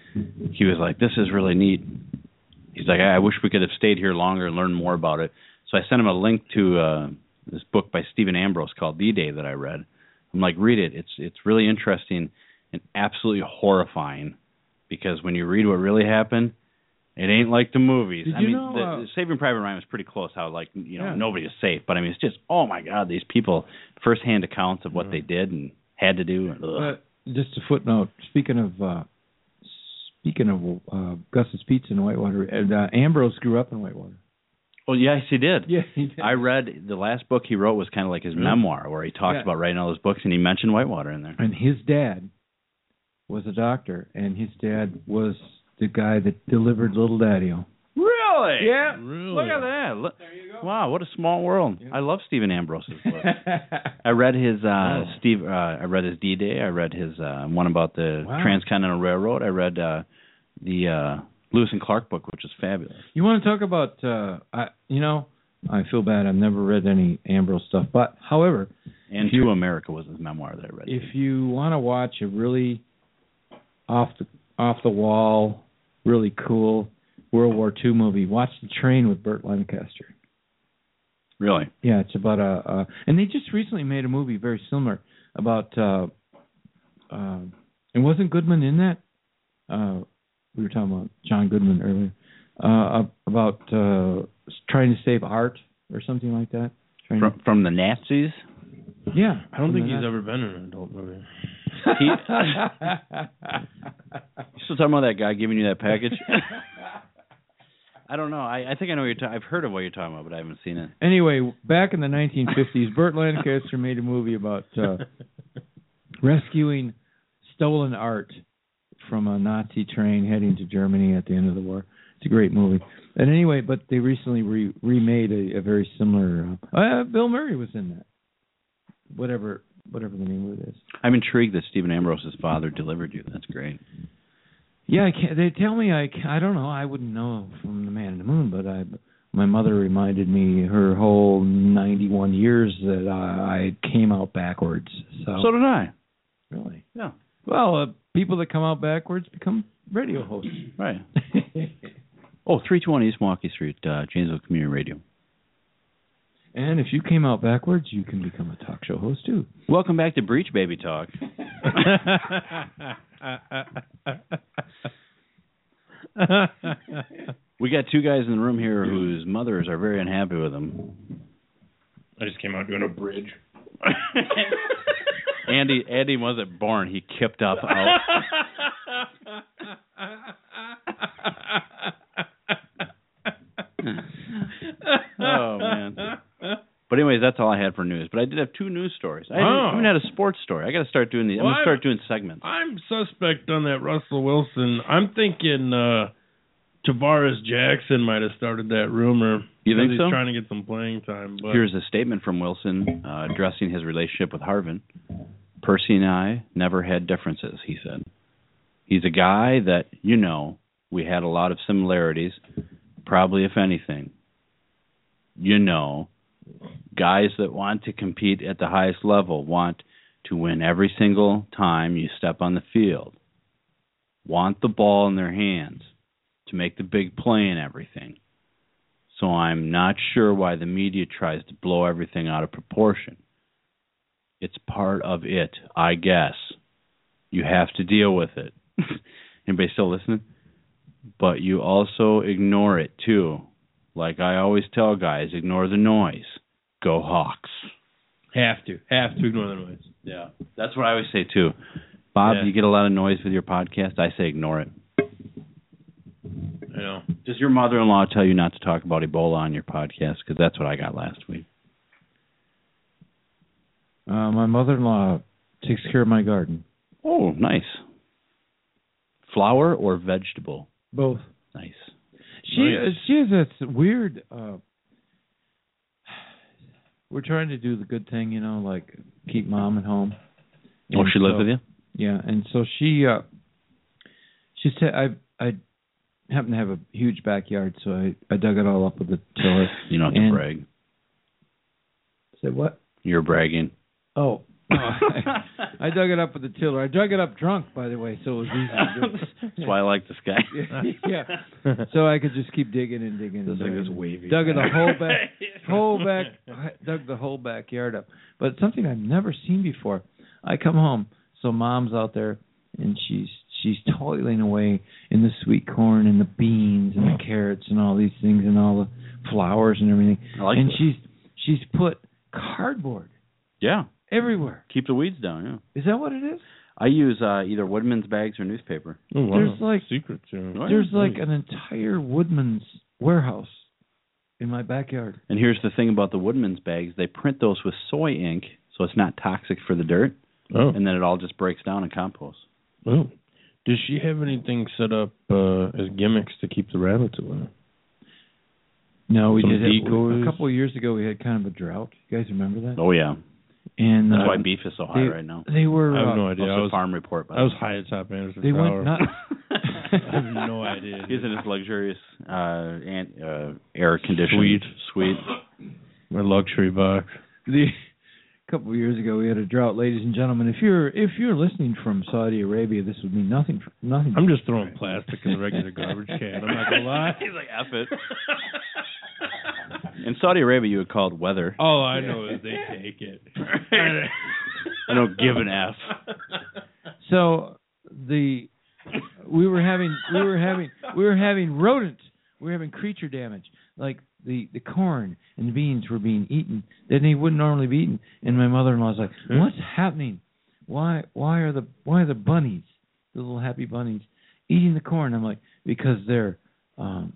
he was like, "This is really neat." He's like, "I I wish we could have stayed here longer and learned more about it." So I sent him a link to uh, this book by Stephen Ambrose called The Day that I read. I'm like, "Read it. It's it's really interesting and absolutely horrifying because when you read what really happened." It ain't like the movies. Did I you mean, know, the, uh, the Saving Private Ryan was pretty close. How like you know Yeah. nobody is safe, but I mean it's just oh my god, these people firsthand accounts of what Yeah. they did and had to do. and, ugh. Uh, just a footnote. Speaking of uh, speaking of uh, Gus's Pizza in Whitewater, and, uh, Ambrose grew up in Whitewater. Well, yes, he did. Yeah, he did. I read the last book he wrote was kind of like his memoir, where he talked Yeah. about writing all those books, and he mentioned Whitewater in there. and his dad was a doctor, and his dad was the guy that delivered Little Daddy-O. Really? Yeah. Look at that! Look- Wow, what a small world. I love Stephen Ambrose's books. yeah, I read his uh Steve uh I read his D Day, I read his uh one about the Wow. Transcontinental Railroad, I read uh the uh Lewis and Clark book, which is fabulous. you want to talk about? Uh, I, you know, I feel bad. I've never read any Ambrose stuff, but however, And If you- To America was his memoir that I read. if you want to watch a really off the off the wall, really cool World War II movie, watch The Train with Burt Lancaster. really. Yeah, it's about a, a and they just recently made a movie very similar about uh uh and wasn't Goodman in that? Uh we were talking about John Goodman earlier. Uh about uh s- trying to save art or something like that. Trying From from the Nazis. to, yeah. I don't think something he's like ever been in an adult movie. You still talking about that guy giving you that package? I don't know. I, I think I know what you're talking I've heard of what you're talking about, but I haven't seen it. that. Anyway, back in the 1950s, Burt Lancaster made a movie about uh rescuing stolen art from a Nazi train heading to Germany at the end of the war. It's a great movie. And anyway, but they recently re- remade a, a very similar. Uh, uh, Bill Murray was in that. Whatever, whatever the name of it is. I'm intrigued that Stephen Ambrose's father delivered you. That's great. Yeah, I can't, they tell me I ca- I don't know. I wouldn't know from the Man in the Moon, but I my mother reminded me her whole 91 years that I, I came out backwards. So, So did I. really, Yeah. Well, uh, people that come out backwards become radio hosts. Right. Oh, 320 East Milwaukee Street, uh, Janesville Community Radio. and if you came out backwards, you can become a talk show host too. Welcome back to Breach Baby Talk. We got two guys in the room here whose mothers are very unhappy with them. I just came out doing a bridge. Andy Andy wasn't born. He kipped up out. oh man. But anyways, that's all I had for news. But I did have two news stories. I Oh. even had a sports story. I got to start doing these. I'm Well, gonna I- start doing segments. I'm suspect on that Russell Wilson. I'm thinking uh Tavares Jackson might have started that rumor. You think he's so? trying to get some playing time, but Here's a statement from Wilson uh, addressing his relationship with Harvin. Percy and I never had differences, he said. He's a guy that, you know, we had a lot of similarities, probably, if anything. You know, guys that want to compete at the highest level want to win every single time you step on the field, want the ball in their hands to make the big play and everything. So I'm not sure why the media tries to blow everything out of proportion. It's part of it, I guess. You have to deal with it. Anybody still listening? But you also ignore it too. Like I always tell guys, ignore the noise. Go Hawks. have to have to ignore the noise. Yeah. That's what I always say too. Bob, Yeah. you get a lot of noise with your podcast. I say ignore it. I know. Does your mother-in-law tell you not to talk about Ebola on your podcast? Because that's what I got last week. Uh, my mother-in-law takes care of my garden. Oh, nice. Flower or vegetable? Both. Nice. She uh, Oh, yes. she has this weird. Uh, we're trying to do the good thing, you know, like keep mom at home. oh, And she lives so- with you? Yeah, and so she uh she said I I happen to have a huge backyard, so I I dug it all up with a tiller. You don't have to And- brag. Said what? You're bragging. Oh. I dug it up with a tiller. I dug it up drunk, by the way, so it was easy. To That's why I like this guy. do. yeah. So I could just keep digging and digging. And Just like digging. this wavy Dug in the whole back, whole back, I dug the whole backyard up. But something I've never seen before. I come home, so mom's out there, and she's she's toiling away in the sweet corn and the beans and the carrots and all these things and all the flowers and everything. I like and this. she's she's put cardboard Yeah. everywhere. Keep the weeds down, yeah. Is that what it is? I use uh, either Woodman's bags or newspaper. Oh, wow. There's like- secrets. Yeah. Oh, yeah. There's like an entire Woodman's warehouse in my backyard. And here's the thing about the Woodman's bags, they print those with soy ink so it's not toxic for the dirt Oh. and then it all just breaks down and composts. oh. Does she have anything set up uh, as gimmicks to keep the rabbits away? No, we Some did it decoys. a couple of years ago. We had kind of a drought. You guys remember that? Oh yeah. And That's uh, why beef is so high they- right now. They were. I have uh, no That's idea. I a was farm report by I was high at Top Anderson They Tower. went not. I have no idea. He's in his luxurious uh, and, uh, air conditioned suite. My luxury box. the a couple of years ago we had a drought, ladies and gentlemen. If you're if you're listening from Saudi Arabia, this would mean nothing. For, nothing. I'm just throwing plastic in the regular garbage can. I'm not gonna lie. He's like, F it. In Saudi Arabia, you would call it weather. All I know is they take it. I don't give an F. so the we were having we were having we were having rodent we were having creature damage like the the corn and the beans were being eaten that they wouldn't normally be eaten and my mother in law's like what's happening why why are the why are the bunnies the little happy bunnies eating the corn i'm like because they're um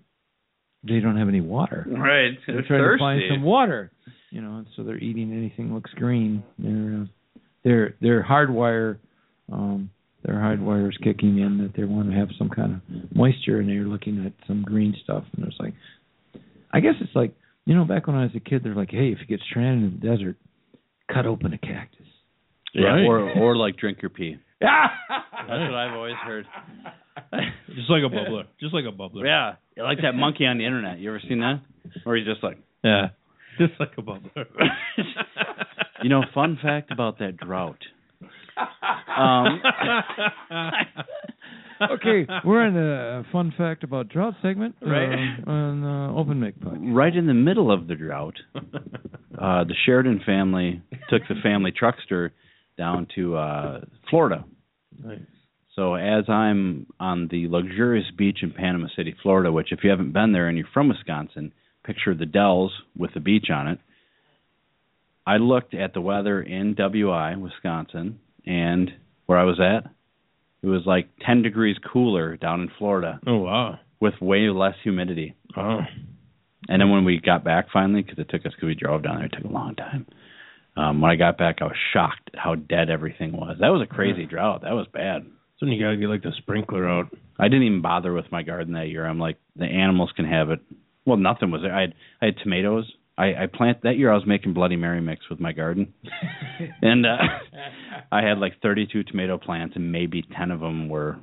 they don't have any water Right. they're trying to find some water, you know, and so they're eating anything looks green. Their uh, their their hardwire um their hardwire is kicking in that they want to have some kind of moisture and they're looking at some green stuff and it's like I guess it's like you know, back when I was a kid they're like, Hey, if you get stranded in the desert, cut open a cactus. yeah, Right. or or like drink your pee. That's Right. what I've always heard. Just like a bubbler. Just like a bubbler. yeah, like that monkey on the internet. You ever seen that? Or he's just like. Yeah. Just like a bubbler. You know, fun fact about that drought. Um, Okay, we're in a fun fact about drought segment Right. uh, on uh, Open Mic Podcast. right in the middle of the drought, uh, the Sheridan family took the family truckster down to uh, Florida. Nice. So as I'm on the luxurious beach in Panama City, Florida, which if you haven't been there and you're from Wisconsin, picture the Dells with the beach on it. I looked at the weather in WI, Wisconsin, and where I was at, it was like 10 degrees cooler down in Florida Oh wow. with way less humidity. Wow. And then when we got back finally, because it took us, because we drove down there, it took a long time. Um, when I got back, I was shocked at how dead everything was. That was a crazy drought. That was bad. So then you gotta get like the sprinkler out. I didn't even bother with my garden that year. I'm like, the animals can have it. Well, nothing was there. I had I had tomatoes. I, I plant that year. I was making Bloody Mary mix with my garden, and uh, I had like 32 tomato plants, and maybe 10 of them were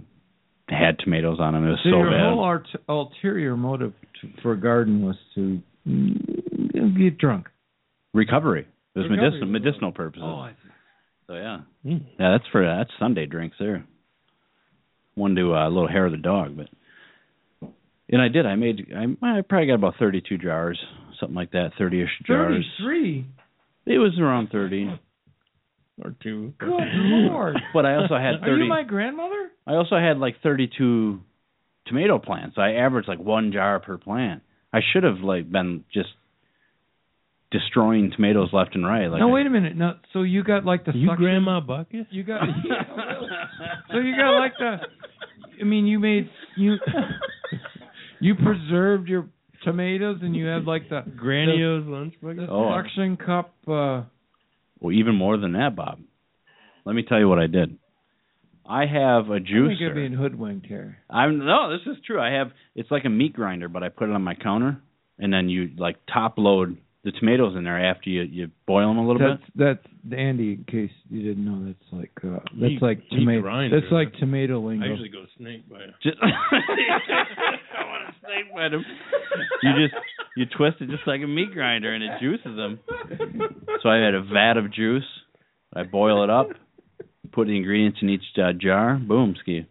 had tomatoes on them. It was So, so your bad. whole art- ulterior motive to, for a garden was to mm, get drunk. Recovery. It was Recovery. Oh, medicinal medicinal purposes. see. So yeah. Mm. Yeah, that's for that's Sunday drinks there. One to uh, a little hair of the dog, but and I did. I made I, I probably got about thirty two jars, something like that, thirty ish jars. Thirty-three. Oh, It was around thirty, Or two. Good lord. but I also had Are thirty. you my grandmother? I also had like thirty two tomato plants. I averaged like one jar per plant. I should have like been just destroying tomatoes left and right. Like no, I- wait a minute. No, so you got like the You suction- grandma bucket? You got. Yeah, really. So you got like the. I mean, you made you. You preserved your tomatoes, and you had like the Granio's lunch the bucket? Oh. suction cup. Uh, Well, even more than that, Bob. Let me tell you what I did. I have a I think you're juicer. being hoodwinked here. I'm no, this is true. I have it's like a meat grinder, but I put it on my counter, and then you like top load the tomatoes in there after you you boil them a little That's bit. that's Andy. In case you didn't know, that's like uh, that's He- like he tomato. grinds That's it. like tomato lingo. I usually go snake bite. Just I want to snake bite 'em. You just you twist it just like a meat grinder and it juices them. So I had a vat of juice. I boil it up, put the ingredients in each uh, jar. Boom, ski. It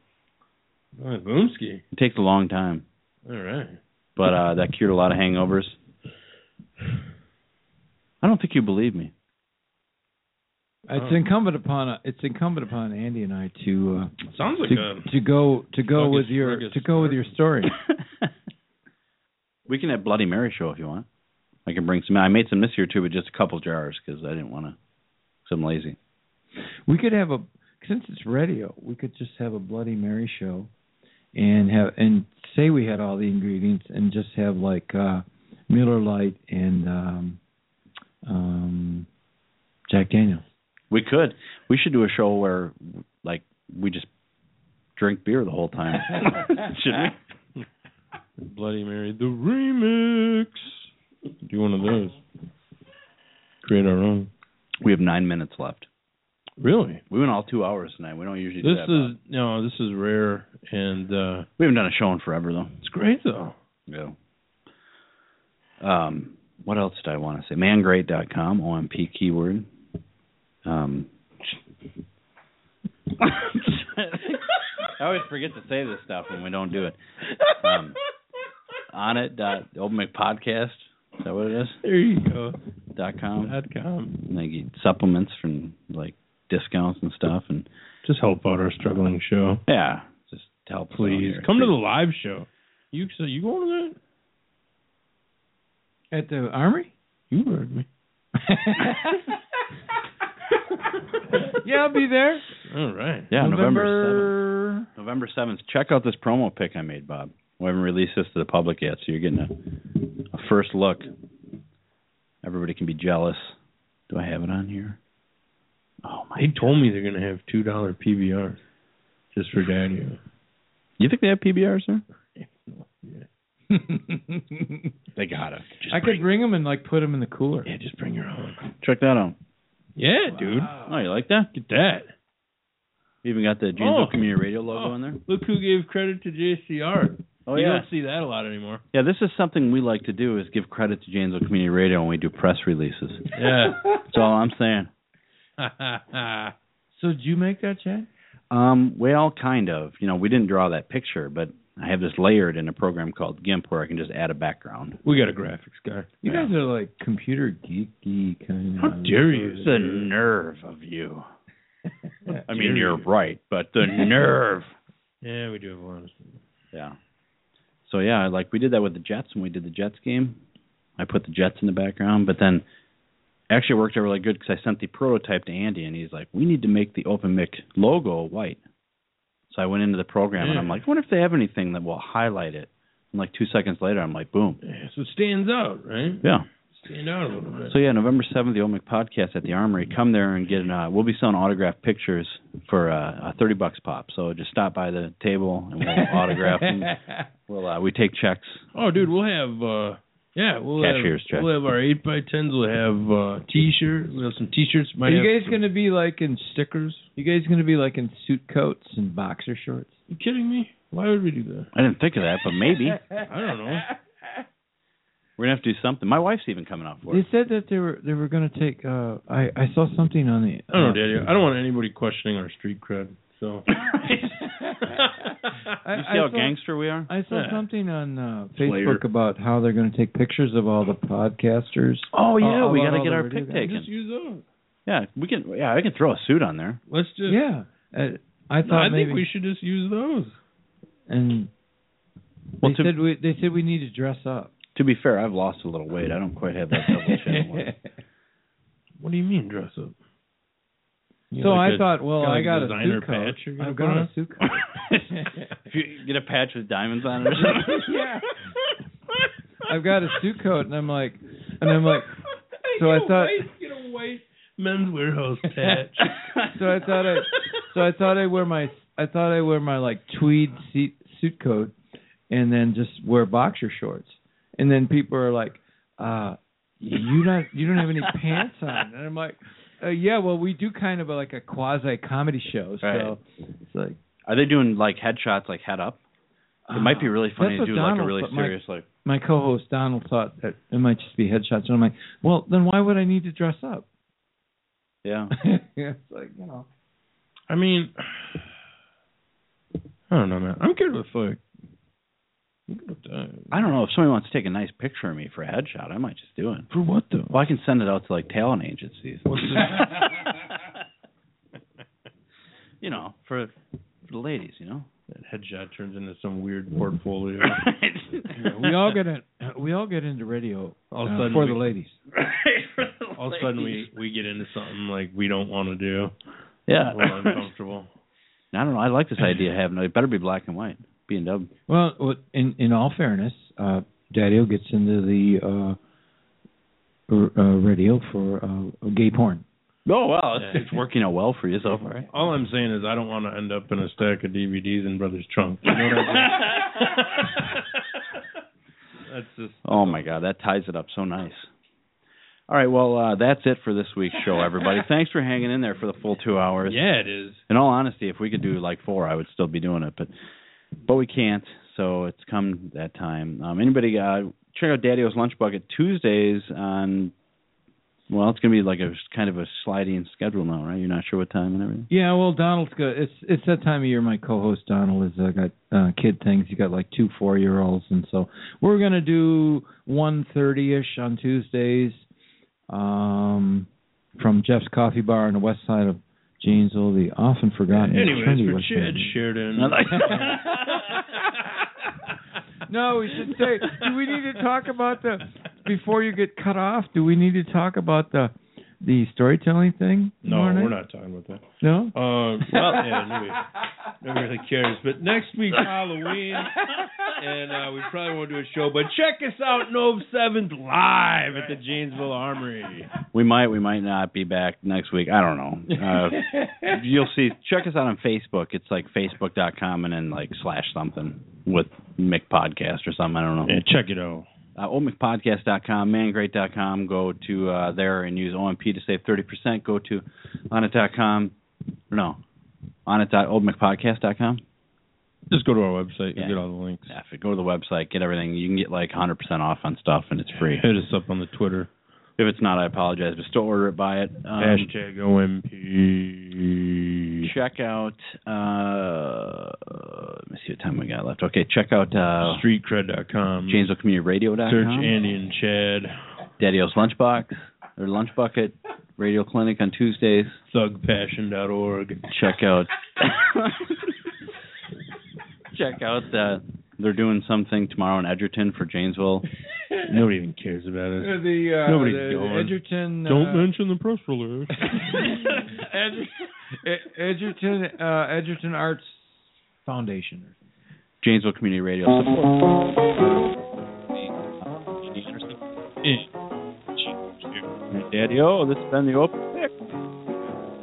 Oh, Boomski. takes a long time, All right. but uh that cured a lot of hangovers. I don't think you believe me. It's Oh. incumbent upon uh, it's incumbent upon Andy and I to uh, Sounds like a to, to go to go Doug with is- your Doug is to go with your story. we can have Bloody Mary show if you want. I can bring some. I made some this year too, but just a couple jars because I didn't want to. Cause I'm lazy. We could have a since it's radio, we could just have a Bloody Mary show, and have and say we had all the ingredients and just have like uh Miller Lite and um um Jack Daniel. We could. We should do a show where like we just drink beer the whole time. should we? Bloody Mary, the remix. Do one of those. Create our own. We have nine minutes left. Really? We went all two hours tonight. We don't usually do This that. uh, but- is no, this is rare, and uh we haven't done a show in forever though. it's great though. Yeah. Um, what else did I want to say? Mangrate.com, OMP keyword. Um, I always forget to say this stuff when we don't do it. Um, on it dot open mic podcast. Is that what it is? There you go. Dot com. Dot com. And they get supplements from like discounts and stuff. And Just help out our struggling show, yeah, just help. us out please. here. Come to the live show. You so you going to that? At the Armory? You heard me. yeah, I'll be there. All right. Yeah, November 7th. November. November 7th. Check out this promo pic I made, Bob. We haven't released this to the public yet, so you're getting a, a first look. Everybody can be jealous. Do I have it on here? Oh my! They told me they're gonna have two dollar PBR just for Daniel. You think they have PBRs there? They got it. Just I could bring them and like put them in the cooler. yeah, just bring your own. Check that out. Yeah, dude. Oh, you like that? Get that. You even got the Oh. Janesville Community Radio logo Oh, in there. Look who gave credit to JCR. Oh you yeah, don't see that a lot anymore. yeah. This is something we like to do is give credit to Janesville Community Radio when we do press releases. Yeah. That's all I'm saying. So did you make that, Chad? Um, well, kind of. You know, we didn't draw that picture, but I have this layered in a program called GIMP where I can just add a background. we got a graphics guy. You Yeah. guys are like computer geeky kind of. How dare you? The nerve of you. I mean, Dude. you're right, but the nerve. Yeah, we do have one. Yeah. So yeah, like we did that with the Jets when we did the Jets game. I put the Jets in the background, but then actually it worked out really good because I sent the prototype to Andy, and he's like, "We need to make the Open Mic logo white." So I went into the program and I'm Yeah. like, I "Wonder if they have anything that will highlight it." And like two seconds later, I'm like, "Boom!" Yeah, so it stands out, right? Yeah. Stand out a little bit. So yeah, November seventh, the Omic Podcast at the Armory. Come there and get an. Uh, we'll be selling autographed pictures for uh, uh, thirty bucks pop. So just stop by the table and we'll autograph them. We'll uh, we take checks. oh, dude, we'll have. uh yeah, we'll Cashier's have check. we'll have our eight by tens. We'll have uh, t-shirts. We'll have some t-shirts. Might Are you have guys some- gonna be like in stickers? You guys gonna be like in suit coats and boxer shorts? You kidding me? Why would we do that? I didn't think of that, but maybe I don't know. we're gonna have to do something. My wife's even coming out for it. They said that they were they were gonna take. Uh, I I saw something on the. uh, I don't know, Daddy. I don't want anybody questioning our street cred. So I, You see I how saw, gangster we are? I saw Yeah. something on uh, Facebook Slayer. about how they're gonna take pictures of all the podcasters. Oh yeah, I'll- we I'll- gotta I'll get our never pic do that. taken. just use those. yeah, we can. Yeah, I can throw a suit on there. Let's just. Yeah. Uh, I No, thought I maybe think we should just use those. and Well, they to- said we they said we need to dress up. To be fair, I've lost a little weight. I don't quite have that double chin. look. What do you mean dress up? You so like I a- thought, well, got I a got a designer suit coat. patch you're gonna I've put on? got a suit coat. if you get a patch with diamonds on it or something. yeah. I've got a suit coat, and I'm like, and I'm like, so I Get a thought- white- get a white men's warehouse patch. so I thought I, so I thought I wear my, I thought I wear my like tweed seat, suit coat, and then just wear boxer shorts, and then people are like, uh, you not you don't have any pants on and i'm like uh, yeah well we do kind of a, like a quasi comedy show so Right. it's like Are they doing like headshots like head up? It might Ah, be uh, really funny that's to do what like a Donald really thought- my- serious like. my co-host donald thought that it might just be headshots and i'm like well then why would i need to dress up Yeah. it's like you know I mean, I don't know, man. I'm good with like. I'm good with uh, that. I don't know if somebody wants to take a nice picture of me for a headshot, I might just do it. For what though? Well, I can send it out to like talent agencies. What's you know, for, for the ladies, you know. That headshot turns into some weird portfolio. Yeah, we all get in, we all get into radio All of uh, a sudden for we- the ladies. All of a sudden, we we get into something like we don't want to do. Yeah. We're uncomfortable. I don't know. I like this idea of having it better be black and white. B and W. Well, what- in in all fairness, uh, Daddio gets into the uh, r- uh, radio for uh, gay porn. Oh wow, it's, it's working out well for you so far. All I'm saying is I don't want to end up in a stack of DVDs in brother's trunk. You know what I mean? That's just Oh my god, that ties it up so nice. All right, well uh, that's it for this week's show, everybody. Thanks for hanging in there for the full two hours. yeah, it is. In all honesty, if we could do like four, I would still be doing it, but but we can't. So it's come that time. Um, anybody uh, check out Daddy-O's Lunch Bucket Tuesdays on. Well, it's gonna be like a kind of a sliding schedule now, right? You're not sure what time and everything. Yeah, well, Donald's good. It's it's that time of year. My co-host Donald has uh, got uh, kid things. He got like two four-year-olds, and so we're gonna do one thirty-ish on Tuesdays um, from Jeff's Coffee Bar on the west side of Janesville, the often forgotten. trendy Anyways, west for Chad side. Sheridan. No, we should say. Do we need to talk about the before you get cut off? Do we need to talk about the the storytelling thing? No, tomorrow night? we're not talking about that. No. Uh, well, yeah, nobody, nobody really cares. But next week's Halloween, and uh, we probably won't do a show. But check us out, Nov Seventh, live at the Janesville Armory. We might, we might not be back next week. I don't know. Uh, you'll see. Check us out on Facebook. It's like facebook.com and then like slash something with Mick Podcast or something. I don't know. Yeah, check it out. uh, omicpodcast.com, mangreat.com. Go to uh, there and use OMP to save 30%. Go to onit.com. No, onit.omicpodcast.com. Just go to our website. Yeah. You get all the links. Yeah, if you go to the website, get everything. You can get like 100% off on stuff and it's free. Hit us up on the Twitter. If it's not, I apologize, but still order it, buy it. Um, Hashtag OMP. check out, uh, let me see what time we got left. Okay, check out uh, Streetcred.com. Janesville Community Radio.com. Search Andy and Chad. Daddy-O's Lunchbox or Lunch Bucket Radio Clinic on Tuesdays. Thugpassion.org. check out check out that they're doing something tomorrow in Edgerton for Janesville. Nobody even cares about us. The, uh, Nobody's the- the going. Edgerton. uh, Don't mention the press release. Edgerton uh, Edgerton Arts Foundation. Janesville Community Radio support. Daddy O, this has been the open pick.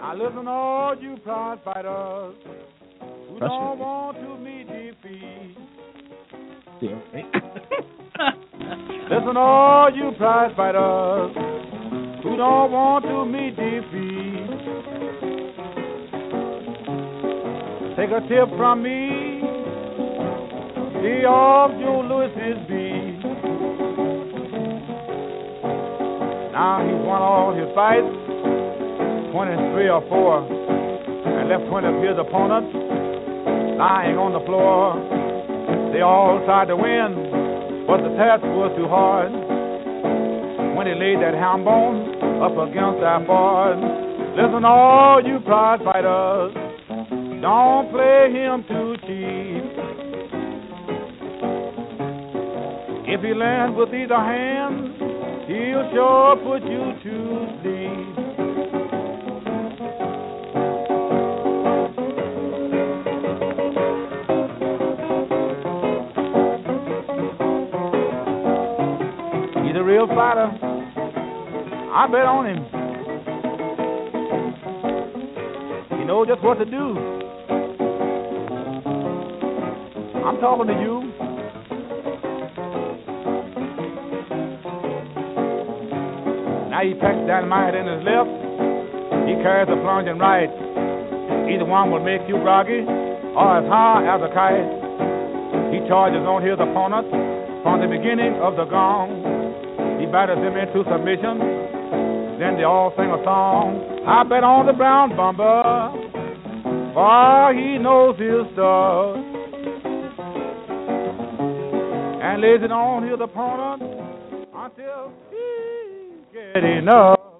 I listen to all you prize fighters who That's don't it. want to meet defeat. listen to all you prize fighters who don't want to meet defeat. Take a tip from me, be off Joe Lewis's beat. Now he's won all his fights. 23 or 4 and left 20 of his opponents lying on the floor. They all tried to win, but the task was too hard. When he laid that hound bone up against that board, listen, all you prize fighters, don't play him too cheap. If he lands with either hand, he'll sure put you to sleep. He's a real fighter. I bet on him. He knows just what to do. I'm talking to you. Now he packs dynamite in his left. He carries a plunging right. Either one will make you groggy or as high as a kite. He charges on his opponent from the beginning of the gong. He batters him into submission. Then they all sing a song. I bet on the brown bomber, for he knows his stuff. And lays it on his opponent until he get enough.